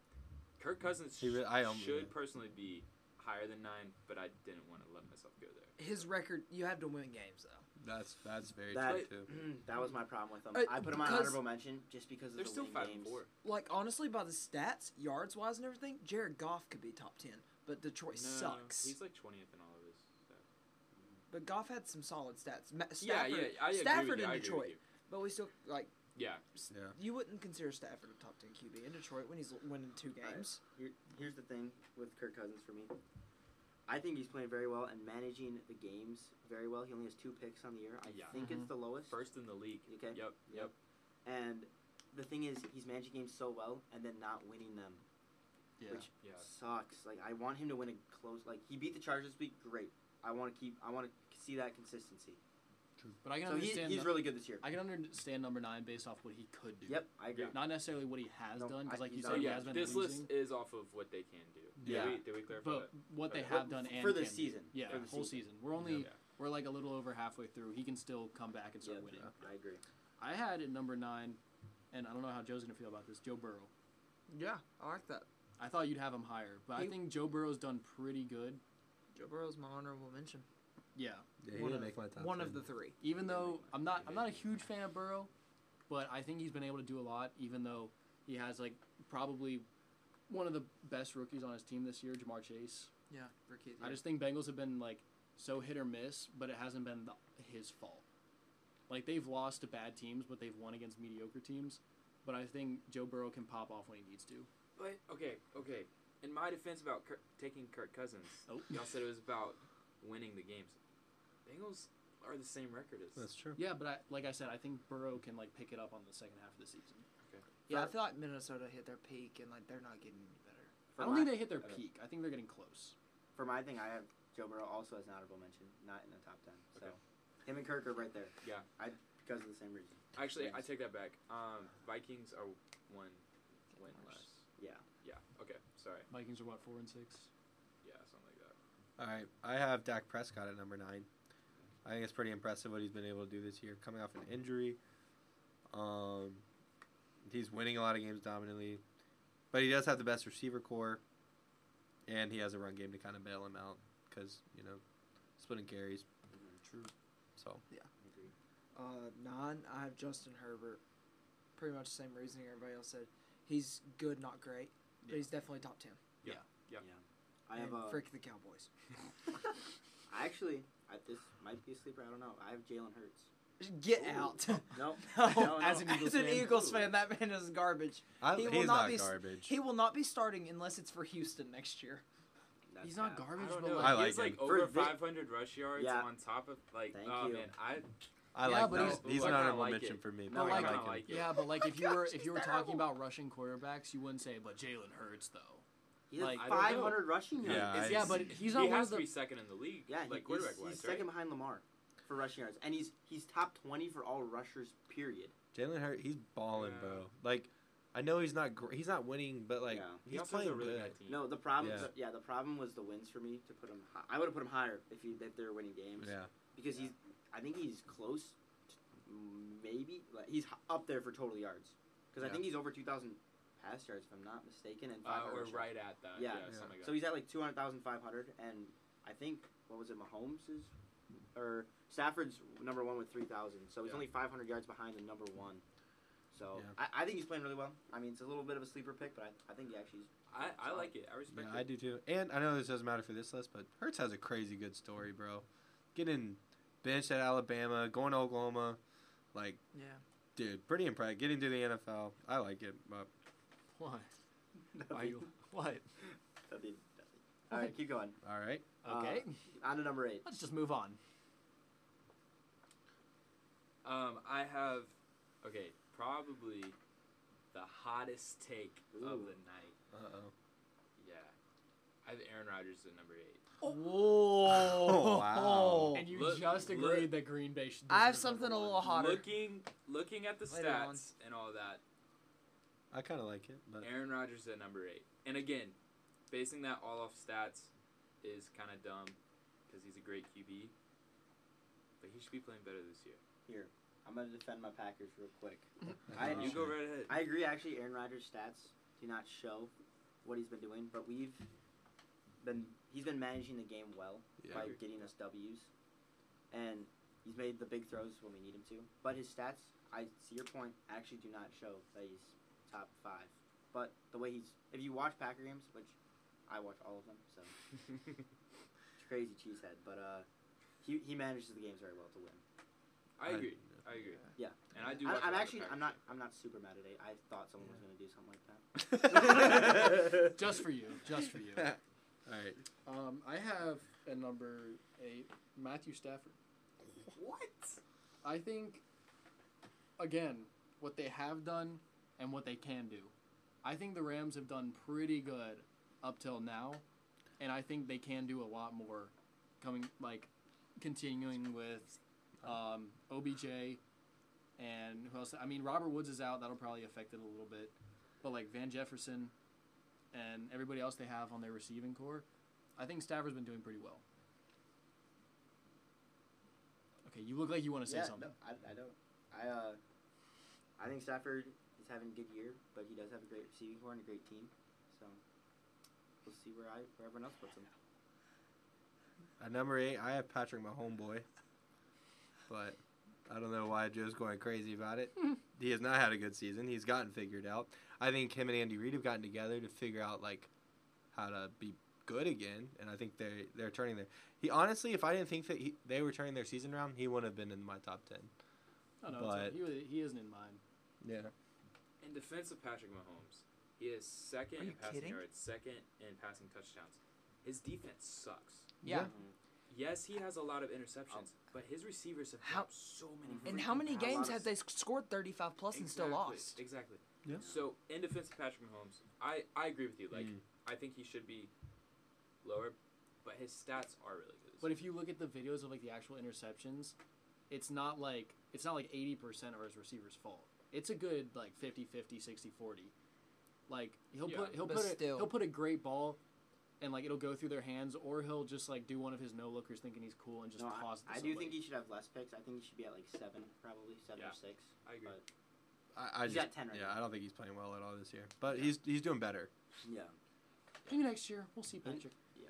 [SPEAKER 5] Kirk Cousins
[SPEAKER 1] He re- I
[SPEAKER 5] sh-
[SPEAKER 1] own
[SPEAKER 5] should
[SPEAKER 1] it.
[SPEAKER 5] personally be higher than nine, but I didn't want to let myself go there.
[SPEAKER 6] His record. You have to win games though.
[SPEAKER 1] That's that's very
[SPEAKER 3] That-
[SPEAKER 1] true too.
[SPEAKER 3] that was my problem with him.
[SPEAKER 6] Uh,
[SPEAKER 3] I put him on
[SPEAKER 6] because-
[SPEAKER 3] honorable mention just because of
[SPEAKER 5] They're
[SPEAKER 3] the
[SPEAKER 5] still
[SPEAKER 3] win
[SPEAKER 5] five and
[SPEAKER 3] games.
[SPEAKER 5] four.
[SPEAKER 6] Like honestly, by the stats, yards wise and everything, Jared Goff could be top ten. But Detroit sucks.
[SPEAKER 5] He's like twentieth in all of his. stats.
[SPEAKER 6] But Goff had some solid stats. Ma-
[SPEAKER 5] Yeah,
[SPEAKER 6] Stafford,
[SPEAKER 5] yeah, I agree
[SPEAKER 6] Stafford
[SPEAKER 5] with you,
[SPEAKER 6] and
[SPEAKER 5] I agree
[SPEAKER 6] Detroit.
[SPEAKER 5] with you.
[SPEAKER 6] But we still like
[SPEAKER 5] Yeah,
[SPEAKER 1] Yeah.
[SPEAKER 6] you wouldn't consider Stafford a top ten QB in Detroit when he's l- winning two games.
[SPEAKER 3] Here, here's the thing with Kirk Cousins for me. I think he's playing very well and managing the games very well. He only has two picks on the year. I
[SPEAKER 5] Yeah.
[SPEAKER 3] think
[SPEAKER 2] Mm-hmm.
[SPEAKER 3] it's the lowest.
[SPEAKER 5] first in the league.
[SPEAKER 3] Okay.
[SPEAKER 5] Yep, yep.
[SPEAKER 3] And the thing is, he's managing games so well and then not winning them
[SPEAKER 2] Yeah.
[SPEAKER 3] Which-
[SPEAKER 5] Yeah.
[SPEAKER 3] sucks. Like I want him to win a close. Like he beat the Chargers this week. Great. I want to keep. I want to see that consistency.
[SPEAKER 2] But I can
[SPEAKER 3] So he,
[SPEAKER 2] understand.
[SPEAKER 3] he's
[SPEAKER 2] the-
[SPEAKER 3] really good this year.
[SPEAKER 2] I can understand number nine based off what he could do.
[SPEAKER 3] Yep, I agree.
[SPEAKER 5] Yeah.
[SPEAKER 2] Not necessarily what he has
[SPEAKER 3] No,
[SPEAKER 2] done, because
[SPEAKER 3] I-
[SPEAKER 2] like you
[SPEAKER 3] he's
[SPEAKER 5] So
[SPEAKER 2] said,
[SPEAKER 3] not-
[SPEAKER 2] he
[SPEAKER 5] yeah,
[SPEAKER 2] has been
[SPEAKER 5] this
[SPEAKER 2] losing.
[SPEAKER 5] list is off of what they can do.
[SPEAKER 2] Yeah.
[SPEAKER 5] Did we, did we clarify
[SPEAKER 2] but what they
[SPEAKER 5] Okay.
[SPEAKER 2] have done and
[SPEAKER 3] For the
[SPEAKER 2] can do.
[SPEAKER 3] season.
[SPEAKER 2] yeah,
[SPEAKER 3] For the
[SPEAKER 2] whole
[SPEAKER 3] season.
[SPEAKER 2] season. We're only
[SPEAKER 5] Yeah.
[SPEAKER 2] we're like a little over halfway through. He can still come back and start
[SPEAKER 3] Yeah,
[SPEAKER 2] winning.
[SPEAKER 3] I agree.
[SPEAKER 2] I had at number nine, and I don't know how Joe's gonna feel about this. Joe Burrow.
[SPEAKER 6] Yeah, I like that.
[SPEAKER 2] I thought you'd have him higher, but I
[SPEAKER 6] He-
[SPEAKER 2] think Joe Burrow's done pretty good.
[SPEAKER 6] Joe Burrow's my honorable mention.
[SPEAKER 2] Yeah,
[SPEAKER 1] yeah he
[SPEAKER 6] one
[SPEAKER 1] didn't
[SPEAKER 6] of-
[SPEAKER 1] make my top
[SPEAKER 6] One of
[SPEAKER 1] 10.
[SPEAKER 6] the three.
[SPEAKER 2] even
[SPEAKER 5] Yeah,
[SPEAKER 2] though
[SPEAKER 5] like,
[SPEAKER 2] I'm not
[SPEAKER 5] yeah.
[SPEAKER 2] I'm not a huge fan of Burrow, but I think he's been able to do a lot. Even though he has like probably one of the best rookies on his team this year, Jamar Chase.
[SPEAKER 6] Yeah, Ricky.
[SPEAKER 2] I just think Bengals have been like so hit or miss, but it hasn't been the, his fault. Like they've lost to bad teams, but they've won against mediocre teams. But I think Joe Burrow can pop off when he needs to.
[SPEAKER 5] But okay, okay. In my defense about Kirk, taking Kirk Cousins,
[SPEAKER 2] Oh.
[SPEAKER 5] y'all said it was about winning the games. Bengals are the same record as.
[SPEAKER 1] That's true.
[SPEAKER 2] Yeah, but I, like I said, I think Burrow can like pick it up on the second half of the season.
[SPEAKER 6] yeah, I feel like Minnesota hit their peak and like they're not getting any better.
[SPEAKER 3] For
[SPEAKER 2] I don't
[SPEAKER 3] my,
[SPEAKER 2] think they hit their
[SPEAKER 5] Okay.
[SPEAKER 2] peak. I think they're getting close.
[SPEAKER 3] for my thing, I have Joe Burrow also as an honorable mention, not in the top ten. So
[SPEAKER 5] Okay.
[SPEAKER 3] him and Kirk are right there.
[SPEAKER 5] Yeah.
[SPEAKER 3] I because of the same reason.
[SPEAKER 5] Actually, I take that back. Um, Vikings are one win less.
[SPEAKER 3] Yeah.
[SPEAKER 5] Yeah. Okay. Sorry.
[SPEAKER 2] Vikings are what four and six.
[SPEAKER 5] Yeah, something like that.
[SPEAKER 1] All right, I have Dak Prescott at number nine. I think it's pretty impressive what he's been able to do this year, coming off an injury. Um, he's winning a lot of games dominantly, but he does have the best receiver core, and he has a run game to kind of bail him out because you know splitting carries.
[SPEAKER 2] True.
[SPEAKER 6] *laughs*
[SPEAKER 1] So
[SPEAKER 3] I agree.
[SPEAKER 6] Uh, nine, I have Justin Herbert. Pretty much the same reasoning everybody else said. He's good, not great, but
[SPEAKER 2] Yeah.
[SPEAKER 6] he's definitely top ten.
[SPEAKER 5] Yep.
[SPEAKER 3] I have
[SPEAKER 6] And
[SPEAKER 3] uh,
[SPEAKER 6] frick the Cowboys. *laughs*
[SPEAKER 3] I actually I, this might be a sleeper. I don't know. I have Jalen Hurts.
[SPEAKER 6] Get
[SPEAKER 3] Ooh.
[SPEAKER 6] out. *laughs*
[SPEAKER 2] *laughs*
[SPEAKER 3] Nope.
[SPEAKER 6] No,
[SPEAKER 3] No,
[SPEAKER 2] as
[SPEAKER 3] no.
[SPEAKER 2] an Eagles
[SPEAKER 6] As an
[SPEAKER 2] fan.
[SPEAKER 6] Eagles
[SPEAKER 3] Ooh.
[SPEAKER 6] fan, that man is garbage.
[SPEAKER 1] I,
[SPEAKER 6] He will
[SPEAKER 1] he's
[SPEAKER 6] not
[SPEAKER 1] not
[SPEAKER 6] be s-
[SPEAKER 1] garbage.
[SPEAKER 6] He will not be starting unless it's for Houston next year.
[SPEAKER 3] That's
[SPEAKER 2] He's not
[SPEAKER 3] bad.
[SPEAKER 2] garbage,
[SPEAKER 5] I don't
[SPEAKER 2] but
[SPEAKER 5] know.
[SPEAKER 2] like,
[SPEAKER 1] I
[SPEAKER 5] he has
[SPEAKER 1] like
[SPEAKER 5] like
[SPEAKER 1] him.
[SPEAKER 5] over
[SPEAKER 3] For Vic-
[SPEAKER 5] 500 rush yards
[SPEAKER 3] Yeah.
[SPEAKER 5] on top of like.
[SPEAKER 3] Thank
[SPEAKER 5] oh
[SPEAKER 3] you.
[SPEAKER 5] man, I
[SPEAKER 1] I
[SPEAKER 2] Yeah,
[SPEAKER 1] like
[SPEAKER 2] but
[SPEAKER 1] Dak.
[SPEAKER 2] he's-
[SPEAKER 1] He's,
[SPEAKER 5] but
[SPEAKER 1] an
[SPEAKER 5] I kinda
[SPEAKER 1] honorable
[SPEAKER 5] like
[SPEAKER 1] mention
[SPEAKER 5] it.
[SPEAKER 1] for me.
[SPEAKER 2] No,
[SPEAKER 1] but
[SPEAKER 2] like
[SPEAKER 1] I
[SPEAKER 5] him.
[SPEAKER 1] like him.
[SPEAKER 5] Yeah.
[SPEAKER 2] yeah, but like if you
[SPEAKER 6] Oh my
[SPEAKER 2] were
[SPEAKER 6] gosh,
[SPEAKER 2] if you were
[SPEAKER 6] he's
[SPEAKER 2] talking
[SPEAKER 6] terrible.
[SPEAKER 2] about rushing quarterbacks, you wouldn't say, but Jalen Hurts though.
[SPEAKER 3] He has
[SPEAKER 2] Like, I
[SPEAKER 5] don't know.
[SPEAKER 3] 500 rushing yards.
[SPEAKER 1] Yeah, I-
[SPEAKER 2] yeah, but he's
[SPEAKER 5] he
[SPEAKER 2] not one
[SPEAKER 5] has
[SPEAKER 2] of
[SPEAKER 5] to be
[SPEAKER 2] the.
[SPEAKER 5] second in the league,
[SPEAKER 3] Yeah, he-
[SPEAKER 5] like
[SPEAKER 3] he's,
[SPEAKER 5] quarterback wise,
[SPEAKER 3] he's
[SPEAKER 5] right?
[SPEAKER 3] second behind Lamar for rushing yards, and he's he's top 20 for all rushers. Period.
[SPEAKER 1] Jalen Hurt, he's balling,
[SPEAKER 5] Yeah.
[SPEAKER 1] bro. Like, I know he's not gr- he's not winning, but like
[SPEAKER 3] Yeah.
[SPEAKER 5] He
[SPEAKER 1] he's
[SPEAKER 5] also has
[SPEAKER 1] playing
[SPEAKER 5] a really
[SPEAKER 1] good.
[SPEAKER 5] bad team.
[SPEAKER 3] No, the problem.
[SPEAKER 1] Yeah.
[SPEAKER 3] Yeah. the problem was the wins for me to put him. High. I would have put him higher if he if they were winning games.
[SPEAKER 1] Yeah,
[SPEAKER 3] Because he's, I think he's close. To maybe like he's h- up there for total yards. Because
[SPEAKER 1] Yeah.
[SPEAKER 3] I think he's over 2,000 pass yards if I'm not mistaken, and
[SPEAKER 5] uh,
[SPEAKER 3] 500
[SPEAKER 5] or
[SPEAKER 3] rushing yards.
[SPEAKER 5] right oh at that. Yeah,
[SPEAKER 3] Yeah.
[SPEAKER 1] Yeah.
[SPEAKER 5] something like
[SPEAKER 3] So he's at like 200,500, and I think what was it, Mahomes' or Stafford's number one with 3,000. So he's
[SPEAKER 5] Yeah.
[SPEAKER 3] only 500 yards behind the number one. So
[SPEAKER 1] Yeah.
[SPEAKER 3] I, I think he's playing really well. I mean, it's a little bit of a sleeper pick, but I, I think he
[SPEAKER 5] *laughs*
[SPEAKER 3] actually. is-
[SPEAKER 5] that. I, I like it. I respect
[SPEAKER 1] yeah, I
[SPEAKER 5] it.
[SPEAKER 1] do too. And I know this doesn't matter for this list, but Hurts has a crazy good story, bro. Getting benched at Alabama, going to Oklahoma, like
[SPEAKER 4] Yeah.
[SPEAKER 1] dude, pretty impressive. Getting to the NFL, I like it. But
[SPEAKER 2] *laughs* Why? Why you? What?
[SPEAKER 3] That'd be
[SPEAKER 5] *laughs*
[SPEAKER 3] nothing. All right, keep going.
[SPEAKER 1] all right,
[SPEAKER 3] Uh,
[SPEAKER 2] Okay.
[SPEAKER 3] On to number eight.
[SPEAKER 2] Let's just move on.
[SPEAKER 5] Um, I have, okay, probably the hottest take of
[SPEAKER 3] Ooh.
[SPEAKER 5] the night.
[SPEAKER 1] uh oh.
[SPEAKER 5] Yeah, I have Aaron Rodgers at number eight.
[SPEAKER 1] Oh,
[SPEAKER 4] Whoa. *laughs*
[SPEAKER 1] wow.
[SPEAKER 2] And you
[SPEAKER 5] Look-
[SPEAKER 2] just
[SPEAKER 5] look-
[SPEAKER 2] agreed that Green Bay should.
[SPEAKER 4] I have
[SPEAKER 2] deserve number
[SPEAKER 4] something a
[SPEAKER 2] one.
[SPEAKER 4] little hotter.
[SPEAKER 5] Looking, looking at the
[SPEAKER 4] Later on.
[SPEAKER 5] stats and all that,
[SPEAKER 1] I kind of like it, but
[SPEAKER 5] Aaron Rodgers at number eight. And again, basing that all off stats is kind of dumb because he's a great QB, but he should be playing better this year.
[SPEAKER 3] I'm gonna defend my Packers real quick.
[SPEAKER 1] I
[SPEAKER 3] I-
[SPEAKER 1] think
[SPEAKER 5] you
[SPEAKER 1] we
[SPEAKER 5] go
[SPEAKER 1] should.
[SPEAKER 5] right ahead.
[SPEAKER 3] I agree. Actually, Aaron Rodgers' stats do not show what he's been doing, but we've been he's been managing the game well
[SPEAKER 1] Yeah.
[SPEAKER 3] by getting us W's, and he's made the big throws when we need him to. But his stats, I see your point, actually do not show that he's top five. But the way he's, if you watch Packer games, which I watch all of them, so
[SPEAKER 1] *laughs*
[SPEAKER 3] it's crazy cheesehead. But uh, he he manages the games very well to win.
[SPEAKER 5] I agree. I agree.
[SPEAKER 3] Yeah.
[SPEAKER 5] And I do.
[SPEAKER 3] I,
[SPEAKER 5] watch a lot
[SPEAKER 3] I'm
[SPEAKER 5] of
[SPEAKER 3] actually
[SPEAKER 5] Packers
[SPEAKER 3] I'm not I'm not super mad at eight. I thought someone was gonna do something like
[SPEAKER 1] *laughs*
[SPEAKER 2] *laughs*
[SPEAKER 3] that.
[SPEAKER 5] *laughs*
[SPEAKER 2] Just for you. Just for you.
[SPEAKER 1] all right.
[SPEAKER 2] Um, I have at number eight Matthew Stafford.
[SPEAKER 5] What?
[SPEAKER 2] I think, again, what they have done and what they can do. I think the Rams have done pretty good up till now, and I think they can do a lot more coming, like, continuing with um, OBJ and who else? I mean, Robert Woods is out. That'll probably affect it a little bit. But, like, Van Jefferson and everybody else they have on their receiving core, I think Stafford's been doing pretty well. Okay, you look like you want to say something.
[SPEAKER 3] No, I, I don't. I uh, I think Stafford is having a good year, but he does have a great receiving core and a great team. So we'll see where I where everyone else puts him.
[SPEAKER 1] At number eight, I have Patrick, my homeboy. But I don't know why Joe's going crazy about
[SPEAKER 3] *laughs*
[SPEAKER 1] it. he has not had a good season. He's gotten figured out. I think him and Andy Reid have gotten together to figure out like how to be good again. And I think they they're turning their. He honestly, if I didn't think that he, they were turning their season around, he wouldn't have been in my top ten.
[SPEAKER 2] Oh, no, it's-
[SPEAKER 1] But-
[SPEAKER 2] he, wa- he isn't in mine.
[SPEAKER 1] Yeah.
[SPEAKER 5] In defense of Patrick Mahomes, he is second
[SPEAKER 4] Are
[SPEAKER 5] in
[SPEAKER 4] you
[SPEAKER 5] passing
[SPEAKER 4] kidding?
[SPEAKER 5] yards, second in passing touchdowns. His defense sucks.
[SPEAKER 4] Yeah.
[SPEAKER 5] Yes, he has a lot of interceptions, but his receivers have
[SPEAKER 4] How- Mm-hmm.
[SPEAKER 5] dropped so many.
[SPEAKER 4] And how
[SPEAKER 5] freaking
[SPEAKER 4] many
[SPEAKER 5] passes.
[SPEAKER 4] games have they sc- scored 35 plus and still
[SPEAKER 5] Exactly,
[SPEAKER 4] lost?
[SPEAKER 5] Exactly.
[SPEAKER 1] Yeah.
[SPEAKER 5] So in defense of Patrick Mahomes, I, I agree with you. Like I think he should be lower, but his stats are really good.
[SPEAKER 2] But if you look at the videos of like the actual interceptions, it's not like it's not like 80% are his receiver's fault. It's a good like 50-50, 60-40. Like he'll
[SPEAKER 5] Yeah.
[SPEAKER 2] put he'll
[SPEAKER 4] But
[SPEAKER 2] put a,
[SPEAKER 4] still.
[SPEAKER 2] he'll put a great ball and like it'll go through their hands or he'll just like do one of his no-lookers thinking he's cool and just
[SPEAKER 3] No,
[SPEAKER 2] toss it to
[SPEAKER 3] I, I do
[SPEAKER 2] somebody.
[SPEAKER 3] think he should have less picks. I think he should be at like seven, probably seven
[SPEAKER 5] Yeah.
[SPEAKER 3] or six.
[SPEAKER 5] I agree.
[SPEAKER 3] But
[SPEAKER 1] I, I
[SPEAKER 3] He's
[SPEAKER 1] just,
[SPEAKER 3] at 10 right
[SPEAKER 1] yeah,
[SPEAKER 3] now.
[SPEAKER 1] I don't think he's playing well at all this year. But he's he's doing better.
[SPEAKER 3] yeah,
[SPEAKER 2] Maybe next year we'll see Patrick.
[SPEAKER 3] yeah.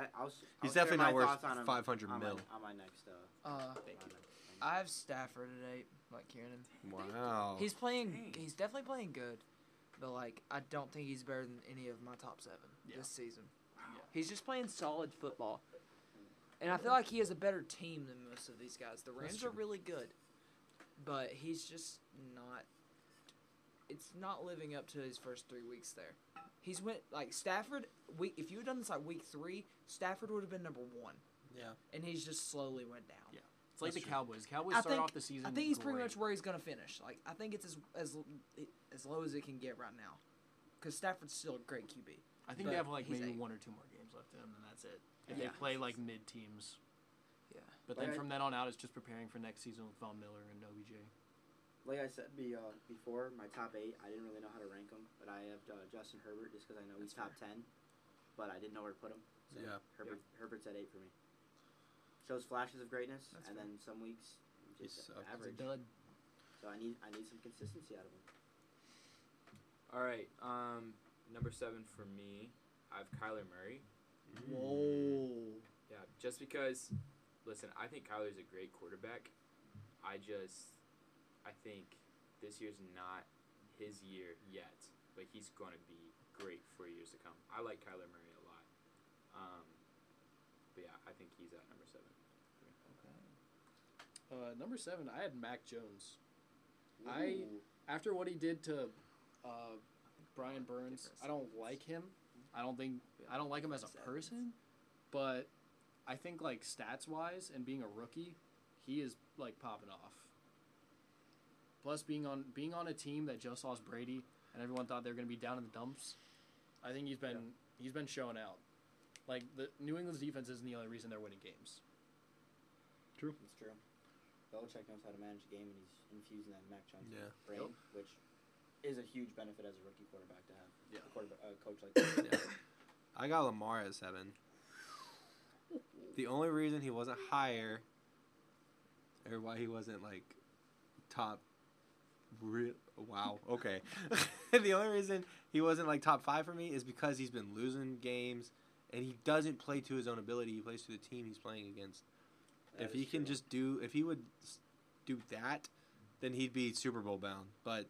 [SPEAKER 3] I, I'll, s- I'll
[SPEAKER 1] He's
[SPEAKER 3] share
[SPEAKER 1] definitely not
[SPEAKER 3] my
[SPEAKER 1] worth
[SPEAKER 3] thoughts on him
[SPEAKER 1] 500
[SPEAKER 3] on my-
[SPEAKER 1] mil.
[SPEAKER 3] on my next. Uh,
[SPEAKER 4] Uh,
[SPEAKER 3] on
[SPEAKER 5] Oh, Thank
[SPEAKER 3] my
[SPEAKER 5] you.
[SPEAKER 3] next thing.
[SPEAKER 4] I have Stafford at eight, like Kieran.
[SPEAKER 1] Wow.
[SPEAKER 4] He's playing.
[SPEAKER 5] dang.
[SPEAKER 4] He's definitely playing good, but like I don't think he's better than any of my top seven
[SPEAKER 2] Yeah.
[SPEAKER 4] this season.
[SPEAKER 2] Yeah.
[SPEAKER 4] He's just playing solid football, and I feel like he has a better team than most of these guys. The Rams are
[SPEAKER 1] true.
[SPEAKER 4] really good, but he's just not. It's not living up to his first three weeks there. He's went like Stafford. Week if you had done this like week three, Stafford would have been number one,
[SPEAKER 1] yeah.
[SPEAKER 4] and he's just slowly went down.
[SPEAKER 2] Yeah. It's like the
[SPEAKER 1] That's true.
[SPEAKER 2] Cowboys. Cowboys
[SPEAKER 4] I
[SPEAKER 2] start
[SPEAKER 4] think-
[SPEAKER 2] off the season
[SPEAKER 4] I think he's pretty
[SPEAKER 2] great.
[SPEAKER 4] much where he's gonna finish. Like I think it's as as as low as it can get right now, because Stafford's still a great QB.
[SPEAKER 2] I think
[SPEAKER 4] But
[SPEAKER 2] they have like
[SPEAKER 4] he's
[SPEAKER 2] maybe
[SPEAKER 4] eight.
[SPEAKER 2] one or two more games left in them, and that's it. If
[SPEAKER 4] Yeah.
[SPEAKER 2] they play like mid teams.
[SPEAKER 4] Yeah.
[SPEAKER 2] But
[SPEAKER 3] Like
[SPEAKER 2] then
[SPEAKER 3] I-
[SPEAKER 2] from then on out, it's just preparing for next season with Von Miller and OBJ.
[SPEAKER 3] Like I said be, uh, before, my top eight, I didn't really know how to rank them, but I have uh, Justin Herbert just because I know he's top ten, but I didn't know where to put him. So
[SPEAKER 1] Yeah.
[SPEAKER 3] Herbert, Herbert's at eight for me. Shows flashes of greatness,
[SPEAKER 4] That's
[SPEAKER 3] and
[SPEAKER 4] fair.
[SPEAKER 3] then some weeks
[SPEAKER 1] He
[SPEAKER 3] just
[SPEAKER 1] sucks.
[SPEAKER 2] It's a
[SPEAKER 3] average.
[SPEAKER 2] dud.
[SPEAKER 3] So I need I need some consistency out of him.
[SPEAKER 5] All right. Um, number seven for me, I have Kyler Murray.
[SPEAKER 4] Mm.
[SPEAKER 6] Whoa.
[SPEAKER 5] Yeah, just because. Listen, I think Kyler's a great quarterback. I just, I think this year's not his year yet, but he's going to be great for years to come. I like Kyler Murray a lot. Um, but yeah, I think he's at number seven.
[SPEAKER 2] Uh, number seven, I had Mac Jones. I- after what he did to uh, Brian Burns, I don't like him. I don't think I don't like him as a person, but I think like stats wise and being a rookie, he is like popping off. Plus being on being on a team that just lost Brady and everyone thought they were going to be down in the dumps, I think he's been he's been showing out. Like the New England's defense isn't the only reason they're winning games.
[SPEAKER 3] It's true. Belichick knows how to manage a game, and he's infusing that in Mac Jones'
[SPEAKER 1] Yeah.
[SPEAKER 3] brain, which is a huge benefit as a rookie quarterback to have
[SPEAKER 2] Yeah.
[SPEAKER 3] a quarterback, a coach like that.
[SPEAKER 1] Yeah. I got Lamar at seven. The only reason he wasn't higher, or why he wasn't like top. Re- wow. Okay. *laughs* the only reason he wasn't like top five for me is because he's been losing games, and he doesn't play to his own ability. He plays to the team he's playing against.
[SPEAKER 3] That
[SPEAKER 1] if
[SPEAKER 3] is
[SPEAKER 1] he can
[SPEAKER 3] true.
[SPEAKER 1] just do, if he would s- do that, then he'd be Super Bowl bound. But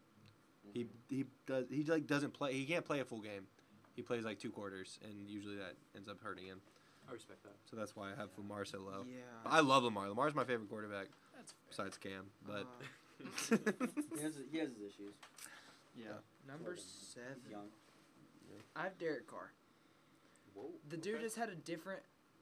[SPEAKER 1] he he does he like doesn't play. He can't play a full game. He plays like two quarters, and usually that ends up hurting him.
[SPEAKER 5] I respect that.
[SPEAKER 1] So that's why I have Lamar so low.
[SPEAKER 6] Yeah.
[SPEAKER 1] I love Lamar. Lamar's my favorite quarterback
[SPEAKER 2] That's fair.
[SPEAKER 1] besides Cam, but
[SPEAKER 2] *laughs*
[SPEAKER 6] Uh,
[SPEAKER 1] *laughs*
[SPEAKER 3] he, has, he has his issues.
[SPEAKER 2] yeah.
[SPEAKER 6] number
[SPEAKER 3] He's
[SPEAKER 6] seven.
[SPEAKER 3] young.
[SPEAKER 6] I have Derek Carr.
[SPEAKER 5] Whoa.
[SPEAKER 6] The dude has had a different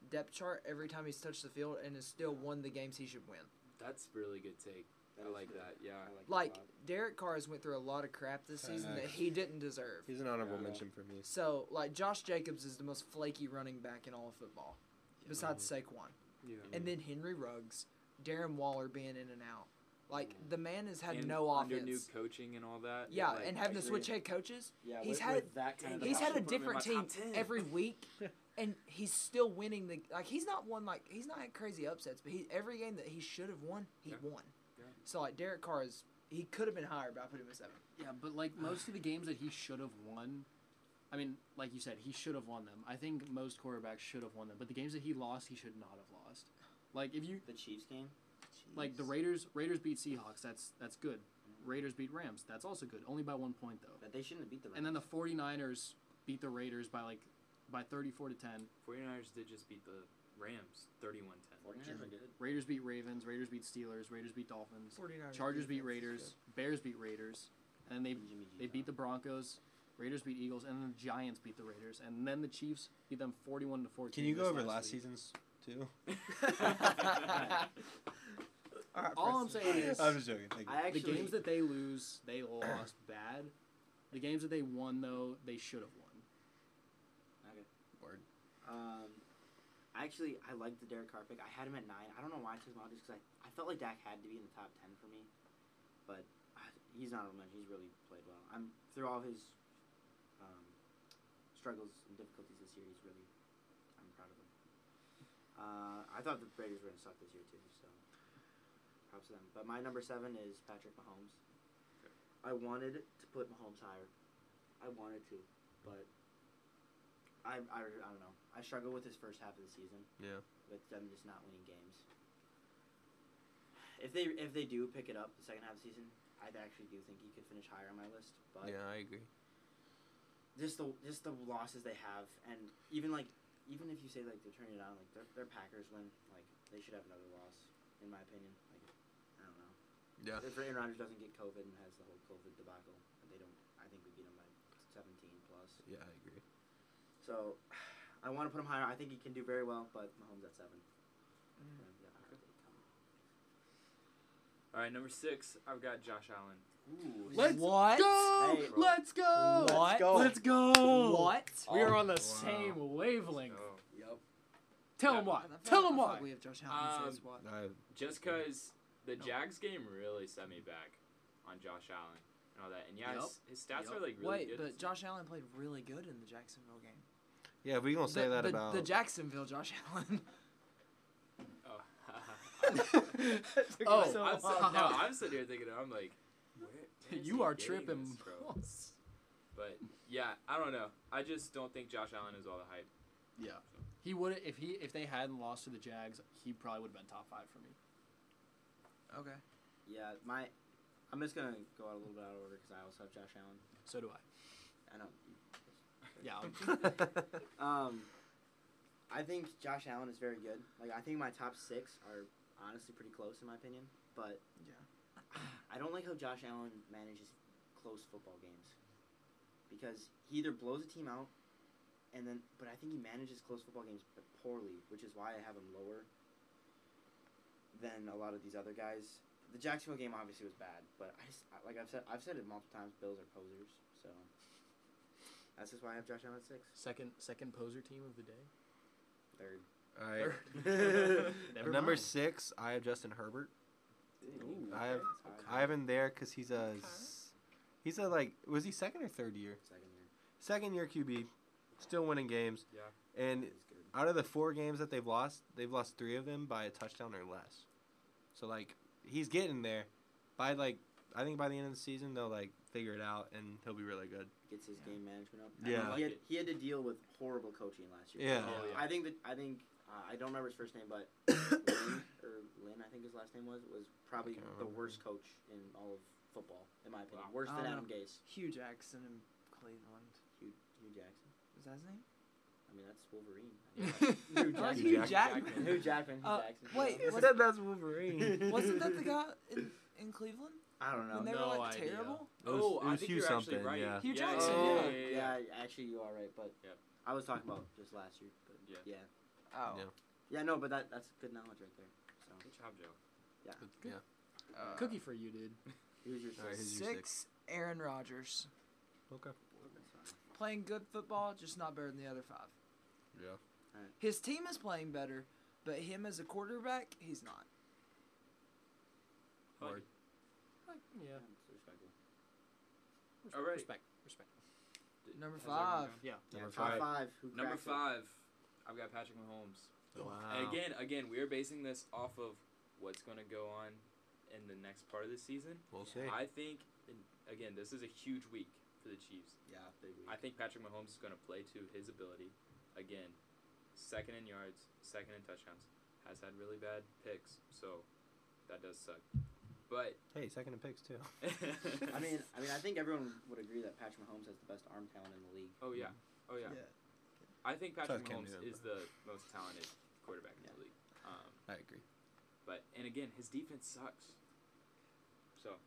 [SPEAKER 6] depth chart every time he's touched the field and has still won the games he should win.
[SPEAKER 5] *laughs* That's really good take. I
[SPEAKER 3] is
[SPEAKER 5] like
[SPEAKER 3] true.
[SPEAKER 5] that. Yeah.
[SPEAKER 3] I like,
[SPEAKER 6] Like
[SPEAKER 3] that a lot.
[SPEAKER 6] Derek Carr has went through a lot of crap this
[SPEAKER 2] Uh,
[SPEAKER 6] season that
[SPEAKER 2] *laughs*
[SPEAKER 1] Facts.
[SPEAKER 6] he didn't deserve.
[SPEAKER 1] he's an honorable
[SPEAKER 5] Yeah.
[SPEAKER 1] mention for me.
[SPEAKER 6] So like Josh Jacobs is the most flaky running back in all of football, besides Saquon,
[SPEAKER 5] Yeah.
[SPEAKER 6] and then Henry Ruggs, Darren Waller being in and out. Like the man has had
[SPEAKER 5] And
[SPEAKER 6] no
[SPEAKER 5] under
[SPEAKER 6] offense.
[SPEAKER 5] new coaching and all that.
[SPEAKER 6] yeah,
[SPEAKER 5] like,
[SPEAKER 6] and having
[SPEAKER 3] I
[SPEAKER 6] to
[SPEAKER 3] agree.
[SPEAKER 6] switch head *laughs* coaches.
[SPEAKER 3] yeah,
[SPEAKER 6] he's
[SPEAKER 3] with,
[SPEAKER 6] had-
[SPEAKER 3] with that kind of
[SPEAKER 6] He's had a
[SPEAKER 5] Put him in my
[SPEAKER 6] different team
[SPEAKER 5] top 10.
[SPEAKER 6] every week, *laughs* and he's still winning the. Like he's not won like he's not had crazy upsets, but he every game that he should have won, he
[SPEAKER 5] Yeah.
[SPEAKER 6] won.
[SPEAKER 5] Yeah.
[SPEAKER 6] So like Derek Carr is he could have been higher, but I put him at seven.
[SPEAKER 2] Yeah, but
[SPEAKER 6] *sighs*
[SPEAKER 2] like most of the games that he should have won, I mean, like you said, he should have won them. I think most quarterbacks should have won them, but the games that he lost, he should not have lost. Like if you
[SPEAKER 3] the Chiefs game.
[SPEAKER 2] like the Raiders, Raiders beat Seahawks, that's that's good. Raiders beat Rams, that's also good, only by one point though.
[SPEAKER 3] But they shouldn't have beat the Rams.
[SPEAKER 2] And then the 49ers beat the Raiders by like by 34 to 10.
[SPEAKER 5] 49ers did just beat the Rams 31 10.
[SPEAKER 3] 49ers are good.
[SPEAKER 2] Raiders beat Ravens, Raiders beat Steelers, Raiders beat Dolphins,
[SPEAKER 6] 49ers
[SPEAKER 2] Chargers beat
[SPEAKER 6] defense is
[SPEAKER 2] Raiders, Bears beat Raiders, and then they
[SPEAKER 3] Jimmy G,
[SPEAKER 2] They
[SPEAKER 3] though.
[SPEAKER 2] beat the Broncos, Raiders beat Eagles, and then the Giants beat the Raiders, and then the Chiefs beat them forty-one to fourteen.
[SPEAKER 1] Can you go
[SPEAKER 2] this
[SPEAKER 1] over last
[SPEAKER 2] week.
[SPEAKER 1] season's too?
[SPEAKER 3] *laughs*
[SPEAKER 6] All right,
[SPEAKER 2] All I'm
[SPEAKER 6] Preston.
[SPEAKER 2] saying is
[SPEAKER 1] I'm just joking. Thank you.
[SPEAKER 3] I
[SPEAKER 2] the
[SPEAKER 3] actually
[SPEAKER 2] games that they lose, they lost bad. The games that they won, though, they should have won.
[SPEAKER 1] Word.
[SPEAKER 3] Um, I actually I liked the Derek Carr pick. I had him at nine. I don't know why I took him out just because I, I felt like Dak had to be in the top ten for me, but I, he's not a man. He's really played well. I'm through all his um, struggles and difficulties this year. He's really I'm proud of him. Uh, I thought the Raiders were gonna suck this year too, so props to them. But my number seven is Patrick Mahomes. I wanted to put Mahomes higher. I wanted to, but I, I, I don't know. I struggle with this first half of the season.
[SPEAKER 1] Yeah.
[SPEAKER 3] With them just not winning games. If they if they do pick it up the second half of the season, I actually do think he could finish higher on my list. But
[SPEAKER 1] Yeah, I agree.
[SPEAKER 3] just the just the losses they have, and even like even if you say like they're turning it on, like their their Packers win, like they should have another loss, in my opinion. Like I don't know.
[SPEAKER 1] Yeah.
[SPEAKER 3] If Aaron Rodgers doesn't get COVID and has the whole COVID debacle, they don't. I think we beat them by seventeen plus.
[SPEAKER 1] Yeah, I agree.
[SPEAKER 3] So, I want to put him higher. I think he can do very well, but Mahomes at seven. Yeah, I heard they come.
[SPEAKER 5] All right, number six, I've got Josh Allen.
[SPEAKER 3] Ooh,
[SPEAKER 2] Let's
[SPEAKER 4] what?
[SPEAKER 2] go!
[SPEAKER 3] Hey, bro.
[SPEAKER 2] Let's go!
[SPEAKER 4] What?
[SPEAKER 7] go.
[SPEAKER 2] Let's go!
[SPEAKER 4] What?
[SPEAKER 2] We are
[SPEAKER 5] Oh,
[SPEAKER 2] on the
[SPEAKER 5] wow.
[SPEAKER 2] same wavelength.
[SPEAKER 5] So,
[SPEAKER 3] Yep.
[SPEAKER 2] Tell
[SPEAKER 5] Yeah.
[SPEAKER 2] him why.
[SPEAKER 6] I feel
[SPEAKER 2] Tell
[SPEAKER 6] like-
[SPEAKER 2] him
[SPEAKER 6] I feel
[SPEAKER 2] why.
[SPEAKER 6] like We have Josh Allen
[SPEAKER 5] Um,
[SPEAKER 6] says what?
[SPEAKER 1] I,
[SPEAKER 5] just because the Jags game really set me back on Josh Allen and all that, and yeah, his, his stats
[SPEAKER 2] Yup.
[SPEAKER 5] are like really
[SPEAKER 4] Wait,
[SPEAKER 5] good.
[SPEAKER 4] but
[SPEAKER 5] *laughs*
[SPEAKER 4] Josh Allen played really good in the Jacksonville game.
[SPEAKER 1] yeah, we gonna say
[SPEAKER 4] the,
[SPEAKER 1] that
[SPEAKER 4] the,
[SPEAKER 1] about
[SPEAKER 4] the Jacksonville Josh *laughs* Allen.
[SPEAKER 5] *laughs* oh.
[SPEAKER 2] *laughs* Oh,
[SPEAKER 5] I'm,
[SPEAKER 2] so
[SPEAKER 5] sitting-
[SPEAKER 2] long.
[SPEAKER 5] no, I'm sitting here thinking, I'm like, where, where is
[SPEAKER 2] *laughs* you
[SPEAKER 5] he
[SPEAKER 2] are
[SPEAKER 5] getting
[SPEAKER 2] tripping
[SPEAKER 5] this from? But yeah, I don't know. I just don't think Josh Allen is all the hype.
[SPEAKER 2] He would if he if they hadn't lost to the Jags, he probably would have been top five for me.
[SPEAKER 4] okay.
[SPEAKER 3] Yeah, my. I'm just gonna go out a little bit out of order because I also have Josh Allen.
[SPEAKER 2] So do I.
[SPEAKER 3] I know.
[SPEAKER 2] Yeah. I'll-
[SPEAKER 1] *laughs*
[SPEAKER 3] Um, I think Josh Allen is very good. Like I think my top six are honestly pretty close in my opinion, but
[SPEAKER 4] Yeah.
[SPEAKER 3] *sighs* I don't like how Josh Allen manages close football games because he either blows a team out, and then but I think he manages close football games poorly, which is why I have him lower than a lot of these other guys. The Jacksonville game obviously was bad, but I just, I- like I've said I've said it multiple times. Bills are posers, so that's just why I have Josh Allen at six,
[SPEAKER 2] second second poser team of the day.
[SPEAKER 3] third.
[SPEAKER 1] all right. *laughs*
[SPEAKER 3] Third.
[SPEAKER 2] Never
[SPEAKER 1] Number
[SPEAKER 2] mind.
[SPEAKER 1] six, I have Justin Herbert.
[SPEAKER 3] Ooh,
[SPEAKER 1] I have-
[SPEAKER 3] that's high.
[SPEAKER 1] I have him there because he's a s- he's a like was he second or third year?
[SPEAKER 3] Second year.
[SPEAKER 1] Second year QB, still winning games.
[SPEAKER 5] Yeah.
[SPEAKER 1] And
[SPEAKER 3] He's good.
[SPEAKER 1] out of the four games that they've lost, they've lost three of them by a touchdown or less. So like he's getting there. By like I think by the end of the season they'll like figure it out and he'll be really good.
[SPEAKER 3] Gets his game management up.
[SPEAKER 1] Yeah.
[SPEAKER 3] he, had, he had to deal with horrible coaching last year.
[SPEAKER 1] Yeah.
[SPEAKER 5] Oh, yeah.
[SPEAKER 3] I think that I think uh, I don't remember his first name,
[SPEAKER 1] *coughs*
[SPEAKER 3] but Lynn, or Lynn, I think his last name was, was probably
[SPEAKER 1] can't
[SPEAKER 3] the
[SPEAKER 1] remember.
[SPEAKER 3] worst coach in all of football, in my opinion.
[SPEAKER 5] Wow.
[SPEAKER 3] Worse
[SPEAKER 4] I
[SPEAKER 3] than
[SPEAKER 4] don't
[SPEAKER 3] Adam Gase,
[SPEAKER 4] Hugh Jackson in Cleveland.
[SPEAKER 3] Hugh, Hugh Jackson.
[SPEAKER 4] Is that his name?
[SPEAKER 3] I mean, that's Wolverine.
[SPEAKER 2] Hugh
[SPEAKER 1] Jackman.
[SPEAKER 4] Not Hugh
[SPEAKER 1] Jack- *laughs*
[SPEAKER 3] *laughs*
[SPEAKER 4] Jackman.
[SPEAKER 3] Hugh Jackman. Hugh
[SPEAKER 4] Uh,
[SPEAKER 3] Jackson.
[SPEAKER 4] wait,
[SPEAKER 3] Yeah.
[SPEAKER 4] was- said
[SPEAKER 1] that's *laughs* Wolverine.
[SPEAKER 4] Wasn't
[SPEAKER 3] *laughs*
[SPEAKER 4] that the guy in, in Cleveland
[SPEAKER 3] I don't know.
[SPEAKER 4] when they
[SPEAKER 2] no
[SPEAKER 4] were like
[SPEAKER 2] idea.
[SPEAKER 4] terrible?
[SPEAKER 1] It was-
[SPEAKER 5] oh,
[SPEAKER 1] it
[SPEAKER 5] I
[SPEAKER 1] was
[SPEAKER 5] think
[SPEAKER 1] Hugh
[SPEAKER 5] you're actually
[SPEAKER 1] something,
[SPEAKER 5] right.
[SPEAKER 1] yeah.
[SPEAKER 4] Hugh
[SPEAKER 5] yeah,
[SPEAKER 4] Jackson,
[SPEAKER 5] Yeah,
[SPEAKER 3] Oh,
[SPEAKER 5] yeah, yeah, yeah.
[SPEAKER 3] Actually, you are right, but
[SPEAKER 5] Yep.
[SPEAKER 3] I was talking about just last year. But yeah.
[SPEAKER 5] Yeah.
[SPEAKER 3] yeah,
[SPEAKER 4] Oh.
[SPEAKER 1] Yeah.
[SPEAKER 3] no, but that that's good knowledge right there. So
[SPEAKER 5] Good job, Joe.
[SPEAKER 1] yeah.
[SPEAKER 4] Uh,
[SPEAKER 2] Cookie for you, dude.
[SPEAKER 3] here's your
[SPEAKER 1] All right,
[SPEAKER 3] six.
[SPEAKER 1] here's your six.
[SPEAKER 4] Six, Aaron Rodgers.
[SPEAKER 1] Okay.
[SPEAKER 3] That's fine.
[SPEAKER 4] Playing good football, just not better than the other five.
[SPEAKER 1] Yeah.
[SPEAKER 4] His team is playing better, but him as a quarterback, he's not.
[SPEAKER 1] Word.
[SPEAKER 2] Like, yeah.
[SPEAKER 3] Yeah, it's respectable.
[SPEAKER 5] All right.
[SPEAKER 2] Respect. Respect.
[SPEAKER 4] Number
[SPEAKER 5] Has everyone
[SPEAKER 4] five.
[SPEAKER 5] gone?
[SPEAKER 2] Yeah.
[SPEAKER 1] Number
[SPEAKER 3] Top
[SPEAKER 1] five.
[SPEAKER 3] five. Who
[SPEAKER 5] Number
[SPEAKER 3] cracks it?
[SPEAKER 5] five. I've got Patrick Mahomes. And again, again, we are basing this off of what's going to go on in the next part of the season.
[SPEAKER 1] We'll see.
[SPEAKER 5] I think, and again, this is a huge week for the Chiefs.
[SPEAKER 3] Yeah, big week.
[SPEAKER 5] I think Patrick Mahomes is going to play to his ability. Again, second in yards, second in touchdowns. Has had really bad picks, so that does suck. But
[SPEAKER 1] Hey, second in picks too.
[SPEAKER 5] *laughs*
[SPEAKER 3] I mean, I mean, I think everyone would agree that Patrick Mahomes has the best arm talent in the league.
[SPEAKER 5] oh yeah, oh yeah.
[SPEAKER 4] Yeah.
[SPEAKER 5] I think
[SPEAKER 1] Sorry,
[SPEAKER 5] Patrick
[SPEAKER 1] Cam
[SPEAKER 5] Mahomes
[SPEAKER 1] Newton,
[SPEAKER 5] is the most talented quarterback in the league. Um,
[SPEAKER 1] I agree.
[SPEAKER 5] but and again, his defense sucks. So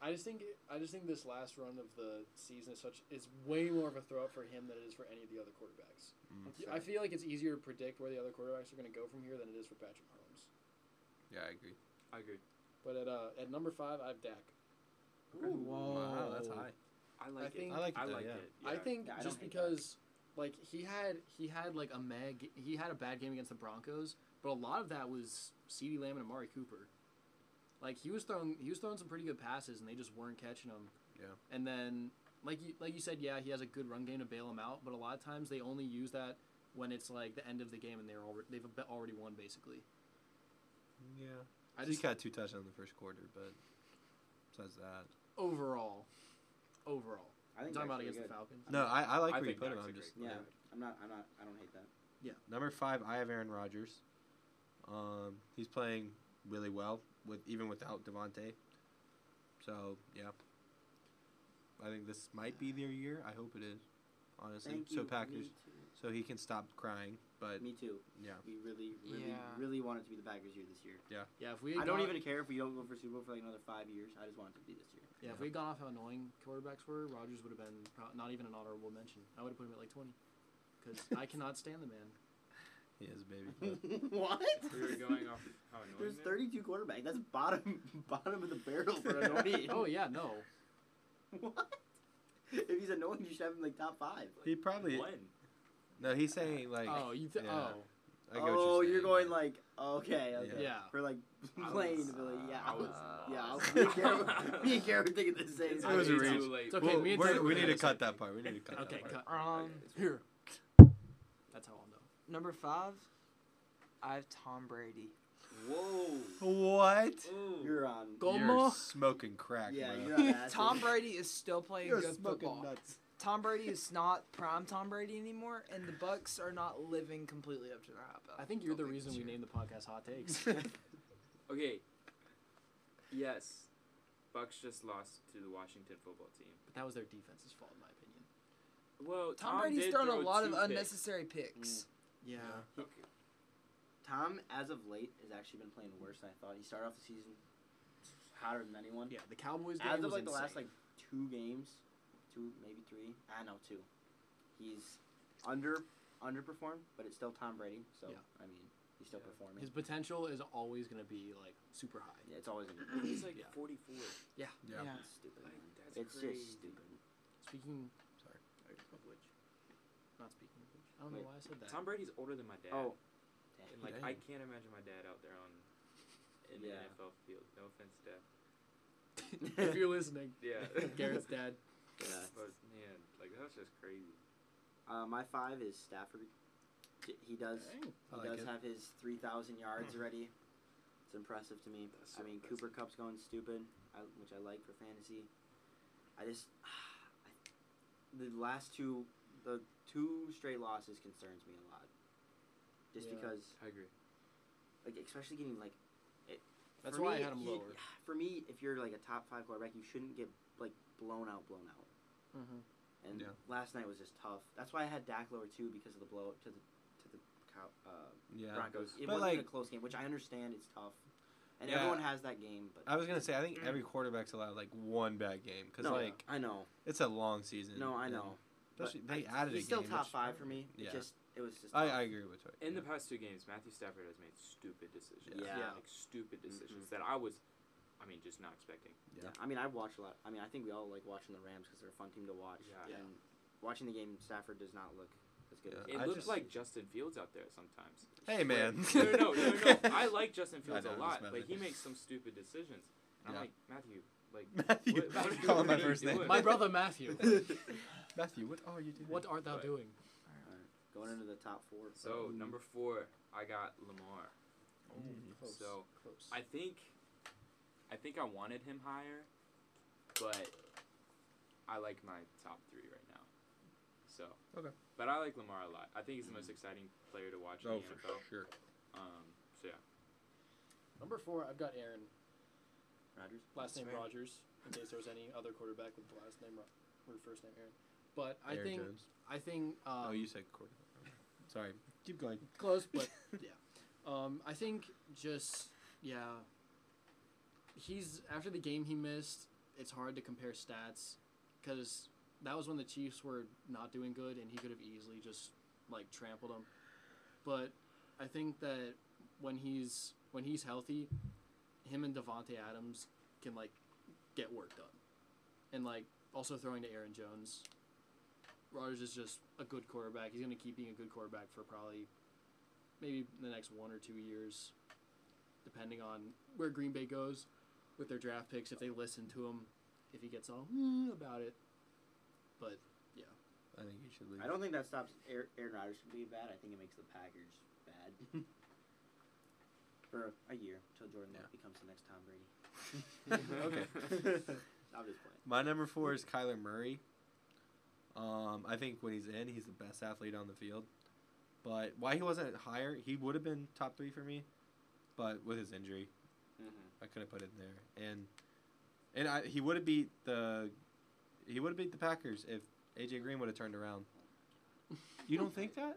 [SPEAKER 2] I just think I just think this last run of the season is such is way more of a throw up for him than it is for any of the other quarterbacks.
[SPEAKER 3] That's
[SPEAKER 2] I
[SPEAKER 3] fair.
[SPEAKER 2] feel like it's easier to predict where the other quarterbacks are going to go from here than it is for Patrick Mahomes.
[SPEAKER 1] Yeah, I agree.
[SPEAKER 5] I agree.
[SPEAKER 2] But at uh, at number five, I have Dak.
[SPEAKER 1] Whoa. Wow, that's
[SPEAKER 2] Oh.
[SPEAKER 1] high.
[SPEAKER 5] I like it.
[SPEAKER 2] think-
[SPEAKER 1] I like it
[SPEAKER 5] I
[SPEAKER 1] though,
[SPEAKER 5] like
[SPEAKER 1] yeah.
[SPEAKER 5] it.
[SPEAKER 2] I
[SPEAKER 5] yeah.
[SPEAKER 2] think
[SPEAKER 3] Yeah, I
[SPEAKER 2] just
[SPEAKER 3] don't hate
[SPEAKER 2] because like he had he had like a mag he had a bad game against the Broncos, but a lot of that was Ceedee Lamb and Amari Cooper. Like he was throwing he was throwing some pretty good passes and they just weren't catching him.
[SPEAKER 1] Yeah.
[SPEAKER 2] And then like you like you said, yeah, he has a good run game to bail him out, but a lot of times they only use that when it's like the end of the game and they're already they've ab- already won basically.
[SPEAKER 1] Yeah.
[SPEAKER 2] I
[SPEAKER 1] I just
[SPEAKER 2] just
[SPEAKER 1] got two touchdowns in the first quarter, but besides that,
[SPEAKER 2] overall, overall.
[SPEAKER 3] I think
[SPEAKER 2] talking about
[SPEAKER 3] actually
[SPEAKER 2] against
[SPEAKER 3] good.
[SPEAKER 2] the Falcons.
[SPEAKER 1] no, I, I like where
[SPEAKER 5] I
[SPEAKER 1] you
[SPEAKER 5] think
[SPEAKER 1] put him.
[SPEAKER 5] Dak's a
[SPEAKER 1] I'm
[SPEAKER 5] great
[SPEAKER 1] just
[SPEAKER 3] Yeah, I'm not. I'm not. I don't hate that.
[SPEAKER 1] Number five, I have Aaron Rodgers. Um, he's playing really well with even without Devontae. So yeah, I think this might be their year. I hope it is, honestly.
[SPEAKER 3] Thank
[SPEAKER 1] so
[SPEAKER 3] you.
[SPEAKER 1] Packers,
[SPEAKER 3] Me too.
[SPEAKER 1] so he can stop crying. But
[SPEAKER 3] Me too.
[SPEAKER 1] yeah,
[SPEAKER 3] We really, really,
[SPEAKER 4] Yeah.
[SPEAKER 3] really want it to be the Packers' year this year.
[SPEAKER 2] Yeah, if we
[SPEAKER 3] I
[SPEAKER 2] had
[SPEAKER 3] don't
[SPEAKER 2] gone-
[SPEAKER 3] even care if we don't go for Super Bowl for like another five years. I just want it to be this year.
[SPEAKER 2] Yeah, if we had gone off how annoying quarterbacks were, Rogers would have been pro- not even an honorable mention. I would have put him at like 20 because I cannot stand the man.
[SPEAKER 3] *laughs*
[SPEAKER 1] he is a baby.
[SPEAKER 3] what?
[SPEAKER 5] we *laughs* were going off how annoying.
[SPEAKER 3] There's
[SPEAKER 5] they
[SPEAKER 1] *laughs*
[SPEAKER 3] *laughs*
[SPEAKER 5] are.
[SPEAKER 3] 32 quarterbacks. That's bottom, bottom of the barrel for annoying.
[SPEAKER 2] oh, yeah, no.
[SPEAKER 3] *laughs* what? If he's annoying, you should have him like top five.
[SPEAKER 1] He probably
[SPEAKER 5] When?
[SPEAKER 1] no. He's saying like
[SPEAKER 2] oh, you th-
[SPEAKER 1] yeah.
[SPEAKER 2] oh
[SPEAKER 1] I get what
[SPEAKER 3] oh,
[SPEAKER 1] you're,
[SPEAKER 3] you're,
[SPEAKER 1] saying.
[SPEAKER 3] going like okay, okay.
[SPEAKER 2] yeah.
[SPEAKER 3] We're like
[SPEAKER 5] I
[SPEAKER 3] playing
[SPEAKER 5] was-
[SPEAKER 3] Billy. Yeah,
[SPEAKER 5] I was
[SPEAKER 3] yeah. *laughs* I
[SPEAKER 5] lost.
[SPEAKER 3] was, me, and Garrett, me and Garrett were thinking the same.
[SPEAKER 1] It
[SPEAKER 5] I
[SPEAKER 1] was a
[SPEAKER 5] think
[SPEAKER 3] thing.
[SPEAKER 1] reach.
[SPEAKER 5] too late.
[SPEAKER 2] It's okay,
[SPEAKER 1] Well,
[SPEAKER 2] me and
[SPEAKER 1] we're-
[SPEAKER 2] Taylor
[SPEAKER 1] we
[SPEAKER 2] were
[SPEAKER 1] need
[SPEAKER 2] the
[SPEAKER 1] to cut
[SPEAKER 2] same.
[SPEAKER 1] that part. We
[SPEAKER 2] *laughs*
[SPEAKER 1] need to cut
[SPEAKER 2] Okay,
[SPEAKER 1] that part.
[SPEAKER 2] cut.
[SPEAKER 4] Um,
[SPEAKER 2] Here. That's how I'll know.
[SPEAKER 4] number five, I have Tom Brady.
[SPEAKER 5] Whoa.
[SPEAKER 1] What?
[SPEAKER 5] Ooh.
[SPEAKER 3] You're on.
[SPEAKER 1] You're smoking crack,
[SPEAKER 3] Yeah,
[SPEAKER 1] bro.
[SPEAKER 3] you're on *laughs* acid.
[SPEAKER 4] Tom Brady is still playing
[SPEAKER 1] You're
[SPEAKER 4] good
[SPEAKER 1] smoking
[SPEAKER 4] football.
[SPEAKER 1] nuts.
[SPEAKER 4] Tom Brady is not prime Tom Brady anymore, and the Bucks are not living completely up to their hype.
[SPEAKER 2] I think you're the
[SPEAKER 4] don't
[SPEAKER 2] reason
[SPEAKER 4] this
[SPEAKER 2] we
[SPEAKER 4] year.
[SPEAKER 2] named the podcast Hot
[SPEAKER 3] *laughs*
[SPEAKER 2] Takes.
[SPEAKER 5] Okay. Yes. Bucks just lost to the Washington football team.
[SPEAKER 2] But that was their defense's fault, in my opinion.
[SPEAKER 5] Well,
[SPEAKER 4] Tom,
[SPEAKER 5] Tom
[SPEAKER 4] Brady's
[SPEAKER 5] did
[SPEAKER 4] thrown a
[SPEAKER 5] throw
[SPEAKER 4] lot of
[SPEAKER 5] two picks.
[SPEAKER 4] unnecessary picks.
[SPEAKER 3] Yeah.
[SPEAKER 5] Okay.
[SPEAKER 3] Tom, as of late, has actually been playing worse than I thought. He started off the season hotter than anyone.
[SPEAKER 2] Yeah, the Cowboys game
[SPEAKER 3] As of
[SPEAKER 2] was
[SPEAKER 3] like
[SPEAKER 2] insane.
[SPEAKER 3] the last like two games, two maybe three. I know two. He's under underperformed, but it's still Tom Brady. So
[SPEAKER 2] Yeah.
[SPEAKER 3] I mean, he's still performing.
[SPEAKER 2] His potential is always going to be like super high.
[SPEAKER 3] yeah, it's always gonna be
[SPEAKER 5] He's
[SPEAKER 2] *coughs*
[SPEAKER 5] like
[SPEAKER 2] Yeah.
[SPEAKER 5] 44.
[SPEAKER 1] Yeah.
[SPEAKER 4] Yeah.
[SPEAKER 3] it's stupid.
[SPEAKER 5] Like,
[SPEAKER 3] man.
[SPEAKER 5] that's
[SPEAKER 3] It's
[SPEAKER 5] crazy.
[SPEAKER 3] just stupid.
[SPEAKER 2] *laughs*
[SPEAKER 3] *laughs*
[SPEAKER 2] Speaking
[SPEAKER 1] Sorry.
[SPEAKER 2] of which, not speaking of which, I don't
[SPEAKER 3] Wait.
[SPEAKER 2] know why I said that.
[SPEAKER 5] Tom Brady's older than my dad.
[SPEAKER 3] Oh,
[SPEAKER 5] And like I can't imagine my dad out there on in the
[SPEAKER 3] Yeah.
[SPEAKER 5] NFL field. No offense, dad.
[SPEAKER 2] if you're listening,
[SPEAKER 5] Yeah.
[SPEAKER 2] *laughs* Garrett's dad.
[SPEAKER 3] Yeah.
[SPEAKER 5] But yeah, like that's just crazy.
[SPEAKER 3] Uh, my five is Stafford. J- He does.
[SPEAKER 1] I
[SPEAKER 3] He
[SPEAKER 1] like
[SPEAKER 3] does
[SPEAKER 1] it.
[SPEAKER 3] have his 3,000 yards already. It's impressive to me.
[SPEAKER 5] That's
[SPEAKER 3] I
[SPEAKER 5] so
[SPEAKER 3] mean,
[SPEAKER 5] impressive.
[SPEAKER 3] Cooper Cup's going stupid, I, which I like for fantasy. I just *sighs* I, the last two, the two straight losses concerns me a lot. Just
[SPEAKER 2] Yeah.
[SPEAKER 3] because,
[SPEAKER 5] I agree.
[SPEAKER 3] like, especially getting like. It,
[SPEAKER 2] That's
[SPEAKER 3] for
[SPEAKER 2] why I
[SPEAKER 3] me,
[SPEAKER 2] had him
[SPEAKER 3] you- *laughs*
[SPEAKER 2] lower.
[SPEAKER 3] For me, if you're like a top five quarterback, you shouldn't get like blown out, blown out. And
[SPEAKER 1] Yeah.
[SPEAKER 3] last night was just tough. That's why I had Dak lower too because of the blow to the to the cow. Uh,
[SPEAKER 1] Yeah.
[SPEAKER 3] Broncos. It
[SPEAKER 1] But,
[SPEAKER 3] wasn't
[SPEAKER 1] like-
[SPEAKER 3] a close game, which I understand. It's tough, and
[SPEAKER 1] Yeah.
[SPEAKER 3] everyone has that game. But
[SPEAKER 1] I was gonna say I think every quarterback's allowed like one bad game because
[SPEAKER 3] no,
[SPEAKER 1] like
[SPEAKER 3] I know,
[SPEAKER 1] it's a long season.
[SPEAKER 3] no, I
[SPEAKER 1] and
[SPEAKER 3] know.
[SPEAKER 1] especially-
[SPEAKER 3] But
[SPEAKER 1] they
[SPEAKER 3] I-
[SPEAKER 1] added
[SPEAKER 3] He's
[SPEAKER 1] a
[SPEAKER 3] still
[SPEAKER 1] game,
[SPEAKER 3] top
[SPEAKER 1] which-
[SPEAKER 3] five for me.
[SPEAKER 1] yeah.
[SPEAKER 3] It just it was just.
[SPEAKER 1] I,
[SPEAKER 3] tough.
[SPEAKER 1] I agree with Troy.
[SPEAKER 5] In
[SPEAKER 1] yeah.
[SPEAKER 5] the past two games, Matthew Stafford has made stupid decisions.
[SPEAKER 3] Yeah. Yeah.
[SPEAKER 5] Like
[SPEAKER 1] Mm-hmm.
[SPEAKER 5] stupid decisions that I was, I mean, just not expecting.
[SPEAKER 3] Yeah. I mean, I watch a lot. I mean, I think we all like watching the Rams because they're a fun team to watch.
[SPEAKER 5] Yeah.
[SPEAKER 2] Yeah.
[SPEAKER 3] And watching the game, Stafford does not look as good.
[SPEAKER 1] Yeah.
[SPEAKER 5] It
[SPEAKER 1] I
[SPEAKER 5] looked
[SPEAKER 1] just-
[SPEAKER 5] like Justin Fields out there sometimes.
[SPEAKER 1] Hey man.
[SPEAKER 5] *laughs* no, no, no, no,
[SPEAKER 1] *laughs*
[SPEAKER 5] no. I like Justin
[SPEAKER 1] I
[SPEAKER 5] Fields
[SPEAKER 1] know,
[SPEAKER 5] a
[SPEAKER 1] I'm
[SPEAKER 5] lot.
[SPEAKER 1] just
[SPEAKER 5] Like he
[SPEAKER 1] messing.
[SPEAKER 5] makes some stupid decisions. And
[SPEAKER 1] Yeah.
[SPEAKER 5] I'm like Matthew. Like
[SPEAKER 1] Matthew.
[SPEAKER 5] What- Matthew,
[SPEAKER 1] Call him
[SPEAKER 5] what
[SPEAKER 1] my
[SPEAKER 5] are you
[SPEAKER 1] first name. *laughs*
[SPEAKER 5] doing?
[SPEAKER 2] My brother
[SPEAKER 5] *laughs*
[SPEAKER 2] Matthew.
[SPEAKER 1] Matthew, what are you doing?
[SPEAKER 2] what art thou
[SPEAKER 5] But-
[SPEAKER 2] doing?
[SPEAKER 3] Going into the top four.
[SPEAKER 5] so
[SPEAKER 1] Mm.
[SPEAKER 5] number four, I got Lamar.
[SPEAKER 1] Mm.
[SPEAKER 5] So
[SPEAKER 2] Oh, Close.
[SPEAKER 5] I think, I think I wanted him higher, but I like my top three right now. So
[SPEAKER 1] Okay.
[SPEAKER 5] but I like Lamar a lot. I think he's the most exciting player to watch in
[SPEAKER 1] Oh,
[SPEAKER 5] the
[SPEAKER 1] for
[SPEAKER 5] NFL.
[SPEAKER 1] sure.
[SPEAKER 5] Um, so yeah,
[SPEAKER 2] Number four, I've got Aaron.
[SPEAKER 3] Rodgers.
[SPEAKER 2] Last
[SPEAKER 4] That's
[SPEAKER 2] name
[SPEAKER 4] right.
[SPEAKER 2] Rogers. In case there was any other quarterback with the last name Ro- or first name Aaron. But I
[SPEAKER 1] Aaron
[SPEAKER 2] think
[SPEAKER 1] Jones.
[SPEAKER 2] I think um,
[SPEAKER 1] oh, you said quarterback. Sorry. Keep going.
[SPEAKER 2] close, but yeah. Um, I think just yeah. He's after the game he missed. It's hard to compare stats because that was when the Chiefs were not doing good, and he could have easily just like trampled them. But I think that when he's when he's healthy, him and Devonte Adams can like get work done, and like also throwing to Aaron Jones. Rodgers is just a good quarterback. He's going to keep being a good quarterback for probably maybe the next one or two years, depending on where Green Bay goes with their draft picks. If they listen to him, if he gets all "Hmm," about it, but
[SPEAKER 1] I think you should leave. *laughs*
[SPEAKER 3] I don't *laughs* think that stops Aar- Aaron Rodgers from being bad. I think it makes the Packers
[SPEAKER 1] *laughs*
[SPEAKER 3] bad for a year till Jordan Love becomes the next Tom Brady.
[SPEAKER 1] Okay.
[SPEAKER 3] *laughs* I'm just playing.
[SPEAKER 1] My number four is Kyler Murray. Um, I think when he's in, he's the best athlete on the field. But why he wasn't higher, he would have been top three for me. But with his injury, I couldn't put it in there. And and I, he would have beat the he would have beat the Packers if AJ Green would have turned around. You don't think that?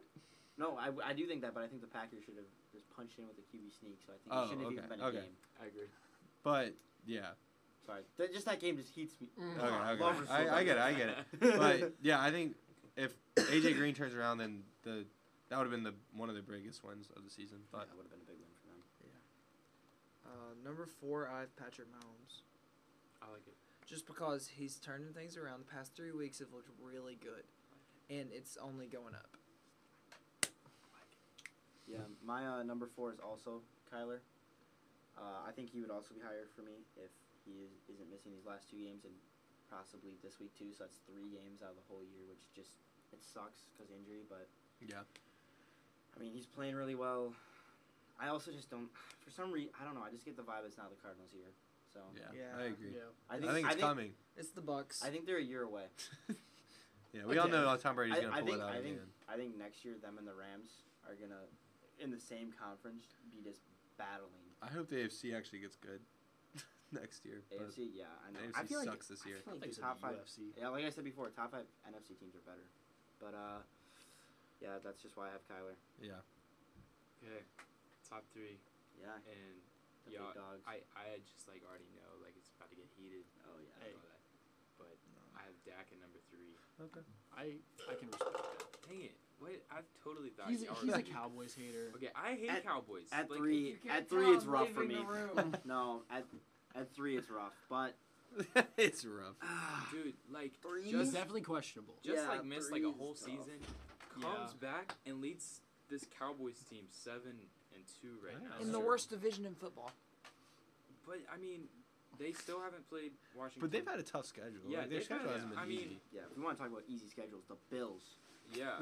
[SPEAKER 3] No, I, I do think that, but I think the Packers should have just punched in with the QB sneak, so I think
[SPEAKER 1] Oh,
[SPEAKER 3] it shouldn't have
[SPEAKER 1] okay,
[SPEAKER 3] even been a
[SPEAKER 1] okay.
[SPEAKER 3] game.
[SPEAKER 5] I agree.
[SPEAKER 1] But yeah,
[SPEAKER 3] Sorry. That- just that game just heats me.
[SPEAKER 2] Mm.
[SPEAKER 1] Okay,
[SPEAKER 3] Ah,
[SPEAKER 1] okay.
[SPEAKER 3] love her so
[SPEAKER 1] I- I get it, I
[SPEAKER 3] much.
[SPEAKER 1] get
[SPEAKER 3] *laughs*
[SPEAKER 1] but yeah, I think if AJ Green turns around, then the that would have been the one of the biggest wins of the season. But
[SPEAKER 3] That would have been a big win for them.
[SPEAKER 4] Uh, number four, I have Patrick Mahomes.
[SPEAKER 5] I like it.
[SPEAKER 6] just because he's turning things around. The past three weeks have looked really good, and it's only going up.
[SPEAKER 3] Yeah, my uh, number four is also Kyler. Uh, I think he would also be higher for me if he is, isn't missing these last two games and possibly this week too. So that's three games out of the whole year, which just it sucks because injury. But
[SPEAKER 1] Yeah.
[SPEAKER 3] I mean he's playing really well. I also just don't for some reason I don't know. I just get the vibe it's not the Cardinals here. So
[SPEAKER 1] Yeah,
[SPEAKER 6] Yeah.
[SPEAKER 1] I agree.
[SPEAKER 2] Yeah.
[SPEAKER 1] I think, it's coming.
[SPEAKER 6] It's the Bucks.
[SPEAKER 3] I think they're a year away.
[SPEAKER 1] *laughs* yeah, we all
[SPEAKER 3] Okay.
[SPEAKER 1] know Tom Brady's
[SPEAKER 3] I-
[SPEAKER 1] gonna
[SPEAKER 3] I
[SPEAKER 1] pull
[SPEAKER 3] think-
[SPEAKER 1] it out
[SPEAKER 3] I
[SPEAKER 1] at the
[SPEAKER 3] think-
[SPEAKER 1] end.
[SPEAKER 3] I think next year them and the Rams are gonna in the same conference be just battling.
[SPEAKER 1] I hope the AFC actually gets good *laughs* next year. But
[SPEAKER 3] AFC, yeah, I know.
[SPEAKER 1] the
[SPEAKER 3] I
[SPEAKER 1] AFC
[SPEAKER 3] feel like
[SPEAKER 1] sucks this year.
[SPEAKER 3] I feel like
[SPEAKER 2] Like
[SPEAKER 3] the top five.
[SPEAKER 2] UFC.
[SPEAKER 3] Yeah, like I said before, top five NFC teams are better. But uh, yeah, that's just why I have Kyler.
[SPEAKER 1] Yeah.
[SPEAKER 5] Okay, top three,
[SPEAKER 3] Yeah,
[SPEAKER 5] and
[SPEAKER 3] the
[SPEAKER 5] yeah,
[SPEAKER 3] big dogs.
[SPEAKER 5] I I just like already know like it's about to get heated.
[SPEAKER 3] oh yeah.
[SPEAKER 5] I know that, but I have Dak at number three.
[SPEAKER 1] Okay.
[SPEAKER 2] I I can respect that.
[SPEAKER 5] Dang it! Wait, I've totally thought
[SPEAKER 2] He's,
[SPEAKER 5] you
[SPEAKER 2] he's a
[SPEAKER 5] already-
[SPEAKER 2] Cowboys hater.
[SPEAKER 5] Okay, I hate
[SPEAKER 3] At-
[SPEAKER 5] Cowboys.
[SPEAKER 3] At
[SPEAKER 5] Like,
[SPEAKER 3] three,
[SPEAKER 4] you can't
[SPEAKER 3] at three, it's
[SPEAKER 4] tell,
[SPEAKER 3] rough
[SPEAKER 4] I'm
[SPEAKER 3] for me.
[SPEAKER 4] leaving
[SPEAKER 1] *laughs*
[SPEAKER 4] the room.
[SPEAKER 3] no, at at three, it's rough. But *sighs*
[SPEAKER 1] *laughs* it's rough.
[SPEAKER 5] dude, like
[SPEAKER 3] Three?
[SPEAKER 2] It's
[SPEAKER 5] just
[SPEAKER 2] definitely questionable.
[SPEAKER 5] just
[SPEAKER 3] Yeah,
[SPEAKER 5] like missed like a
[SPEAKER 3] three
[SPEAKER 5] whole
[SPEAKER 3] is tough.
[SPEAKER 5] season,
[SPEAKER 2] Yeah.
[SPEAKER 5] comes back and leads this Cowboys team seven and two right
[SPEAKER 1] Yeah.
[SPEAKER 5] now.
[SPEAKER 4] in the
[SPEAKER 1] Sure.
[SPEAKER 4] worst division in football.
[SPEAKER 5] But I mean, they still haven't played Washington.
[SPEAKER 1] But they've had a tough schedule.
[SPEAKER 5] Yeah,
[SPEAKER 1] like, their
[SPEAKER 5] they've had-
[SPEAKER 1] schedule hasn't been
[SPEAKER 5] I mean-
[SPEAKER 1] easy.
[SPEAKER 3] yeah, if we want to talk about easy schedules, the Bills.
[SPEAKER 2] *laughs*
[SPEAKER 5] yeah.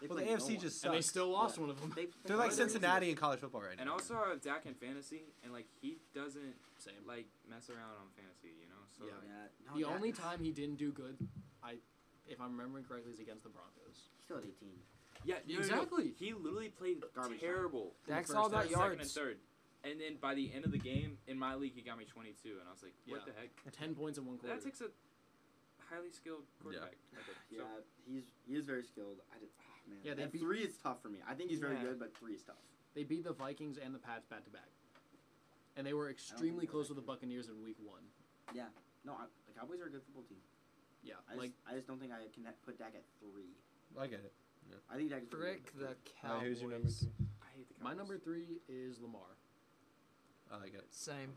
[SPEAKER 3] They
[SPEAKER 1] well, the
[SPEAKER 3] play no
[SPEAKER 1] AFC
[SPEAKER 3] one.
[SPEAKER 1] just sucks.
[SPEAKER 2] and they still lost
[SPEAKER 3] Yeah.
[SPEAKER 2] one of them.
[SPEAKER 3] They,
[SPEAKER 1] They're like
[SPEAKER 5] They're easy.
[SPEAKER 1] Cincinnati in college football right now.
[SPEAKER 5] And also I have Dak in fantasy, and like he doesn't
[SPEAKER 2] Same.
[SPEAKER 5] like mess around on fantasy, you know. So
[SPEAKER 2] Yeah.
[SPEAKER 5] like,
[SPEAKER 3] Yeah, no,
[SPEAKER 2] The
[SPEAKER 3] that-
[SPEAKER 2] only time he didn't do good, I, if I'm remembering correctly, is against the Broncos.
[SPEAKER 3] he's still at eighteen.
[SPEAKER 5] yeah, no, no, no.
[SPEAKER 2] Exactly.
[SPEAKER 5] He literally played
[SPEAKER 3] Garbage time.
[SPEAKER 5] terrible.
[SPEAKER 4] Dak's
[SPEAKER 2] first
[SPEAKER 4] all
[SPEAKER 2] half,
[SPEAKER 4] about
[SPEAKER 5] Second and
[SPEAKER 4] yards.
[SPEAKER 5] third, and then by the end of the game in my league, he got me twenty two, and I was like, what
[SPEAKER 2] Yeah.
[SPEAKER 5] the heck?
[SPEAKER 2] Ten points in one quarter.
[SPEAKER 5] That takes a highly skilled quarterback. Okay,
[SPEAKER 3] Yeah,
[SPEAKER 5] so-
[SPEAKER 3] he's he is very skilled. I just, ah, man.
[SPEAKER 2] Yeah, they
[SPEAKER 3] at
[SPEAKER 2] beat-
[SPEAKER 3] three is tough for me. I think he's very
[SPEAKER 4] Yeah.
[SPEAKER 3] good, but three is tough.
[SPEAKER 2] They beat the Vikings and the Pats back to back, and they were extremely
[SPEAKER 3] think
[SPEAKER 2] close
[SPEAKER 3] they're
[SPEAKER 2] with the Buccaneers in Week One.
[SPEAKER 3] No, I, the Cowboys are a good football team.
[SPEAKER 2] Yeah,
[SPEAKER 3] I just,
[SPEAKER 2] like
[SPEAKER 3] I just don't think I can put Dak at three.
[SPEAKER 1] I get it.
[SPEAKER 3] I think Dak is really
[SPEAKER 4] Frick
[SPEAKER 3] good.
[SPEAKER 4] the
[SPEAKER 1] All
[SPEAKER 4] Cowboys.
[SPEAKER 1] right, who's your number three?
[SPEAKER 5] I hate the Cowboys.
[SPEAKER 2] my number three is Lamar.
[SPEAKER 1] I like it.
[SPEAKER 4] Same.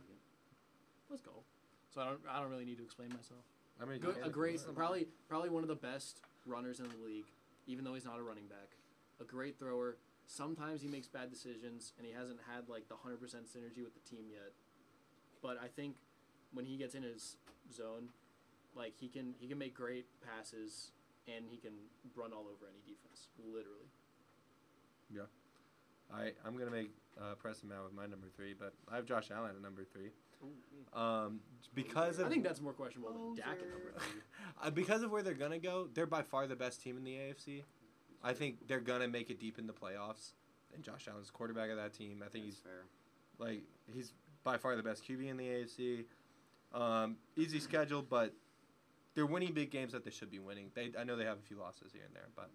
[SPEAKER 2] Let's go. So I don't I don't really need to explain myself.
[SPEAKER 1] I mean,
[SPEAKER 2] Good,
[SPEAKER 1] yeah,
[SPEAKER 2] a great,
[SPEAKER 1] Lamar.
[SPEAKER 2] probably probably one of the best runners in the league, even though he's not a running back. A great thrower. Sometimes he makes bad decisions, and he hasn't had like the hundred percent synergy with the team yet. But I think when he gets in his zone, like he can he can make great passes, and he can run all over any defense, literally.
[SPEAKER 1] All right, I'm gonna make uh, Preston mad with my number three, but I have Josh Allen at number three. Um, because
[SPEAKER 2] I
[SPEAKER 1] of
[SPEAKER 2] think that's more questionable than Dak at number
[SPEAKER 1] Loser.
[SPEAKER 2] three.
[SPEAKER 1] *laughs* uh, because of where they're gonna go, they're by far the best team in the AFC. I think they're gonna make it deep in the playoffs. And Josh Allen's quarterback of that team. I think
[SPEAKER 3] That's
[SPEAKER 1] he's
[SPEAKER 3] fair.
[SPEAKER 1] Like he's by far the best QB in the AFC. Um, easy schedule, but they're winning big games that they should be winning. They I know they have a few losses here and there, but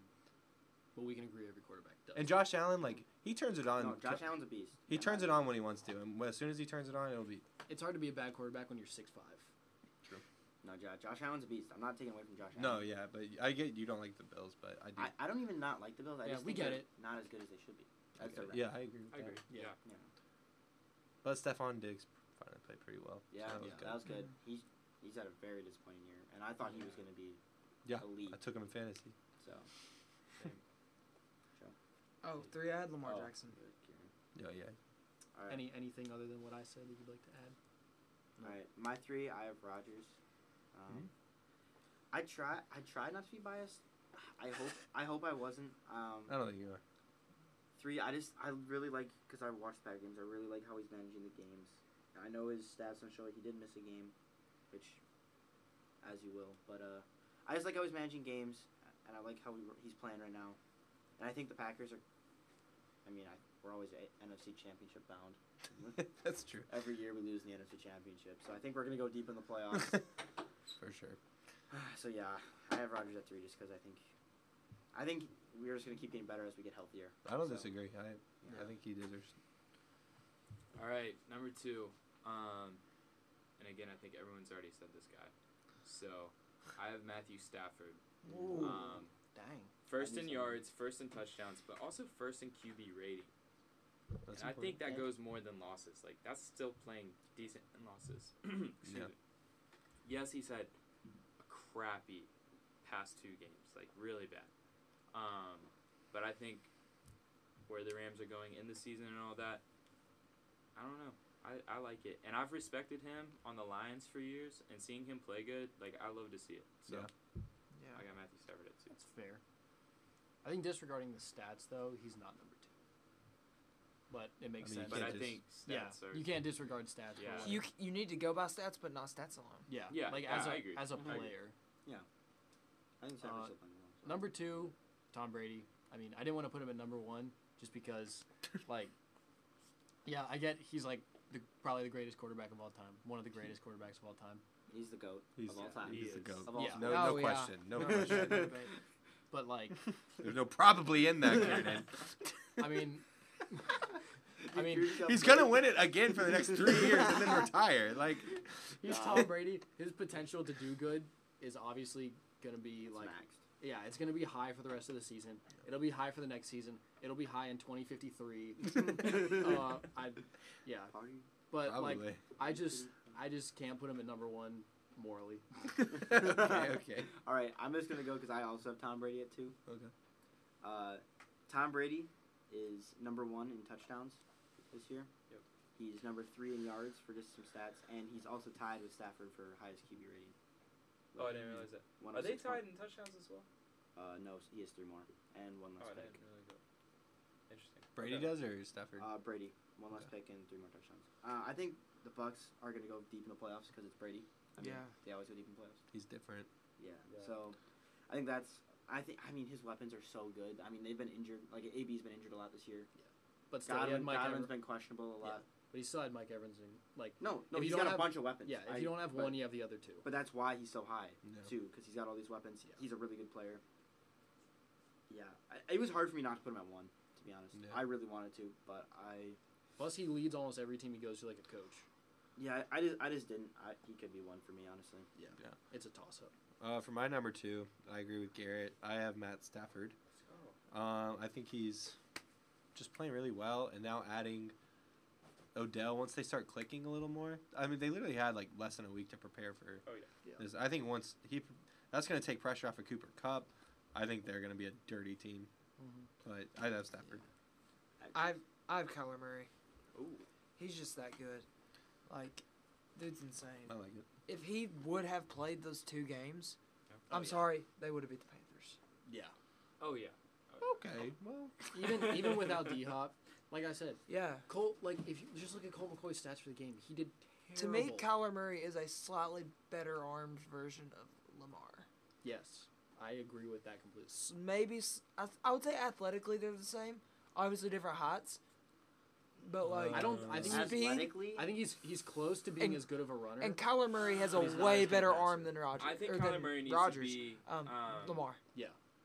[SPEAKER 2] But we can agree every quarterback does.
[SPEAKER 1] and Josh Allen like he turns it on.
[SPEAKER 3] No, Josh Allen's a beast.
[SPEAKER 1] He
[SPEAKER 3] Yeah,
[SPEAKER 1] turns
[SPEAKER 3] I-
[SPEAKER 1] it on when he wants to, and when- as soon as he turns it on, it'll be
[SPEAKER 2] it's hard to be a bad quarterback when you're six five.
[SPEAKER 3] No, Josh, Josh Allen's a beast. I'm not taking away from Josh
[SPEAKER 1] no,
[SPEAKER 3] Allen.
[SPEAKER 1] yeah. But I get you don't like the Bills, but I do.
[SPEAKER 3] I, I don't even not like the Bills. I
[SPEAKER 2] Yeah,
[SPEAKER 3] just
[SPEAKER 2] we
[SPEAKER 3] think
[SPEAKER 2] get
[SPEAKER 3] they're
[SPEAKER 2] it.
[SPEAKER 3] Not as good as they should be.
[SPEAKER 1] I get
[SPEAKER 3] That's
[SPEAKER 1] it.
[SPEAKER 3] a wrap.
[SPEAKER 1] yeah, I agree. With
[SPEAKER 5] I
[SPEAKER 1] that.
[SPEAKER 5] agree.
[SPEAKER 2] Yeah.
[SPEAKER 5] Yeah.
[SPEAKER 1] But Stephon Diggs finally played pretty well. so
[SPEAKER 3] Yeah,
[SPEAKER 1] that was
[SPEAKER 3] that was good. He's he's had a very disappointing year, and I thought he was going to be
[SPEAKER 1] Yeah,
[SPEAKER 3] elite.
[SPEAKER 1] good. I took him in fantasy.
[SPEAKER 3] So
[SPEAKER 4] Oh, three. I had
[SPEAKER 3] Oh.
[SPEAKER 4] Lamar Jackson.
[SPEAKER 1] Yeah, yeah.
[SPEAKER 3] all right,
[SPEAKER 2] Any anything other than what I said that you'd like to add?
[SPEAKER 3] all right. My three, I have Rogers. Um, I try I try not to be biased. I hope I hope I wasn't. Um,
[SPEAKER 4] Uh.
[SPEAKER 1] I don't think you are.
[SPEAKER 3] Three, I just I really like because I watched back games. I really like how he's managing the games. I know his stats don't show it. He did miss a game, which, as you will. But uh, I just like how he's managing games, and I like how he, he's playing right now. And I think the Packers are. I mean, I, we're always a- NFC Championship bound. Mm-hmm.
[SPEAKER 1] *laughs* That's true.
[SPEAKER 3] Every year we lose in the NFC Championship, so I think we're gonna go deep in the
[SPEAKER 5] *laughs*
[SPEAKER 3] playoffs.
[SPEAKER 1] *laughs*
[SPEAKER 3] *sighs*
[SPEAKER 1] For sure.
[SPEAKER 3] so yeah, I have Rodgers at three just because I think, I think we're just gonna keep getting better as we get healthier.
[SPEAKER 1] I don't
[SPEAKER 3] So,
[SPEAKER 1] disagree. I I think he deserves
[SPEAKER 5] All right, number two. Um, and again, I think everyone's already said this guy. So I have Matthew Stafford.
[SPEAKER 4] Ooh.
[SPEAKER 5] Um,
[SPEAKER 4] Dang.
[SPEAKER 5] first in
[SPEAKER 3] Matthew Stafford.
[SPEAKER 5] yards, first in touchdowns, but also first in QB rating. and I think that
[SPEAKER 3] Yeah.
[SPEAKER 5] goes more than losses. Like that's still playing decent in losses. *clears throat* Excuse
[SPEAKER 1] Yeah.
[SPEAKER 5] me. yes, he's had a crappy past two games, like really bad. Um, but I think where the Rams are going in the season and all that, I don't know. I, I like it, and I've respected him on the Lions for years, and seeing him play good, like I love to see it. So
[SPEAKER 1] Yeah.
[SPEAKER 6] Yeah.
[SPEAKER 5] I got Matthew Stafford at two.
[SPEAKER 2] That's fair. I think disregarding the stats though, he's not number two. But it makes
[SPEAKER 1] mean, you
[SPEAKER 2] sense.
[SPEAKER 5] But
[SPEAKER 1] can't
[SPEAKER 5] I
[SPEAKER 1] just-
[SPEAKER 5] think
[SPEAKER 2] yeah,
[SPEAKER 5] stats are
[SPEAKER 2] you can't disregard stats.
[SPEAKER 5] Yeah.
[SPEAKER 2] but
[SPEAKER 4] You c- you need to go by stats, but not stats alone.
[SPEAKER 2] yeah,
[SPEAKER 5] Yeah,
[SPEAKER 2] like
[SPEAKER 5] yeah,
[SPEAKER 2] as a
[SPEAKER 5] I agree.
[SPEAKER 2] as a
[SPEAKER 5] I agree.
[SPEAKER 2] player.
[SPEAKER 3] I think Stafford's
[SPEAKER 2] Uh,
[SPEAKER 3] still playing well. so.
[SPEAKER 2] Number two, Tom Brady. I mean, I didn't want to put him at number one just
[SPEAKER 1] *laughs*
[SPEAKER 2] because, like, yeah, I get he's like the, probably the greatest quarterback of all time, one of the greatest quarterbacks of all time.
[SPEAKER 3] He's the
[SPEAKER 5] *laughs*
[SPEAKER 3] goat
[SPEAKER 1] He's,
[SPEAKER 3] of all time.
[SPEAKER 1] he's the
[SPEAKER 5] is.
[SPEAKER 1] goat.
[SPEAKER 3] Of all
[SPEAKER 2] Yeah.
[SPEAKER 3] time.
[SPEAKER 1] No,
[SPEAKER 4] Oh,
[SPEAKER 1] no
[SPEAKER 4] yeah.
[SPEAKER 1] question. No
[SPEAKER 4] No
[SPEAKER 1] question.
[SPEAKER 4] question.
[SPEAKER 2] But like,
[SPEAKER 1] *laughs* There's no probably in that,
[SPEAKER 3] *laughs*
[SPEAKER 1] Kiernan. *laughs*
[SPEAKER 2] I mean, I mean,
[SPEAKER 3] You're just
[SPEAKER 1] He's gonna win
[SPEAKER 5] *laughs*
[SPEAKER 1] it again for the next three years and then retire.
[SPEAKER 3] *laughs*
[SPEAKER 1] Like,
[SPEAKER 2] he's Tom Brady. His potential to do good is obviously gonna be
[SPEAKER 3] It's
[SPEAKER 2] like,
[SPEAKER 3] maxed.
[SPEAKER 2] yeah, it's gonna be high for the rest of the season. It'll be high for the next season. It'll be high in
[SPEAKER 4] *laughs*
[SPEAKER 2] 2053. uh, I, yeah,
[SPEAKER 3] Party.
[SPEAKER 2] but
[SPEAKER 1] probably. *laughs*
[SPEAKER 3] *laughs*
[SPEAKER 2] like, I just, I just can't put him at number one morally.
[SPEAKER 1] okay, okay.
[SPEAKER 3] All right, I'm just gonna go because I also have Tom Brady at two.
[SPEAKER 1] Okay.
[SPEAKER 3] Uh, Tom Brady is number one in touchdowns this year.
[SPEAKER 5] Yep.
[SPEAKER 3] He's number three in yards for just some stats, and he's also tied with Stafford for highest QB rating.
[SPEAKER 5] Oh, I didn't realize that. Are
[SPEAKER 3] 106
[SPEAKER 5] they tied in touchdowns as well?
[SPEAKER 3] Uh, no, he has three more and one
[SPEAKER 5] Oh,
[SPEAKER 3] less
[SPEAKER 5] I
[SPEAKER 3] pick.
[SPEAKER 5] didn't really go. Interesting.
[SPEAKER 1] Brady
[SPEAKER 5] Okay.
[SPEAKER 1] does or Stafford?
[SPEAKER 3] Uh, Brady, one less pick and three more touchdowns. Uh, I think the Bucks are gonna go deep in the playoffs because it's Brady. I mean,
[SPEAKER 6] Yeah.
[SPEAKER 3] They always go deep in playoffs.
[SPEAKER 1] He's different.
[SPEAKER 3] Yeah.
[SPEAKER 5] Yeah.
[SPEAKER 3] So, I think that's. I think. I mean, his weapons are so good. I mean, they've been injured. Like AB's been injured a lot this year.
[SPEAKER 2] But still, he
[SPEAKER 3] Godwin,
[SPEAKER 2] had Mike
[SPEAKER 3] Godwin's
[SPEAKER 2] Evans,
[SPEAKER 3] been questionable a
[SPEAKER 2] Yeah.
[SPEAKER 3] lot.
[SPEAKER 2] but he still had Mike Evans and like
[SPEAKER 3] No, no,
[SPEAKER 2] If you
[SPEAKER 3] he's
[SPEAKER 2] don't
[SPEAKER 3] got
[SPEAKER 2] have-
[SPEAKER 3] a bunch of weapons.
[SPEAKER 2] yeah. If
[SPEAKER 3] I-
[SPEAKER 2] you don't have
[SPEAKER 3] but-
[SPEAKER 2] one, you have the other two.
[SPEAKER 3] But that's why he's so high
[SPEAKER 1] No.
[SPEAKER 3] too, because he's got all these weapons.
[SPEAKER 2] Yeah.
[SPEAKER 3] He's a really good player. Yeah, I, it was hard for me not to put him at one. To be honest,
[SPEAKER 1] Yeah.
[SPEAKER 3] I really wanted to, but I.
[SPEAKER 2] Plus, he leads almost every team he goes to like a coach.
[SPEAKER 3] Yeah, I, I just I just didn't. I, he could be one for me, honestly.
[SPEAKER 2] It's a toss up.
[SPEAKER 1] Uh, for my number two, I agree with Garrett. I have Matt Stafford. Um, I think he's just playing really well, and now adding Odell. Once they start clicking a little more, I mean, they literally had like less than a week to prepare for.
[SPEAKER 5] Oh, yeah.
[SPEAKER 2] Yeah.
[SPEAKER 1] This. I think once he, that's going to take pressure off of Cooper Cup. I think they're going to be a dirty team.
[SPEAKER 4] Mhm.
[SPEAKER 1] But I have Stafford.
[SPEAKER 4] I've I've Kyler Murray.
[SPEAKER 5] Ooh.
[SPEAKER 4] He's just that good. Like, dude's insane.
[SPEAKER 1] I like it.
[SPEAKER 4] If he would have played those two games,
[SPEAKER 2] Oh,
[SPEAKER 4] I'm
[SPEAKER 2] yeah.
[SPEAKER 4] sorry, they would have beat the Panthers.
[SPEAKER 2] Yeah.
[SPEAKER 5] Oh yeah.
[SPEAKER 1] Okay. Well.
[SPEAKER 2] Even
[SPEAKER 5] *laughs*
[SPEAKER 2] even
[SPEAKER 3] *laughs*
[SPEAKER 2] without D Hop, like I said,
[SPEAKER 4] Yeah.
[SPEAKER 2] Colt. Like if you just look at Colt McCoy's stats for the game, he did terrible.
[SPEAKER 4] To me, Kyler Murray is a slightly better armed version of Lamar.
[SPEAKER 2] yes, I agree with that completely.
[SPEAKER 4] S- Maybe s- I, th- I would say athletically they're the same. Obviously different heights, but
[SPEAKER 3] Uh,
[SPEAKER 4] like
[SPEAKER 2] I don't. I think. He's,
[SPEAKER 4] speed.
[SPEAKER 3] Athletically,
[SPEAKER 2] I think he's he's close to being
[SPEAKER 4] And-
[SPEAKER 2] as good of a runner.
[SPEAKER 4] And Kyler Murray has a
[SPEAKER 2] He's not
[SPEAKER 4] way
[SPEAKER 2] as good
[SPEAKER 4] better
[SPEAKER 2] as
[SPEAKER 4] arm
[SPEAKER 2] it.
[SPEAKER 4] than Rodgers.
[SPEAKER 5] I think
[SPEAKER 4] or
[SPEAKER 5] Kyler
[SPEAKER 4] than
[SPEAKER 5] Murray needs
[SPEAKER 4] Rodgers,
[SPEAKER 5] to be.
[SPEAKER 4] um, Lamar.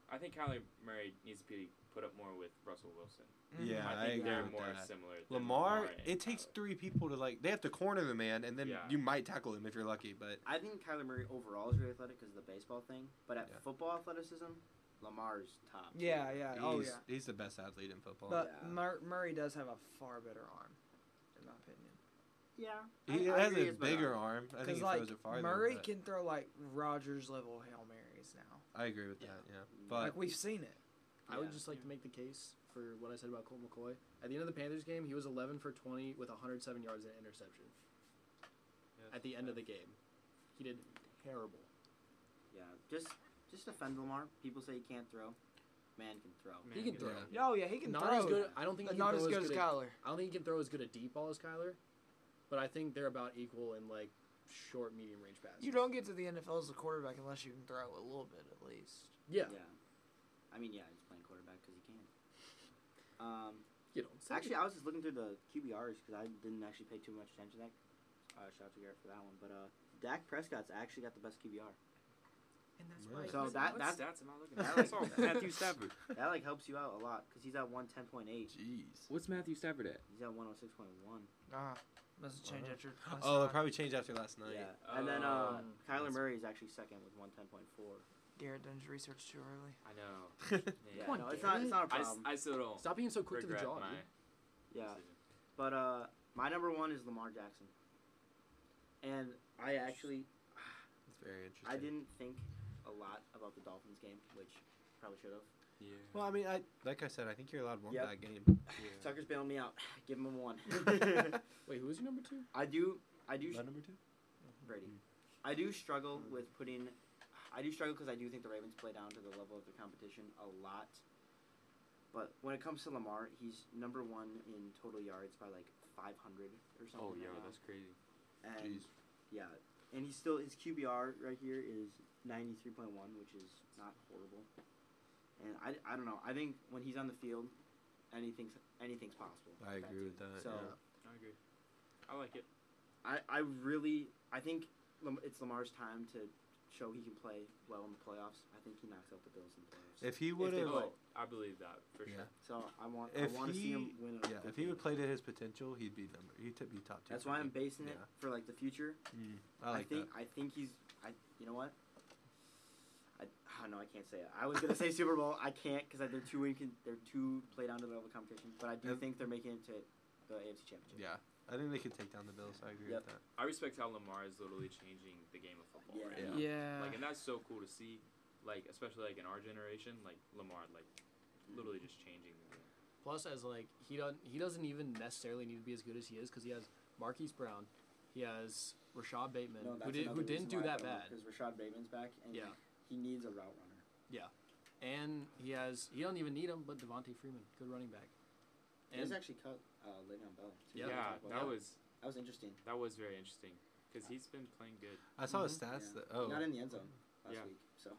[SPEAKER 5] I think Kyler Murray needs to be put up more with Russell Wilson.
[SPEAKER 4] Mhm.
[SPEAKER 1] Yeah, I
[SPEAKER 5] I think
[SPEAKER 1] agree
[SPEAKER 5] they're
[SPEAKER 1] with
[SPEAKER 5] more
[SPEAKER 1] that.
[SPEAKER 5] similar. than
[SPEAKER 1] *laughs* Lamar,
[SPEAKER 5] and
[SPEAKER 1] it takes
[SPEAKER 5] Kyler.
[SPEAKER 1] three people to like. They have to corner the man, and then
[SPEAKER 5] Yeah.
[SPEAKER 1] you might tackle him if you're lucky. But
[SPEAKER 3] I think Kyler Murray overall is really athletic because of the baseball thing. But at
[SPEAKER 1] Yeah.
[SPEAKER 3] football athleticism, Lamar's top.
[SPEAKER 4] Yeah, yeah.
[SPEAKER 1] he's,
[SPEAKER 4] Oh yeah.
[SPEAKER 1] he's the best athlete in football.
[SPEAKER 4] But
[SPEAKER 3] yeah.
[SPEAKER 4] Mur- Murray does have a far better arm, in my opinion.
[SPEAKER 3] yeah.
[SPEAKER 1] he
[SPEAKER 3] I- I
[SPEAKER 1] has
[SPEAKER 3] agree
[SPEAKER 1] a
[SPEAKER 3] it's better.
[SPEAKER 1] bigger arm. I think
[SPEAKER 4] Because
[SPEAKER 1] he
[SPEAKER 4] like
[SPEAKER 1] throws it farther.
[SPEAKER 4] Murray
[SPEAKER 1] but
[SPEAKER 4] can throw like Rogers level hail marys now.
[SPEAKER 1] I agree with
[SPEAKER 2] Yeah.
[SPEAKER 1] that. Yeah,
[SPEAKER 3] Mm.
[SPEAKER 1] but
[SPEAKER 4] like we've seen it.
[SPEAKER 2] I would
[SPEAKER 3] Yeah.
[SPEAKER 2] just like to make the case for what I said about Colt McCoy. At the end of the Panthers game, he was 11 for 20 with 107 yards and an interception.
[SPEAKER 5] Yeah,
[SPEAKER 2] At the end of the game, he did terrible.
[SPEAKER 3] Yeah, just just defend Lamar. People say he can't throw. Man can throw.
[SPEAKER 5] Man
[SPEAKER 2] He can
[SPEAKER 5] can
[SPEAKER 2] throw.
[SPEAKER 1] throw.
[SPEAKER 4] Oh yeah, he can
[SPEAKER 2] Not
[SPEAKER 4] throw,
[SPEAKER 2] as good. I don't think
[SPEAKER 4] but
[SPEAKER 2] he can
[SPEAKER 4] not
[SPEAKER 2] throw
[SPEAKER 4] as good as,
[SPEAKER 2] as a-
[SPEAKER 4] Kyler.
[SPEAKER 2] I don't think he can throw as good a deep ball as Kyler, but I think they're about equal in like short, medium range passes.
[SPEAKER 4] You don't get to the NFL as a quarterback unless you can throw a little bit at least.
[SPEAKER 2] Yeah,
[SPEAKER 3] I mean, yeah, he's playing quarterback because he can. Um,
[SPEAKER 2] you know. it's like-
[SPEAKER 3] actually, I was just looking through the QBRs because I didn't actually pay too much attention to that. Uh, shout out to Garrett for that one. But uh, Dak Prescott's actually got the best QBR.
[SPEAKER 4] And that's
[SPEAKER 1] why-
[SPEAKER 3] So that
[SPEAKER 5] what
[SPEAKER 3] that
[SPEAKER 5] stats am I *laughs* looking at? I saw Matthew Stafford.
[SPEAKER 3] that like helps you out a lot because he's at one ten point eight.
[SPEAKER 1] jeez.
[SPEAKER 5] What's Matthew Stafford at?
[SPEAKER 3] He's at one hundred six point one.
[SPEAKER 4] Ah, must have changed
[SPEAKER 1] Wow.
[SPEAKER 4] after.
[SPEAKER 1] Oh,
[SPEAKER 4] last
[SPEAKER 1] it
[SPEAKER 4] night.
[SPEAKER 1] probably changed after last night.
[SPEAKER 3] Yeah, and then uh,
[SPEAKER 2] Um,
[SPEAKER 3] Kyler
[SPEAKER 5] that's-
[SPEAKER 3] Murray is actually second with one ten point four.
[SPEAKER 4] Garrett done his research too early.
[SPEAKER 5] I know.
[SPEAKER 3] *laughs* Yeah,
[SPEAKER 2] Come on,
[SPEAKER 3] no, it's
[SPEAKER 2] Garrett.
[SPEAKER 3] not it's not a
[SPEAKER 5] I, s-
[SPEAKER 3] problem.
[SPEAKER 5] I still don't
[SPEAKER 2] Stop being so quick to the
[SPEAKER 5] regret
[SPEAKER 2] jaw.
[SPEAKER 5] my
[SPEAKER 2] dude.
[SPEAKER 3] yeah.
[SPEAKER 5] decision.
[SPEAKER 3] But uh, my number one is Lamar Jackson. And I actually,
[SPEAKER 1] very interesting.
[SPEAKER 3] I didn't think a lot about the Dolphins game, which probably should have.
[SPEAKER 5] Yeah.
[SPEAKER 1] Well, I mean, I like I said, I think you're allowed one
[SPEAKER 3] Yep.
[SPEAKER 1] bad
[SPEAKER 3] *laughs*
[SPEAKER 1] game.
[SPEAKER 5] yeah.
[SPEAKER 3] Tucker's bailing me out. *laughs* Give him a one. *laughs*
[SPEAKER 2] Wait, who was your number two?
[SPEAKER 3] I do. I do.
[SPEAKER 1] number two?
[SPEAKER 3] Brady.
[SPEAKER 1] Mm.
[SPEAKER 3] I do struggle with putting. I do struggle because I do think the Ravens play down to the level of their competition a lot. But when it comes to Lamar, he's number one in total yards by like 500 or something.
[SPEAKER 5] Oh,
[SPEAKER 3] right
[SPEAKER 5] yo,
[SPEAKER 3] now.
[SPEAKER 5] that's crazy.
[SPEAKER 3] and yeah, and he's still his QBR right here is 93.1, which is not horrible. And I, I don't know. I think when he's on the field, anything's anything's possible.
[SPEAKER 1] I agree with that.
[SPEAKER 3] So
[SPEAKER 1] yeah.
[SPEAKER 5] I agree. I like it.
[SPEAKER 3] I, I really I think Lam- it's Lamar's time to show he can play well in the playoffs. I think he knocks out the Bills in the playoffs.
[SPEAKER 1] If he would
[SPEAKER 3] they
[SPEAKER 1] have,
[SPEAKER 3] play.
[SPEAKER 5] Oh, I believe that for
[SPEAKER 1] Yeah.
[SPEAKER 5] sure.
[SPEAKER 3] so I want
[SPEAKER 1] if
[SPEAKER 3] I want to see
[SPEAKER 1] he-
[SPEAKER 3] him win.
[SPEAKER 1] yeah, if he would play to his potential, he'd be number. He'd t- be top two.
[SPEAKER 3] That's
[SPEAKER 1] for
[SPEAKER 3] why
[SPEAKER 1] me.
[SPEAKER 3] I'm basing it
[SPEAKER 1] Yeah.
[SPEAKER 3] for like the future.
[SPEAKER 1] Mm, I like
[SPEAKER 3] think I think he's I you know what? I oh, no I can't say it. I was gonna say *laughs* Super Bowl. I can't because they're too incon- they're too played down to the level of competition. But I do
[SPEAKER 1] Yep.
[SPEAKER 3] think they're making it to the AFC Championship.
[SPEAKER 1] that. Yeah, I think they could take down the Bills. I agree
[SPEAKER 3] Yep.
[SPEAKER 1] with that.
[SPEAKER 5] I respect how Lamar is literally changing the game of football.
[SPEAKER 3] Yeah.
[SPEAKER 5] right
[SPEAKER 1] Yeah.
[SPEAKER 5] now.
[SPEAKER 6] Yeah.
[SPEAKER 5] Like, and that's so cool to see. Like, especially like in our generation, like Lamar, like literally just changing the game.
[SPEAKER 2] Plus, as like he doesn't he doesn't even necessarily need to be as good as he is because he has Marquise Brown, he has Rashad Bateman,
[SPEAKER 3] No,
[SPEAKER 2] who
[SPEAKER 3] that's
[SPEAKER 2] did who
[SPEAKER 3] another
[SPEAKER 2] didn't do
[SPEAKER 3] reason
[SPEAKER 2] that
[SPEAKER 3] why I don't
[SPEAKER 2] bad,
[SPEAKER 3] because Rashad Bateman's back and
[SPEAKER 2] Yeah.
[SPEAKER 3] he needs a route runner.
[SPEAKER 2] and he has he don't even need him, but Devontae Freeman, good running back.
[SPEAKER 3] And he's
[SPEAKER 2] And
[SPEAKER 3] actually cut uh, Le'Veon Bell. too.
[SPEAKER 2] Yeah.
[SPEAKER 5] Yeah,
[SPEAKER 3] Well,
[SPEAKER 5] that was
[SPEAKER 3] that was interesting.
[SPEAKER 5] that was very interesting because he's been playing good.
[SPEAKER 1] I saw his
[SPEAKER 2] Mhm.
[SPEAKER 1] stats.
[SPEAKER 3] Mm-hmm.
[SPEAKER 1] That,
[SPEAKER 3] Yeah.
[SPEAKER 1] oh,
[SPEAKER 3] Not in the end zone last
[SPEAKER 5] Yeah.
[SPEAKER 3] week. So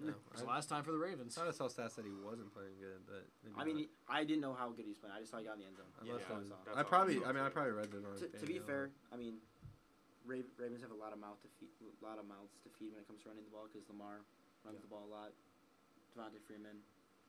[SPEAKER 1] no,
[SPEAKER 2] it's the
[SPEAKER 1] I,
[SPEAKER 2] last time for the
[SPEAKER 1] I
[SPEAKER 2] Ravens.
[SPEAKER 1] thought I saw stats that he wasn't playing good, but maybe
[SPEAKER 3] I mean,
[SPEAKER 1] not.
[SPEAKER 3] he, I didn't know how good he was playing. I just saw he got in the end zone.
[SPEAKER 1] I
[SPEAKER 5] Yeah,
[SPEAKER 1] must
[SPEAKER 5] that's
[SPEAKER 1] have-
[SPEAKER 3] all.
[SPEAKER 1] I
[SPEAKER 5] That's
[SPEAKER 1] probably.
[SPEAKER 5] all.
[SPEAKER 1] I mean, I probably read it on.
[SPEAKER 3] To, to
[SPEAKER 1] Fanduel.
[SPEAKER 3] be fair, I mean, Ra- Ravens have a lot of mouth to feed, a lot of mouths to feed when it comes to running the ball because Lamar runs
[SPEAKER 2] Yeah.
[SPEAKER 3] the ball a lot. Devontae Freeman,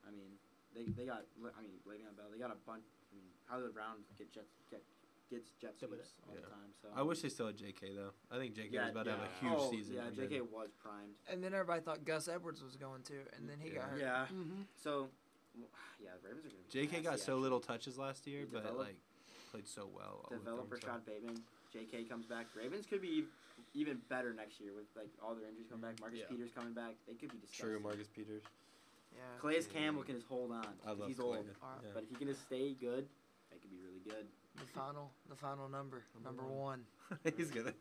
[SPEAKER 3] I mean, they they got Le- I mean Le'Veon Bell, they got a bunch. I mean, Hollywood Brown get jet, get gets jet
[SPEAKER 2] Yeah, but-
[SPEAKER 3] sweeps all
[SPEAKER 1] Yeah.
[SPEAKER 3] the time. So
[SPEAKER 1] I wish they still had J.K. though. I think J.K. was about to have a
[SPEAKER 5] yeah.
[SPEAKER 1] huge
[SPEAKER 3] oh,
[SPEAKER 1] season.
[SPEAKER 3] Yeah,
[SPEAKER 1] and then-
[SPEAKER 3] J.K. was primed.
[SPEAKER 4] And then everybody thought Gus Edwards was going to, and then he
[SPEAKER 1] Yeah.
[SPEAKER 4] got hurt.
[SPEAKER 3] Yeah.
[SPEAKER 2] Mhm.
[SPEAKER 3] So, *sighs* w- yeah, the Ravens are gonna. be
[SPEAKER 1] J.K. got
[SPEAKER 3] nasty,
[SPEAKER 1] so
[SPEAKER 3] actually.
[SPEAKER 1] little touches last year,
[SPEAKER 3] He
[SPEAKER 1] but
[SPEAKER 3] developed-
[SPEAKER 1] like played so well. with
[SPEAKER 3] Develop
[SPEAKER 1] them, so-
[SPEAKER 3] Rashad Bateman. J.K. comes back. Ravens could be e-, even better next year with like all their injuries coming back. Marcus
[SPEAKER 2] Yeah.
[SPEAKER 3] Peters coming back. They could be disgusting.
[SPEAKER 1] Mm, True, Marcus Peters.
[SPEAKER 4] Yeah.
[SPEAKER 3] Clay's Campbell can just hold on.
[SPEAKER 1] I
[SPEAKER 3] 'cause
[SPEAKER 1] love
[SPEAKER 3] he's
[SPEAKER 1] Clay.
[SPEAKER 3] old,
[SPEAKER 4] Alright.
[SPEAKER 1] Yeah.
[SPEAKER 3] but if he can just stay good, they could be really good.
[SPEAKER 4] The final, the final number,
[SPEAKER 1] Number
[SPEAKER 4] number, one.
[SPEAKER 1] *laughs* He's gonna.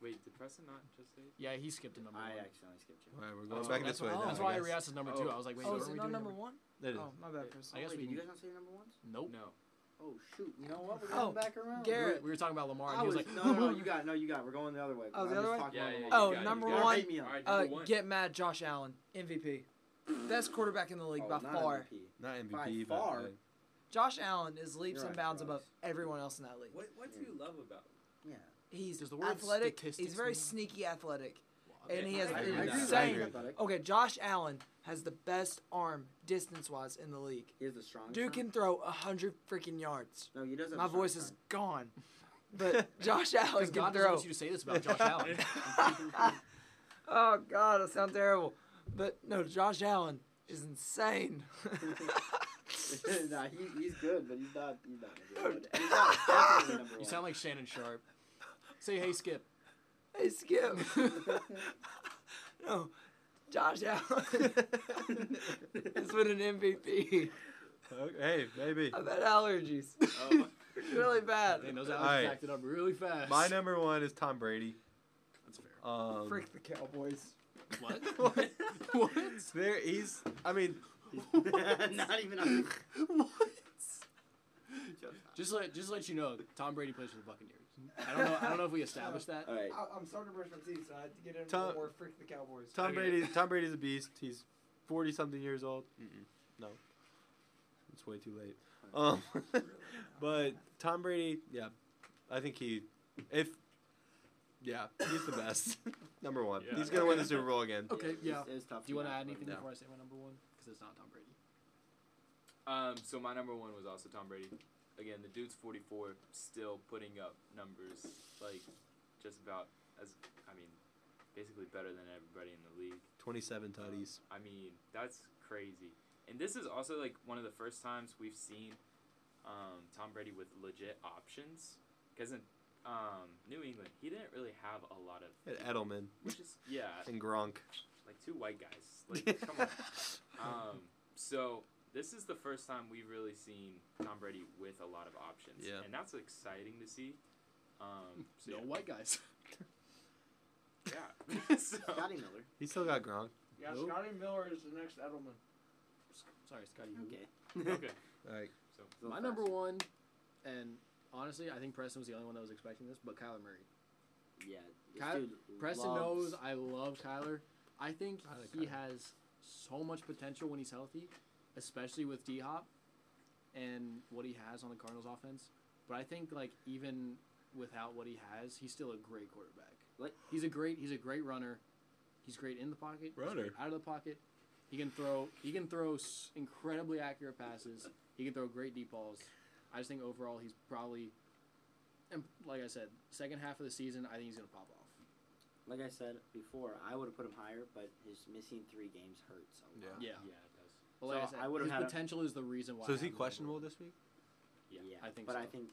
[SPEAKER 5] Wait, did Preston not just say?
[SPEAKER 2] Yeah, he skipped a number
[SPEAKER 3] I
[SPEAKER 2] one.
[SPEAKER 3] accidentally skipped you.
[SPEAKER 1] All right, we're
[SPEAKER 5] Oh,
[SPEAKER 1] going back
[SPEAKER 2] that's
[SPEAKER 1] this way.
[SPEAKER 2] why,
[SPEAKER 1] now,
[SPEAKER 2] that's
[SPEAKER 1] I
[SPEAKER 2] why I
[SPEAKER 1] guess.
[SPEAKER 2] re-asked as number two.
[SPEAKER 5] Oh.
[SPEAKER 2] I was like, wait,
[SPEAKER 4] Oh,
[SPEAKER 2] what
[SPEAKER 4] is
[SPEAKER 2] are
[SPEAKER 4] it
[SPEAKER 2] we
[SPEAKER 4] not
[SPEAKER 2] doing?
[SPEAKER 4] number one?
[SPEAKER 1] It is.
[SPEAKER 4] Oh, my bad, Chris.
[SPEAKER 2] I guess
[SPEAKER 3] Wait,
[SPEAKER 2] we
[SPEAKER 3] did you
[SPEAKER 2] can-
[SPEAKER 3] guys not say your number ones?
[SPEAKER 2] Nope.
[SPEAKER 5] No.
[SPEAKER 3] Oh shoot! You know what? We're
[SPEAKER 4] Oh,
[SPEAKER 3] going back around.
[SPEAKER 2] We were,
[SPEAKER 4] Garrett.
[SPEAKER 2] we were talking about Lamar.
[SPEAKER 3] I
[SPEAKER 2] And he was
[SPEAKER 3] was,
[SPEAKER 2] like, *laughs*
[SPEAKER 3] no, no, no, you got, no, you got. We're going the other way.
[SPEAKER 4] Oh, the
[SPEAKER 3] I'm
[SPEAKER 4] other
[SPEAKER 3] just
[SPEAKER 4] way?
[SPEAKER 3] talking
[SPEAKER 5] Yeah,
[SPEAKER 3] about
[SPEAKER 5] yeah,
[SPEAKER 3] Lamar.
[SPEAKER 5] yeah,
[SPEAKER 4] Oh,
[SPEAKER 5] you got it,
[SPEAKER 4] number
[SPEAKER 5] you
[SPEAKER 3] Don't
[SPEAKER 5] got
[SPEAKER 4] one.
[SPEAKER 5] it.
[SPEAKER 3] hate me up.
[SPEAKER 5] All right,
[SPEAKER 4] Uh,
[SPEAKER 5] number one.
[SPEAKER 4] get mad, Josh Allen, MVP, best quarterback in the league
[SPEAKER 3] Oh,
[SPEAKER 4] by
[SPEAKER 3] not
[SPEAKER 4] far.
[SPEAKER 3] MVP.
[SPEAKER 1] Not MVP,
[SPEAKER 3] By
[SPEAKER 1] but uh, *laughs*
[SPEAKER 3] far.
[SPEAKER 1] like,
[SPEAKER 4] Josh Allen is leaps
[SPEAKER 3] You're
[SPEAKER 4] and
[SPEAKER 3] right,
[SPEAKER 4] bounds
[SPEAKER 3] Josh.
[SPEAKER 4] above everyone else in that league.
[SPEAKER 5] What What do you love about?
[SPEAKER 3] Yeah.
[SPEAKER 4] He's
[SPEAKER 2] Does the word
[SPEAKER 4] athletic.
[SPEAKER 2] statistics
[SPEAKER 4] He's very
[SPEAKER 2] mean-
[SPEAKER 4] sneaky athletic.
[SPEAKER 5] Okay,
[SPEAKER 4] and he
[SPEAKER 5] I
[SPEAKER 4] has
[SPEAKER 5] agree
[SPEAKER 4] been
[SPEAKER 5] with that.
[SPEAKER 1] I
[SPEAKER 4] insane.
[SPEAKER 1] agree.
[SPEAKER 3] Athletic.
[SPEAKER 4] Okay, Josh Allen has the best arm distance wise in the league.
[SPEAKER 3] He is the strongest.
[SPEAKER 4] Dude
[SPEAKER 3] arm.
[SPEAKER 4] can throw a hundred freaking yards.
[SPEAKER 3] No, he does. have
[SPEAKER 4] My
[SPEAKER 3] the
[SPEAKER 4] voice
[SPEAKER 3] strongest
[SPEAKER 4] is
[SPEAKER 2] *laughs*
[SPEAKER 4] gone, but Josh Allen
[SPEAKER 2] Because
[SPEAKER 4] can
[SPEAKER 2] God doesn't
[SPEAKER 4] throw.
[SPEAKER 2] want you to say this about
[SPEAKER 3] *laughs*
[SPEAKER 2] Josh Allen.
[SPEAKER 4] *laughs* oh God, I sound terrible. But no, Josh Allen is
[SPEAKER 2] *laughs*
[SPEAKER 4] insane.
[SPEAKER 3] arm. *laughs* nah, he, he's good, but he's not. He's not. Good.
[SPEAKER 4] Dude.
[SPEAKER 3] He's not definitely number
[SPEAKER 2] *laughs* you
[SPEAKER 3] one. *laughs*
[SPEAKER 2] sound like Shannon Sharp. Say, hey, Skip.
[SPEAKER 4] hey Skip.
[SPEAKER 2] *laughs*
[SPEAKER 4] no,
[SPEAKER 2] *laughs*
[SPEAKER 4] Josh Allen has been an MVP.
[SPEAKER 1] *laughs* okay, hey,
[SPEAKER 3] *laughs*
[SPEAKER 1] maybe.
[SPEAKER 4] I've had allergies. *laughs*
[SPEAKER 5] Oh.
[SPEAKER 4] really bad.
[SPEAKER 2] Man, those
[SPEAKER 1] All
[SPEAKER 2] allergies
[SPEAKER 1] right.
[SPEAKER 2] backed it up really fast.
[SPEAKER 1] My number one is Tom Brady.
[SPEAKER 2] That's fair.
[SPEAKER 1] Um,
[SPEAKER 4] Frick the Cowboys.
[SPEAKER 2] *laughs* What?
[SPEAKER 1] *laughs* What?
[SPEAKER 2] what?
[SPEAKER 1] There, he's. I mean,
[SPEAKER 3] *laughs* not
[SPEAKER 1] *laughs*
[SPEAKER 3] even. On,
[SPEAKER 2] Just let just let you know, Tom Brady plays for the Buccaneers. I don't know. I don't know if we established that.
[SPEAKER 3] all right.
[SPEAKER 4] I, am starting to brush my teeth, so I had to get in
[SPEAKER 1] Tom-
[SPEAKER 4] one more Frick the Cowboys.
[SPEAKER 1] Tom
[SPEAKER 2] Okay.
[SPEAKER 1] Brady. Tom Brady's a beast. He's forty something years old. Mm-mm. No, it's way too late. Um, *laughs* but Tom Brady, yeah, I think he, if, yeah, he's the best. *laughs* Number one.
[SPEAKER 5] Yeah.
[SPEAKER 1] He's gonna win the Super Bowl again.
[SPEAKER 2] Okay, yeah.
[SPEAKER 3] It's, it's tough.
[SPEAKER 2] Do you want to add anything
[SPEAKER 1] No.
[SPEAKER 2] before I say my number one? Because it's not Tom Brady.
[SPEAKER 5] Um, so my number one was also Tom Brady. Again, the dude's 44, still putting up numbers like just about as I mean, basically better than everybody in the league.
[SPEAKER 1] Twenty-seven tutties.
[SPEAKER 5] I mean, that's crazy. And this is also like one of the first times we've seen um, Tom Brady with legit options. Because in um, New England, he didn't really have a lot of,
[SPEAKER 1] At Edelman
[SPEAKER 5] which is *laughs* yeah,
[SPEAKER 1] and Gronk.
[SPEAKER 5] like two white guys.
[SPEAKER 1] *laughs*
[SPEAKER 5] Like, come on. Um, so this is the first time we've really seen Tom Brady with a lot of options,
[SPEAKER 1] Yeah.
[SPEAKER 5] and that's exciting to see. Um, so
[SPEAKER 2] No
[SPEAKER 5] yeah.
[SPEAKER 7] *laughs*
[SPEAKER 2] white guys.
[SPEAKER 5] Yeah. *laughs* so,
[SPEAKER 3] Scotty Miller.
[SPEAKER 1] he still got Gronk.
[SPEAKER 2] Yeah, Nope.
[SPEAKER 7] Scotty Miller is the next Edelman.
[SPEAKER 2] Sorry, Scotty. you-
[SPEAKER 3] Okay. *laughs*
[SPEAKER 5] okay.
[SPEAKER 1] All right.
[SPEAKER 5] So
[SPEAKER 3] A little
[SPEAKER 2] My number
[SPEAKER 3] faster.
[SPEAKER 2] one, and honestly, I think Preston was the only one that was expecting this, but Kyler Murray.
[SPEAKER 3] Yeah. this
[SPEAKER 2] Ky-
[SPEAKER 3] dude
[SPEAKER 2] Preston
[SPEAKER 3] loves-
[SPEAKER 2] knows I love Kyler. I think
[SPEAKER 1] I like
[SPEAKER 2] he
[SPEAKER 1] Kyler.
[SPEAKER 2] has so much potential when he's healthy, especially with D Hop and what he has on the Cardinals offense. But I think like even without what he has, he's still a great quarterback.
[SPEAKER 3] Like-
[SPEAKER 2] he's a great he's a great runner. He's great in the pocket. he's great
[SPEAKER 1] Runner.
[SPEAKER 2] out of the pocket. He can throw he can throw s- incredibly accurate passes. He can throw great deep balls. I just think overall he's probably and like I said, second half of the season, I think he's gonna pop off.
[SPEAKER 3] Like I said before, I would have put him higher, but his missing three games hurts a
[SPEAKER 1] Uh,
[SPEAKER 3] lot.
[SPEAKER 2] Yeah.
[SPEAKER 5] yeah, it does.
[SPEAKER 2] But like
[SPEAKER 3] So
[SPEAKER 2] I,
[SPEAKER 3] I
[SPEAKER 2] would
[SPEAKER 3] would've
[SPEAKER 2] have
[SPEAKER 3] had
[SPEAKER 2] his
[SPEAKER 3] a-
[SPEAKER 2] potential is the reason why.
[SPEAKER 1] So is he
[SPEAKER 2] I have him
[SPEAKER 1] questionable
[SPEAKER 2] over-
[SPEAKER 1] this week?
[SPEAKER 5] Yeah.
[SPEAKER 2] I think
[SPEAKER 3] But
[SPEAKER 2] so.
[SPEAKER 3] I think.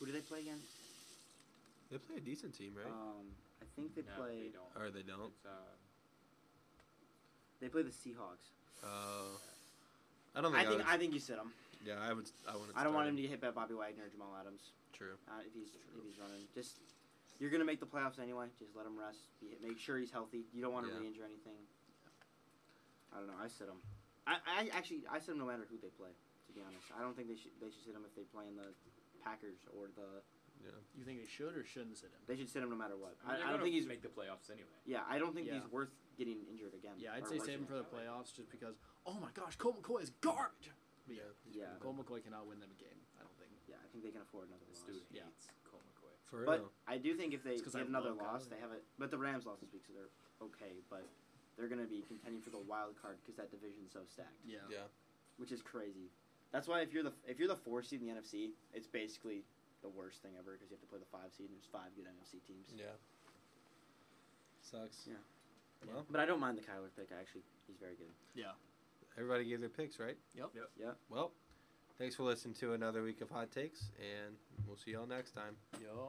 [SPEAKER 3] Who do they play again?
[SPEAKER 1] They play a decent team, right?
[SPEAKER 3] Um, I think they
[SPEAKER 5] no,
[SPEAKER 3] play.
[SPEAKER 5] they
[SPEAKER 3] They,
[SPEAKER 5] don't.
[SPEAKER 1] or they don't.
[SPEAKER 5] It's, uh,
[SPEAKER 3] play the Seahawks.
[SPEAKER 1] Uh, I don't think. I
[SPEAKER 3] I think.
[SPEAKER 1] would,
[SPEAKER 3] I think you sit him.
[SPEAKER 1] yeah, I would. Oh I wouldn't.
[SPEAKER 3] I don't want
[SPEAKER 1] start
[SPEAKER 3] him to get hit by Bobby Wagner or Jamal Adams.
[SPEAKER 1] True.
[SPEAKER 3] Uh, if he's if he's running, just you're gonna make the playoffs anyway. Just let him rest. Be, make sure he's healthy. You don't want to
[SPEAKER 1] Yeah.
[SPEAKER 3] re-injure anything. I don't know. I sit him. I, I actually I sit him no matter who they play. To be honest, I don't think they should they should sit him if they play in the Packers or the.
[SPEAKER 2] You think they should or shouldn't sit him?
[SPEAKER 3] They should sit him no matter what.
[SPEAKER 5] mean,
[SPEAKER 3] I,
[SPEAKER 5] they're
[SPEAKER 3] I don't
[SPEAKER 5] gonna
[SPEAKER 3] think he's.
[SPEAKER 5] make the playoffs anyway.
[SPEAKER 3] Yeah, I don't think
[SPEAKER 2] Yeah.
[SPEAKER 3] he's worth getting injured again.
[SPEAKER 2] Yeah, I'd
[SPEAKER 3] or
[SPEAKER 2] say
[SPEAKER 3] worse
[SPEAKER 2] save him
[SPEAKER 3] yet.
[SPEAKER 2] for the playoffs just because. Oh my gosh, Cole McCoy is garbage. But yeah,
[SPEAKER 3] Yeah,
[SPEAKER 2] Cole McCoy cannot win them a game. I don't think.
[SPEAKER 3] yeah, I think they can afford another
[SPEAKER 5] This
[SPEAKER 3] loss.
[SPEAKER 5] dude
[SPEAKER 2] Yeah.
[SPEAKER 5] hates Cole McCoy.
[SPEAKER 1] For real.
[SPEAKER 3] But I do think if they
[SPEAKER 2] It's 'cause I
[SPEAKER 3] get another
[SPEAKER 2] love
[SPEAKER 3] loss,
[SPEAKER 2] Kyler.
[SPEAKER 3] they have it. But the Rams lost this week, so they're okay. But they're going to be contending for the wild card because that division's so stacked,
[SPEAKER 2] Yeah.
[SPEAKER 1] yeah.
[SPEAKER 3] which is crazy. That's why if you're the if you're the four seed in the NFC, it's basically the worst thing ever because you have to play the five seed and there's five good NFC teams.
[SPEAKER 1] Yeah. Sucks.
[SPEAKER 3] Yeah.
[SPEAKER 1] Well,
[SPEAKER 3] But I don't mind the Kyler pick. Actually, he's very good.
[SPEAKER 1] everybody gave their picks, right?
[SPEAKER 2] Yep.
[SPEAKER 5] Yep.
[SPEAKER 3] Yep.
[SPEAKER 1] Well, thanks for listening to another week of Hot Takes, and we'll see y'all next time.
[SPEAKER 2] Yup.